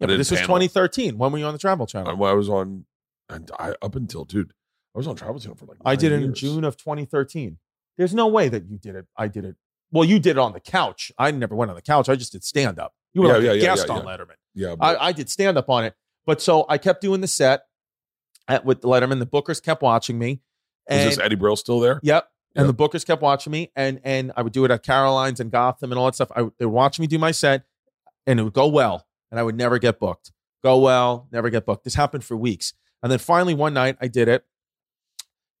B: Yeah, but
A: did
B: this was
A: panel.
B: 2013. When were you on the Travel Channel?
A: I, well, I was on and I up until dude, I was on Travel Channel for like
B: I
A: nine
B: did it in
A: years.
B: June of 2013. There's no way that you did it. I did it. Well, you did it on the couch. I never went on the couch. I just did stand up. You were
A: Yeah,
B: like
A: yeah,
B: a
A: yeah,
B: guest
A: yeah,
B: on Letterman.
A: Yeah. but-
B: I, I did stand up on it. But so I kept doing the set at, with Letterman. The bookers kept watching me.
A: is
B: And
A: this Eddie Brill still there?
B: Yep. And
A: Yep.
B: the bookers kept watching me, and and I would do it at Caroline's and Gotham and all that stuff. I, would- they were watching me do my set. and it would go well, and I would never get booked. Go well, never get booked. This happened for weeks, and then finally one night I did it,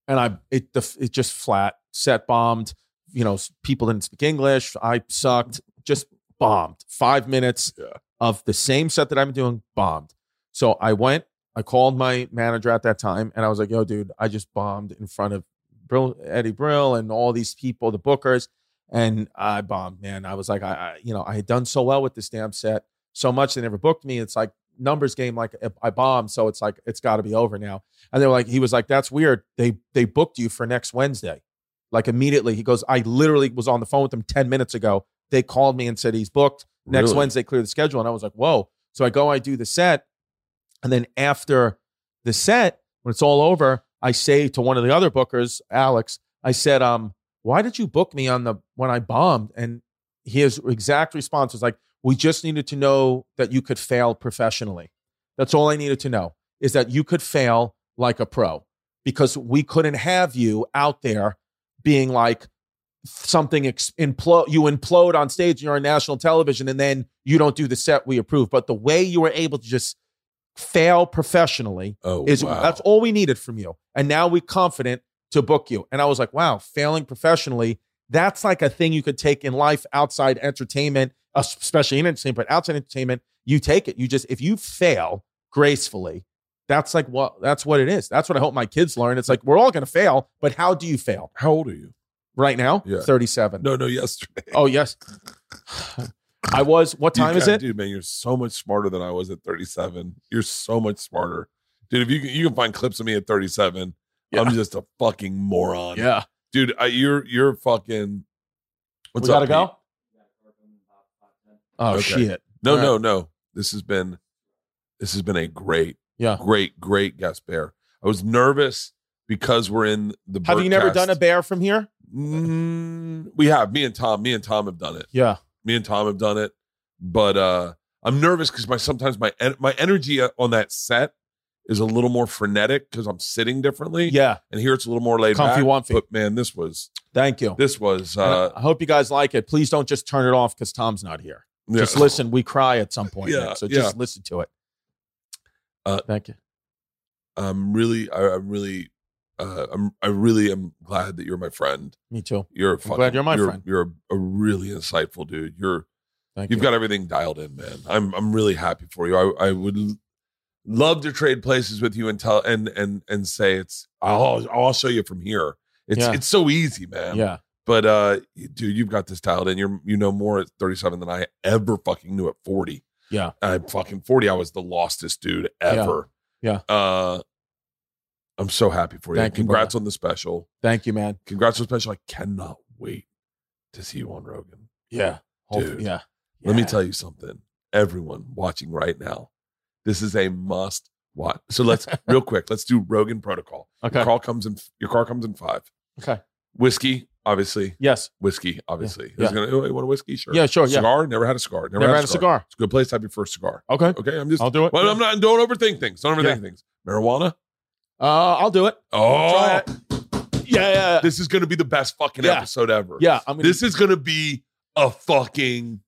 B: and I it the, it just flat set bombed. You know, s- people didn't speak English. I sucked. Just bombed. Five minutes
A: Yeah.
B: of the same set that I've been doing bombed. So I went. I called my manager at that time, and I was like, "Yo, dude, I just bombed in front of Brill, Eddie Brill and all these people, the bookers." and I bombed, man. I was like, I, I you know, I had done so well with this damn set, so much they never booked me. It's like numbers game, like if I bombed, so it's like it's got to be over now. And they were like, he was like, that's weird. They they booked you for next Wednesday, like immediately. He goes, I literally was on the phone with them ten minutes ago. They called me and said he's booked next
A: Really?
B: Wednesday. Clear the schedule, and I was like, whoa. So I go, I do the set, and then after the set, when it's all over, I say to one of the other bookers, Alex, I said, um, why did you book me on the when I bombed? And his exact response was like, we just needed to know that you could fail professionally. That's all I needed to know is that you could fail like a pro because we couldn't have you out there being like something ex- implode you implode on stage you're on national television and then you don't do the set we approve but the way you were able to just fail professionally
A: Oh,
B: is
A: wow.
B: that's all we needed from you and now we're confident to book you and i was like wow failing professionally that's like a thing you could take in life outside entertainment uh, especially in entertainment but outside entertainment you take it you just if you fail gracefully that's like what that's what it is that's what i hope my kids learn it's like we're all going to fail but how do you fail
A: How old are you?
B: right now
A: Yeah.
B: 37
A: No, no, yesterday.
B: oh yes i was what
A: You
B: time is
A: got-
B: it
A: dude? Man, you're so much smarter than I was at 37. You're so much smarter, dude. If you can, you can find clips of me at 37,
B: Yeah.
A: I'm just a fucking moron.
B: yeah
A: dude. I, you're you're fucking. What's
B: we gotta
A: up, Pete?
B: go oh
A: Okay.
B: shit
A: No,
B: All right.
A: no, no. This has been this has been a great,
B: Yeah.
A: great, great guest bear. I was nervous because we're in the.
B: have you never
A: Burkcast.
B: done a bear from here
A: Mm, we have me and Tom. Me and Tom have done it.
B: Yeah.
A: me and Tom have done it, but uh I'm nervous because my sometimes my en- my energy uh, on that set is a little more frenetic because I'm sitting differently.
B: Yeah.
A: and here it's a little more laid
B: Comfy
A: back.
B: wumpy.
A: But man, this was
B: Thank you.
A: this was
B: And
A: uh
B: I hope you guys like it. Please don't just turn it off because Tom's not here.
A: yeah.
B: Just listen. We cry at some point.
A: Yeah,
B: Nick, so
A: yeah.
B: just listen to it.
A: Uh,
B: Thank you.
A: I'm really I, I'm really uh I'm I really am glad that you're my friend.
B: Me too.
A: You're a fucking,
B: glad you're my
A: you're,
B: friend.
A: You're a, a really insightful dude. You're
B: Thank
A: You've
B: you.
A: got everything dialed in, man. I'm I'm really happy for you. I, I would l- love to trade places with you and tell and and and say it's I'll I'll show you from here. It's
B: Yeah.
A: it's so easy, man.
B: Yeah.
A: But uh dude, you've got this dialed in. You're you know more at 37 than I ever fucking knew at 40.
B: Yeah.
A: I'm fucking 40. I was the lostest dude ever.
B: Yeah.
A: Uh I'm so happy for you.
B: Thank you,
A: Congrats on the special.
B: Thank you, man.
A: Congrats on the special. I cannot wait to see you on Rogan.
B: Yeah. Hope-
A: Dude.
B: yeah.
A: Let me
B: Yeah.
A: tell you something. Everyone watching right now, this is a must watch. So let's real quick. Let's do Rogan Protocol.
B: Okay.
A: Your car comes in. Your car comes in five.
B: Okay.
A: Whiskey, obviously.
B: Yes.
A: Whiskey, obviously.
B: Yeah.
A: Is it gonna, oh, you want a whiskey? Sure.
B: Yeah. Sure. Yeah.
A: Cigar. Never had a cigar. Never,
B: Never had a cigar.
A: It's a good place to have your first cigar.
B: Okay.
A: Okay. I'm just.
B: I'll do it.
A: Well, I'm not. Don't overthink things. Don't overthink
B: Yeah.
A: things. Marijuana.
B: Uh, I'll do it.
A: Oh,
B: Try it. Yeah. Yeah.
A: this is gonna be the best fucking
B: Yeah.
A: episode ever.
B: Yeah. I'm gonna,
A: this is gonna be a fucking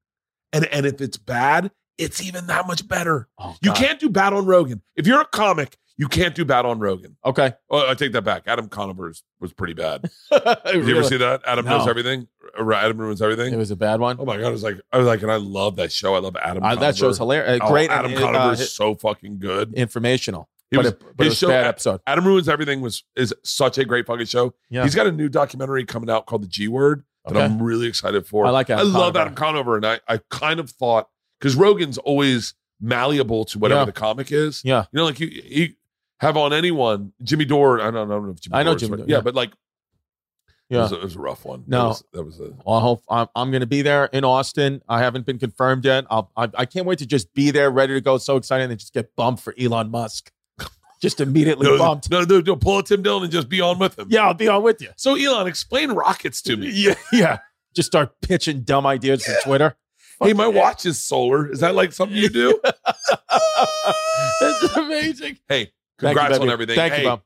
A: and and if it's bad it's even that much better
B: Oh,
A: you
B: God.
A: can't do bad on rogan if you're a comic you can't do bad on rogan
B: Okay.
A: oh i take that back adam conover's was pretty bad did you
B: Really?
A: ever see that adam
B: No.
A: knows everything or adam ruins everything
B: It was a bad one.
A: oh my god i was like i was like and i love that show i love adam
B: Uh, that
A: Conover.
B: show's hilarious. Uh,
A: Oh,
B: great.
A: adam
B: and, uh,
A: conover
B: hi-
A: is so fucking good
B: informational.
A: He
B: but
A: was-
B: it, but it
A: his
B: was a
A: show-
B: bad episode.
A: adam ruins everything was is such a great fucking show
B: Yeah.
A: he's got a new documentary coming out called the g word that
B: Okay.
A: i'm really excited for
B: I like Adam
A: I love
B: Conover.
A: Adam Conover, and I, I kind of thought because Rogan's always malleable to whatever
B: Yeah.
A: the comic is.
B: Yeah.
A: you know, like you, you have on anyone. Jimmy Dore. I don't, I don't know if Jimmy.
B: I know
A: Dore is
B: Jimmy
A: right.
B: Dore,
A: Yeah,
B: yeah.
A: but like, it,
B: Yeah.
A: was a, it was a rough one.
B: No.
A: that was, that was a.
B: Well, I hope I'm, I'm going to be there in Austin. I haven't been confirmed yet. I'll, I, I can't wait to just be there, ready to go. So excited, and then just get bumped for Elon Musk. Just immediately
A: No,
B: bumped.
A: no, no, no, pull a Tim Dillon and just be on with him.
B: Yeah, I'll be on with you.
A: So Elon, explain rockets to me.
B: Yeah, yeah. Just start pitching dumb ideas to Twitter.
A: Hey, my watch is solar. Is that like something you do?
B: That's amazing.
A: hey,
B: Thank you,
A: congrats on
B: baby.
A: everything.
B: Thank
A: Hey,
B: you, Bob.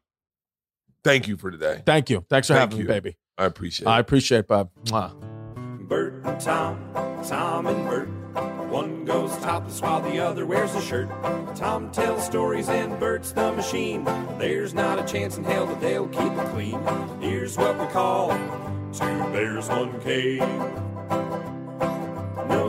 A: Thank you for today.
B: Thank you. Thanks for
A: Thank
B: having
A: you.
B: me, baby.
A: I appreciate
B: I
A: it.
B: appreciate it, Bob. Mwah.
F: Bert and Tom, Tom and Bert. One goes topless while the other wears a shirt. Tom tells stories and Bert's the machine. There's not a chance in hell that they'll keep it clean. Here's what we call Two Bears, One Cave. No